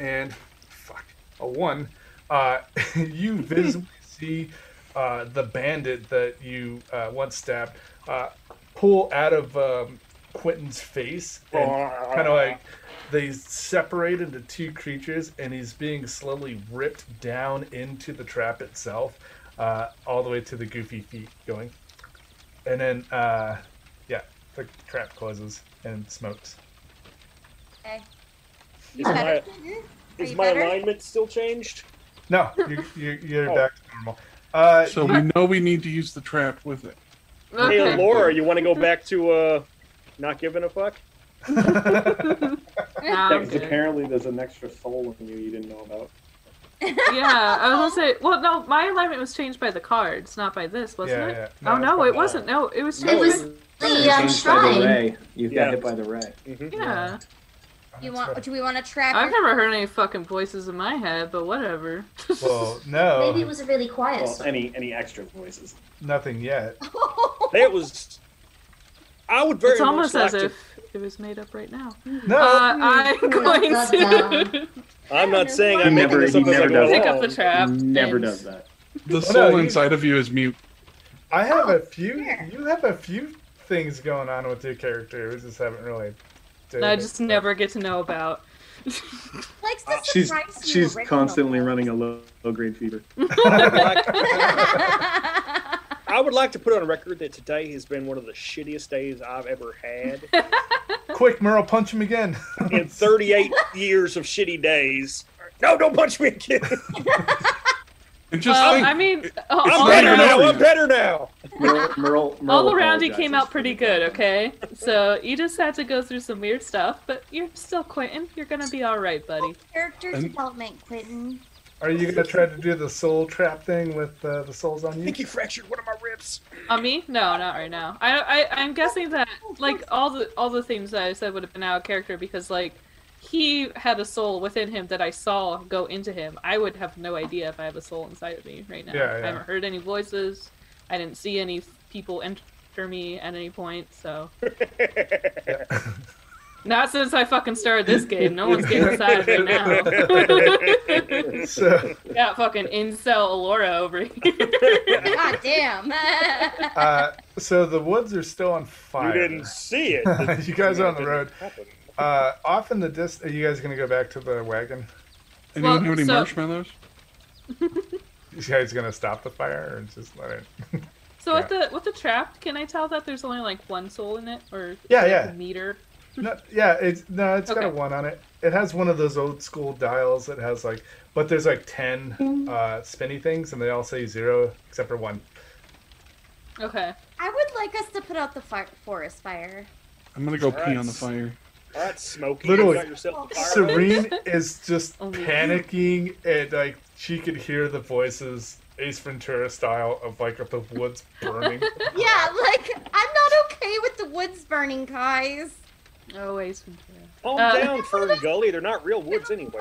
[SPEAKER 4] and fuck a one. Uh, you visibly see uh, the bandit that you uh, once stabbed uh, pull out of um, Quentin's face and kind of like they separate into two creatures, and he's being slowly ripped down into the trap itself, uh, all the way to the goofy feet going. And then, uh, yeah, the trap closes and smokes.
[SPEAKER 10] Okay.
[SPEAKER 9] Is
[SPEAKER 10] You
[SPEAKER 9] my,
[SPEAKER 10] better. Quentin? Are
[SPEAKER 9] is
[SPEAKER 10] you
[SPEAKER 9] my
[SPEAKER 10] better?
[SPEAKER 9] alignment still changed?
[SPEAKER 4] No, you're, you're, you're
[SPEAKER 9] Oh.
[SPEAKER 4] back to normal. Uh,
[SPEAKER 5] So we know we need to use the trap with it.
[SPEAKER 9] Hey,
[SPEAKER 6] Okay.
[SPEAKER 9] Laura, you want to go back to uh, not giving a fuck?
[SPEAKER 6] Nah,
[SPEAKER 7] Yeah,
[SPEAKER 6] I'm
[SPEAKER 7] 'cause
[SPEAKER 6] good.
[SPEAKER 7] apparently there's an extra soul in you you didn't know about.
[SPEAKER 6] yeah, I was gonna say. Well, no, my alignment was changed by the cards, not by this, wasn't
[SPEAKER 4] Yeah,
[SPEAKER 6] it?
[SPEAKER 4] yeah. No,
[SPEAKER 6] oh
[SPEAKER 4] it's
[SPEAKER 6] no,
[SPEAKER 4] by
[SPEAKER 6] it
[SPEAKER 4] the-
[SPEAKER 6] wasn't. No, it was.
[SPEAKER 4] Oh,
[SPEAKER 8] It
[SPEAKER 6] Changed
[SPEAKER 8] was the um,
[SPEAKER 7] Changed by the
[SPEAKER 8] shrine.
[SPEAKER 7] ray. You
[SPEAKER 9] Yeah.
[SPEAKER 7] got hit by the ray.
[SPEAKER 6] by-
[SPEAKER 9] Mm-hmm.
[SPEAKER 6] yeah.
[SPEAKER 10] You want? Do we want to track?
[SPEAKER 6] I've
[SPEAKER 10] your-
[SPEAKER 6] never heard any fucking voices in my head, but whatever.
[SPEAKER 4] Well, no,
[SPEAKER 8] Maybe it was a really quiet
[SPEAKER 7] Well,
[SPEAKER 8] soul.
[SPEAKER 7] any any extra voices.
[SPEAKER 4] nothing yet.
[SPEAKER 9] That was. I would very
[SPEAKER 6] It's
[SPEAKER 9] much
[SPEAKER 6] almost
[SPEAKER 9] like
[SPEAKER 6] as
[SPEAKER 9] to-
[SPEAKER 6] if it was made up right now.
[SPEAKER 4] No,
[SPEAKER 6] Uh, I'm going
[SPEAKER 8] that's
[SPEAKER 6] to
[SPEAKER 9] I'm not saying
[SPEAKER 10] He
[SPEAKER 9] I'm
[SPEAKER 7] never-
[SPEAKER 9] making this up as
[SPEAKER 7] he
[SPEAKER 9] I
[SPEAKER 7] never
[SPEAKER 9] go
[SPEAKER 7] does.
[SPEAKER 6] pick up
[SPEAKER 9] along.
[SPEAKER 6] the trap.
[SPEAKER 7] Never
[SPEAKER 6] Thanks.
[SPEAKER 7] does that.
[SPEAKER 5] The
[SPEAKER 4] no,
[SPEAKER 5] soul
[SPEAKER 4] you-
[SPEAKER 5] inside of you is mute.
[SPEAKER 4] I have
[SPEAKER 10] Oh,
[SPEAKER 4] a few.
[SPEAKER 10] fair.
[SPEAKER 4] You have a few things going on with your character. We just haven't really. did
[SPEAKER 6] I
[SPEAKER 4] it.
[SPEAKER 6] just never get to know about.
[SPEAKER 10] Likes to
[SPEAKER 7] Uh, She's
[SPEAKER 10] surprise you
[SPEAKER 7] she's
[SPEAKER 10] original.
[SPEAKER 7] constantly running a low, low grade fever.
[SPEAKER 9] I would like-
[SPEAKER 10] I
[SPEAKER 9] I would like to put on record that today has been one of the shittiest days I've ever had.
[SPEAKER 4] Quick, Merle, punch him again.
[SPEAKER 9] In 38 years of shitty days, No, don't punch me again.
[SPEAKER 5] And just
[SPEAKER 6] Well,
[SPEAKER 5] think,
[SPEAKER 6] I mean, all,
[SPEAKER 9] I'm
[SPEAKER 6] all
[SPEAKER 9] better
[SPEAKER 6] around,
[SPEAKER 9] now. I'm better now.
[SPEAKER 7] Merle, Merle, Merle
[SPEAKER 6] all around he
[SPEAKER 7] apologizes
[SPEAKER 6] came out
[SPEAKER 7] for
[SPEAKER 6] pretty
[SPEAKER 7] the-
[SPEAKER 6] good, okay? So you just had to go through some weird stuff, but you're still Quentin. You're gonna be all right, buddy.
[SPEAKER 10] Character
[SPEAKER 5] And-
[SPEAKER 10] development, Quentin.
[SPEAKER 4] Are you gonna try to do the soul trap thing with uh, the souls on
[SPEAKER 9] I
[SPEAKER 4] you?
[SPEAKER 9] think he fractured one of my ribs.
[SPEAKER 6] On me? No, not right now. I, I, I'm guessing that like all the all the things that I said would have been out of character because like he had a soul within him that I saw go into him. I would have no idea if I have a soul inside of me right now.
[SPEAKER 4] Yeah, yeah.
[SPEAKER 6] I haven't heard any voices. I didn't see any people enter me at any point. So not since I fucking started this game. No one's getting inside of me now.
[SPEAKER 4] So
[SPEAKER 6] Got fucking incel Alora over here.
[SPEAKER 10] God damn.
[SPEAKER 4] uh, so the woods are still on fire.
[SPEAKER 9] You didn't see it. It
[SPEAKER 4] You guys are on the
[SPEAKER 9] didn't
[SPEAKER 4] road.
[SPEAKER 9] happen.
[SPEAKER 4] Uh, off in the distance, are you guys gonna go back to the wagon?
[SPEAKER 5] anyone
[SPEAKER 6] well,
[SPEAKER 5] have any
[SPEAKER 6] so-
[SPEAKER 5] marshmallows?
[SPEAKER 4] You guys gonna stop the fire or just let it?
[SPEAKER 6] So with the with the trap, can I tell that there's only like one soul in it, or
[SPEAKER 4] Yeah,
[SPEAKER 6] like,
[SPEAKER 4] yeah.
[SPEAKER 6] a meter?
[SPEAKER 4] No, yeah, it's no, it's got a
[SPEAKER 6] Okay.
[SPEAKER 4] one on it. It has one of those old school dials that has like, but there's like
[SPEAKER 6] Mm-hmm.
[SPEAKER 4] ten uh, spinny things, and they all say zero except for one.
[SPEAKER 6] Okay.
[SPEAKER 10] I would like us to put out the fire, forest fire.
[SPEAKER 5] I'm gonna go
[SPEAKER 9] All
[SPEAKER 5] pee
[SPEAKER 9] right.
[SPEAKER 5] on the fire.
[SPEAKER 9] All right, Smokey.
[SPEAKER 4] Literally,
[SPEAKER 9] you got yourself a fire hose.
[SPEAKER 4] Serene is just
[SPEAKER 6] Only you.
[SPEAKER 4] panicking, and like she could hear the voices, Ace Ventura style, of like of the woods burning.
[SPEAKER 10] Yeah, like I'm not okay with the woods burning, guys.
[SPEAKER 6] Always. from here.
[SPEAKER 9] Calm
[SPEAKER 6] Uh,
[SPEAKER 9] down, Fern Gully. They're not real woods anyway.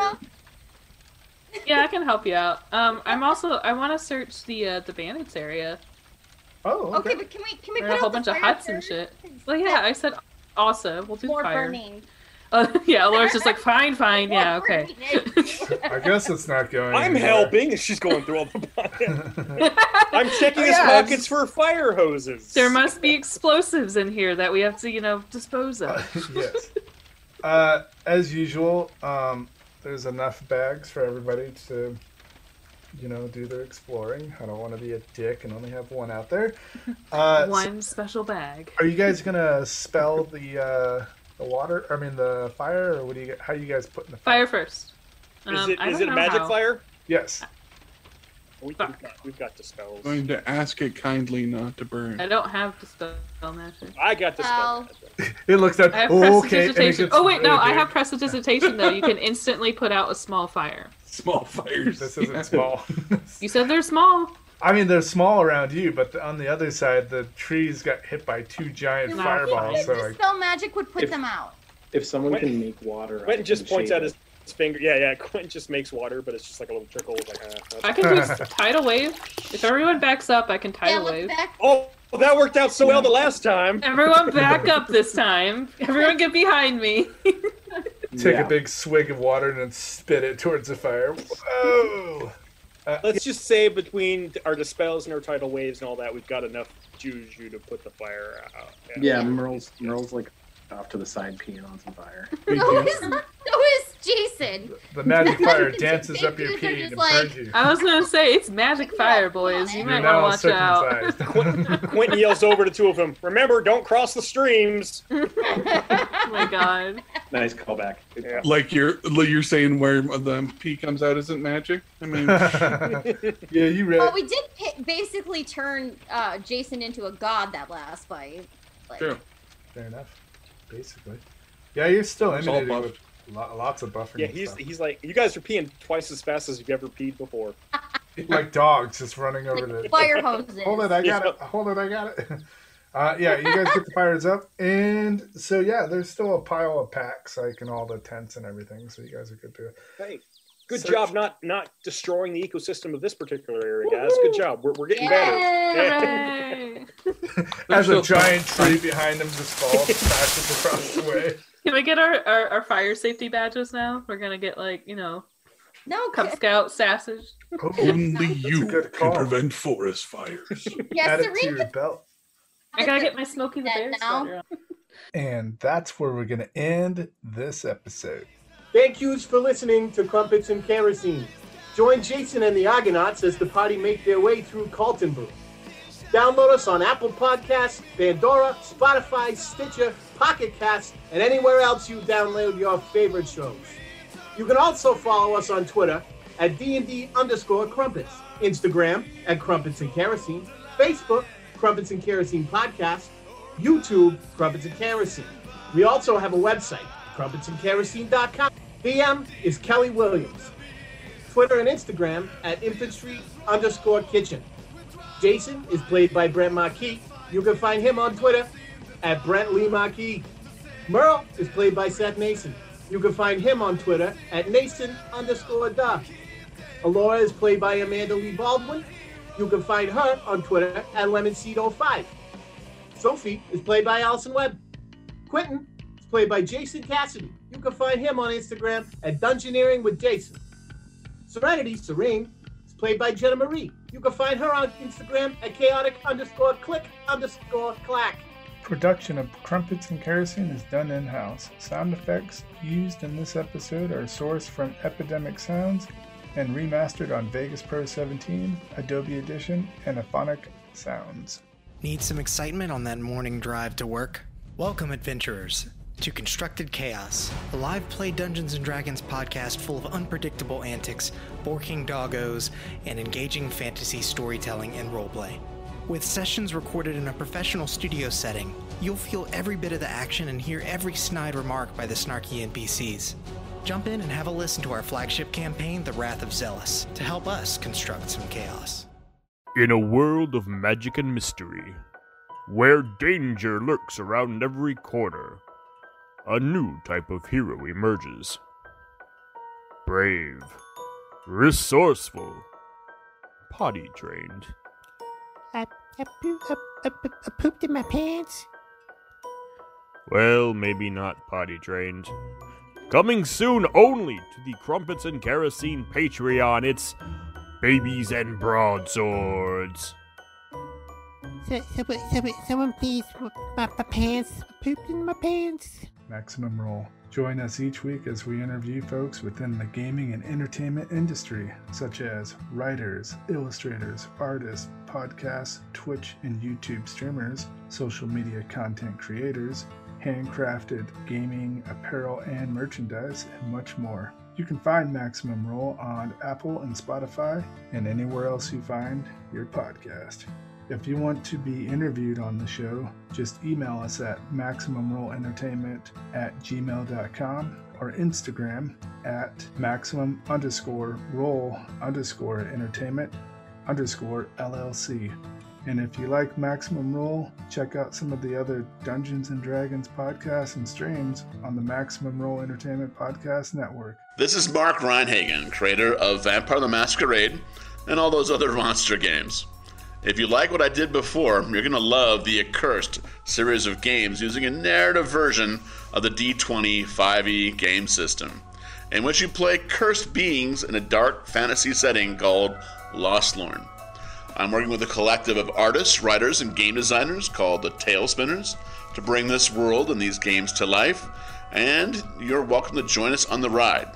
[SPEAKER 6] Yeah, I can help you out. Um, I'm also I want to search the uh, the bandits area.
[SPEAKER 4] oh,
[SPEAKER 10] Okay,
[SPEAKER 4] okay.
[SPEAKER 10] but can we can we
[SPEAKER 6] There
[SPEAKER 10] put
[SPEAKER 6] are a
[SPEAKER 10] out
[SPEAKER 6] whole
[SPEAKER 10] the
[SPEAKER 6] bunch of
[SPEAKER 10] fire
[SPEAKER 6] huts and
[SPEAKER 10] first?
[SPEAKER 6] shit. Well, yeah, I said also we'll do
[SPEAKER 10] More
[SPEAKER 6] fire.
[SPEAKER 10] burning.
[SPEAKER 6] Uh, yeah, Laura's just like fine, fine. Yeah,
[SPEAKER 10] More
[SPEAKER 6] okay.
[SPEAKER 10] burning.
[SPEAKER 4] I guess it's not going.
[SPEAKER 9] I'm
[SPEAKER 4] anywhere.
[SPEAKER 9] helping. and She's going through all the I'm
[SPEAKER 7] Oh,
[SPEAKER 9] checking his
[SPEAKER 6] Yeah.
[SPEAKER 9] pockets for fire hoses.
[SPEAKER 6] There must be explosives in here that we have to, you know, dispose of.
[SPEAKER 4] yes. Uh, as usual, um, there's enough bags for everybody to, you know, do their exploring. I don't want to be a dick and only have one out there. Uh, so
[SPEAKER 6] One special bag.
[SPEAKER 4] are you guys gonna spell the uh, the water? I mean, the fire, or what do you? How you guys putting the
[SPEAKER 6] Fire first.
[SPEAKER 9] Is
[SPEAKER 6] Um,
[SPEAKER 9] it,
[SPEAKER 6] I
[SPEAKER 9] is
[SPEAKER 6] don't
[SPEAKER 9] it a
[SPEAKER 6] know
[SPEAKER 9] magic
[SPEAKER 6] how.
[SPEAKER 9] fire?
[SPEAKER 4] Yes.
[SPEAKER 9] We, we've,
[SPEAKER 6] Fuck.
[SPEAKER 9] got, we've got the spells.
[SPEAKER 5] I'm going to ask it kindly not to burn.
[SPEAKER 6] I don't have dispel magic.
[SPEAKER 9] I got the spell.
[SPEAKER 4] It looks at.
[SPEAKER 6] I have
[SPEAKER 4] Oh, okay. and it
[SPEAKER 6] prestidigitation.
[SPEAKER 4] gets
[SPEAKER 6] Oh wait, no,
[SPEAKER 4] really
[SPEAKER 6] I
[SPEAKER 4] big.
[SPEAKER 6] have prestidigitation though. You can instantly put out a small fire.
[SPEAKER 5] Small fires.
[SPEAKER 4] This isn't
[SPEAKER 5] yeah.
[SPEAKER 4] small.
[SPEAKER 6] You said they're small.
[SPEAKER 4] I mean, they're small around you, but the, on the other side, the trees got hit by two giant
[SPEAKER 6] No, I think
[SPEAKER 4] fireballs.
[SPEAKER 10] If
[SPEAKER 4] So
[SPEAKER 10] the
[SPEAKER 4] like,
[SPEAKER 10] spell magic would put
[SPEAKER 7] If-
[SPEAKER 10] them out.
[SPEAKER 7] If someone
[SPEAKER 9] Quentin-
[SPEAKER 7] can make water, I
[SPEAKER 9] Quentin just
[SPEAKER 7] can
[SPEAKER 9] points
[SPEAKER 7] shave
[SPEAKER 9] out
[SPEAKER 7] it.
[SPEAKER 9] his, his finger. Yeah, yeah. Quentin just makes water, but it's just like a little trickle. Like, uh, that's-
[SPEAKER 6] I can do s- tidal wave. If everyone backs up, I can
[SPEAKER 10] Yeah,
[SPEAKER 6] tidal
[SPEAKER 10] look
[SPEAKER 6] wave.
[SPEAKER 10] back.
[SPEAKER 9] Oh, that worked out so well the last time.
[SPEAKER 6] Everyone back up this time. Everyone get behind me.
[SPEAKER 4] take
[SPEAKER 7] Yeah.
[SPEAKER 4] a big swig of water and then spit it towards the fire. Whoa!
[SPEAKER 9] Let's just say between our dispels and our tidal waves and all that, we've got enough juju to put the fire out.
[SPEAKER 7] Yeah, Merle's Merle's like off to the side peeing on some fire.
[SPEAKER 5] Thank
[SPEAKER 10] So
[SPEAKER 5] you.
[SPEAKER 10] is, so is Jason.
[SPEAKER 4] The magic fire
[SPEAKER 10] They're
[SPEAKER 4] dances up your
[SPEAKER 10] just
[SPEAKER 4] pee and
[SPEAKER 10] like-
[SPEAKER 4] burns you.
[SPEAKER 6] I was gonna say it's magic fire, boys. You
[SPEAKER 4] You're
[SPEAKER 6] might want to watch out.
[SPEAKER 4] now circumcised.
[SPEAKER 9] Quentin yells over to two of them. Remember, don't cross the streams.
[SPEAKER 6] Oh my god.
[SPEAKER 7] Nice callback.
[SPEAKER 9] Yeah.
[SPEAKER 5] Like you're, like you're saying where the pee comes out isn't magic. I mean,
[SPEAKER 4] yeah, you read.
[SPEAKER 10] But we did pi basically turn uh, Jason into a god that last fight. Like,
[SPEAKER 5] true.
[SPEAKER 4] Fair enough. Basically. Yeah, you're still
[SPEAKER 5] It's all
[SPEAKER 4] emanating
[SPEAKER 5] buff.
[SPEAKER 4] with lo- lots of buffering.
[SPEAKER 9] Yeah,
[SPEAKER 4] and
[SPEAKER 9] he's
[SPEAKER 4] stuff.
[SPEAKER 9] he's like, you guys are peeing twice as fast as you've ever peed before.
[SPEAKER 4] like dogs just running over
[SPEAKER 10] like
[SPEAKER 4] the.
[SPEAKER 10] fire hoses.
[SPEAKER 4] Hold it, I got it. Hold it, I got it. Uh, yeah, you guys get the fires up, and so yeah, there's still a pile of packs, like in all the tents and everything. So you guys are good to.
[SPEAKER 9] Hey, good
[SPEAKER 4] So-
[SPEAKER 9] job not not destroying the ecosystem of this particular area, guys. Good job. We're, we're getting better. Yeah.
[SPEAKER 6] Hooray.
[SPEAKER 4] As a
[SPEAKER 5] There's still-
[SPEAKER 4] giant tree behind them just falls, crashes across the way.
[SPEAKER 6] Can we get our, our, our fire safety badges now? We're gonna get like, you know,
[SPEAKER 10] No,
[SPEAKER 6] Cub Scout sausage.
[SPEAKER 4] Oh,
[SPEAKER 5] Only you
[SPEAKER 4] good
[SPEAKER 5] can
[SPEAKER 4] call.
[SPEAKER 5] prevent forest fires.
[SPEAKER 10] yeah,
[SPEAKER 4] add it to
[SPEAKER 10] Serene
[SPEAKER 4] your belt.
[SPEAKER 6] I gotta get my Smokey the Bear
[SPEAKER 10] That now?
[SPEAKER 6] sweater on.
[SPEAKER 4] And that's where we're going to end this episode.
[SPEAKER 12] Thank yous for listening to Crumpets and Kerosene. Join Jason and the Argonauts as the party make their way through Carltonburg. Download us on Apple Podcasts, Pandora, Spotify, Stitcher, Pocket Casts, and anywhere else you download your favorite shows. You can also follow us on Twitter at D&D underscore Crumpets, Instagram at Crumpets and Kerosene, Facebook, Crumpets and Kerosene Podcast, YouTube, Crumpets and Kerosene. We also have a website, crumpetsandkerosene.com. DM is Kelly Williams. Twitter and Instagram at infantry underscore kitchen. Jason is played by Brent Marquis. You can find him on Twitter at Brent Lee Marquis. Merle is played by Seth Mason. You can find him on Twitter at Mason underscore da. Alora is played by Amanda Lee Baldwin. You can find her on Twitter at LemonSeed05. Sophie is played by Allison Webb. Quentin is played by Jason Cassidy. You can find him on Instagram at Dungeoneering with Jason. Serenity Serene is played by Jenna Marie. You can find her on Instagram at chaotic underscore click underscore clack.
[SPEAKER 4] Production of Crumpets and Kerosene is done in house. Sound effects used in this episode are sourced from Epidemic Sounds and remastered on Vegas Pro 17, Adobe Edition, and Aphonic Sounds.
[SPEAKER 13] Need some excitement on that morning drive to work? Welcome, adventurers, to Constructed Chaos, a live play Dungeons and Dragons podcast full of unpredictable antics, borking doggos, and engaging fantasy storytelling and roleplay. With sessions recorded in a professional studio setting, you'll feel every bit of the action and hear every snide remark by the snarky NPCs. Jump in and have a listen to our flagship campaign, The Wrath of Zealous, to help us construct some chaos.
[SPEAKER 14] In a world of magic and mystery, where danger lurks around every corner, a new type of hero emerges. Brave, resourceful, potty trained.
[SPEAKER 15] I, I, poo- I, I, poo- I pooped in my pants.
[SPEAKER 14] Well, maybe not potty trained. Coming soon only to the Crumpets and Kerosene Patreon, it's Babies and Broadswords.
[SPEAKER 15] So, so, so, someone please, my, my pants, I pooped in my pants.
[SPEAKER 4] Maximum Roll. Join us each week as we interview folks within the gaming and entertainment industry, such as writers, illustrators, artists, podcasts, Twitch and YouTube streamers, social media content creators, handcrafted gaming, apparel and merchandise, and much more. You can find Maximum Roll on Apple and Spotify and anywhere else you find your podcast. If you want to be interviewed on the show, just email us at maximumrolleentertainment at gmail.com or Instagram at maximum underscore roll underscore entertainment underscore LLC. And if you like Maximum Roll, check out some of the other Dungeons and Dragons podcasts and streams on the Maximum Roll Entertainment Podcast Network.
[SPEAKER 16] This is Mark Reinhagen, creator of Vampire the Masquerade and all those other monster games. If you like what I did before, you're going to love the Accursed series of games using a narrative version of the D20 5e E game system, in which you play cursed beings in a dark fantasy setting called Lostlorn. I'm working with a collective of artists, writers, and game designers called the Tailspinners to bring this world and these games to life, and you're welcome to join us on the ride.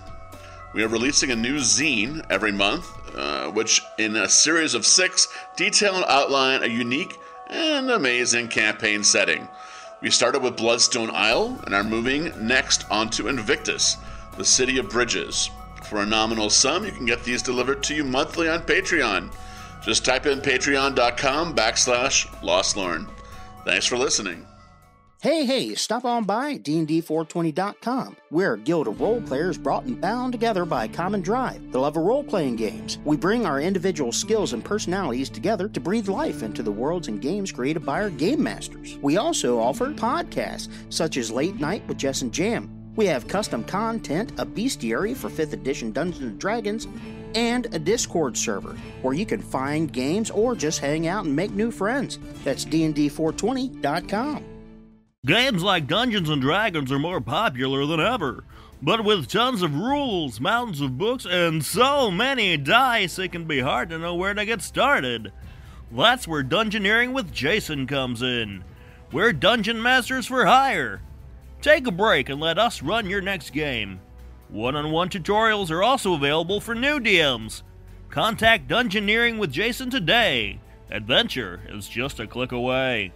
[SPEAKER 16] We are releasing a new zine every month, uh, which, in a series of six, detail and outline a unique and amazing campaign setting. We started with Bloodstone Isle and are moving next onto Invictus, the City of Bridges. For a nominal sum, you can get these delivered to you monthly on Patreon. Just type in patreon.com backslash lostlorn. Thanks for listening.
[SPEAKER 1] Hey, hey, stop on by at dnd420.com. We're a guild of role players brought and bound together by a common drive, the love of role playing games. We bring our individual skills and personalities together to breathe life into the worlds and games created by our game masters. We also offer podcasts such as Late Night with Jess and Jam. We have custom content, a bestiary for 5th edition Dungeons and Dragons, and a Discord server where you can find games or just hang out and make new friends. That's dnd420.com.
[SPEAKER 17] Games like Dungeons and Dragons are more popular than ever. But with tons of rules, mountains of books, and so many dice, it can be hard to know where to get started. That's where Dungeoneering with Jason comes in. We're dungeon masters for hire. Take a break and let us run your next game. One on one tutorials are also available for new DMs. Contact Dungeoneering with Jason today. Adventure is just a click away.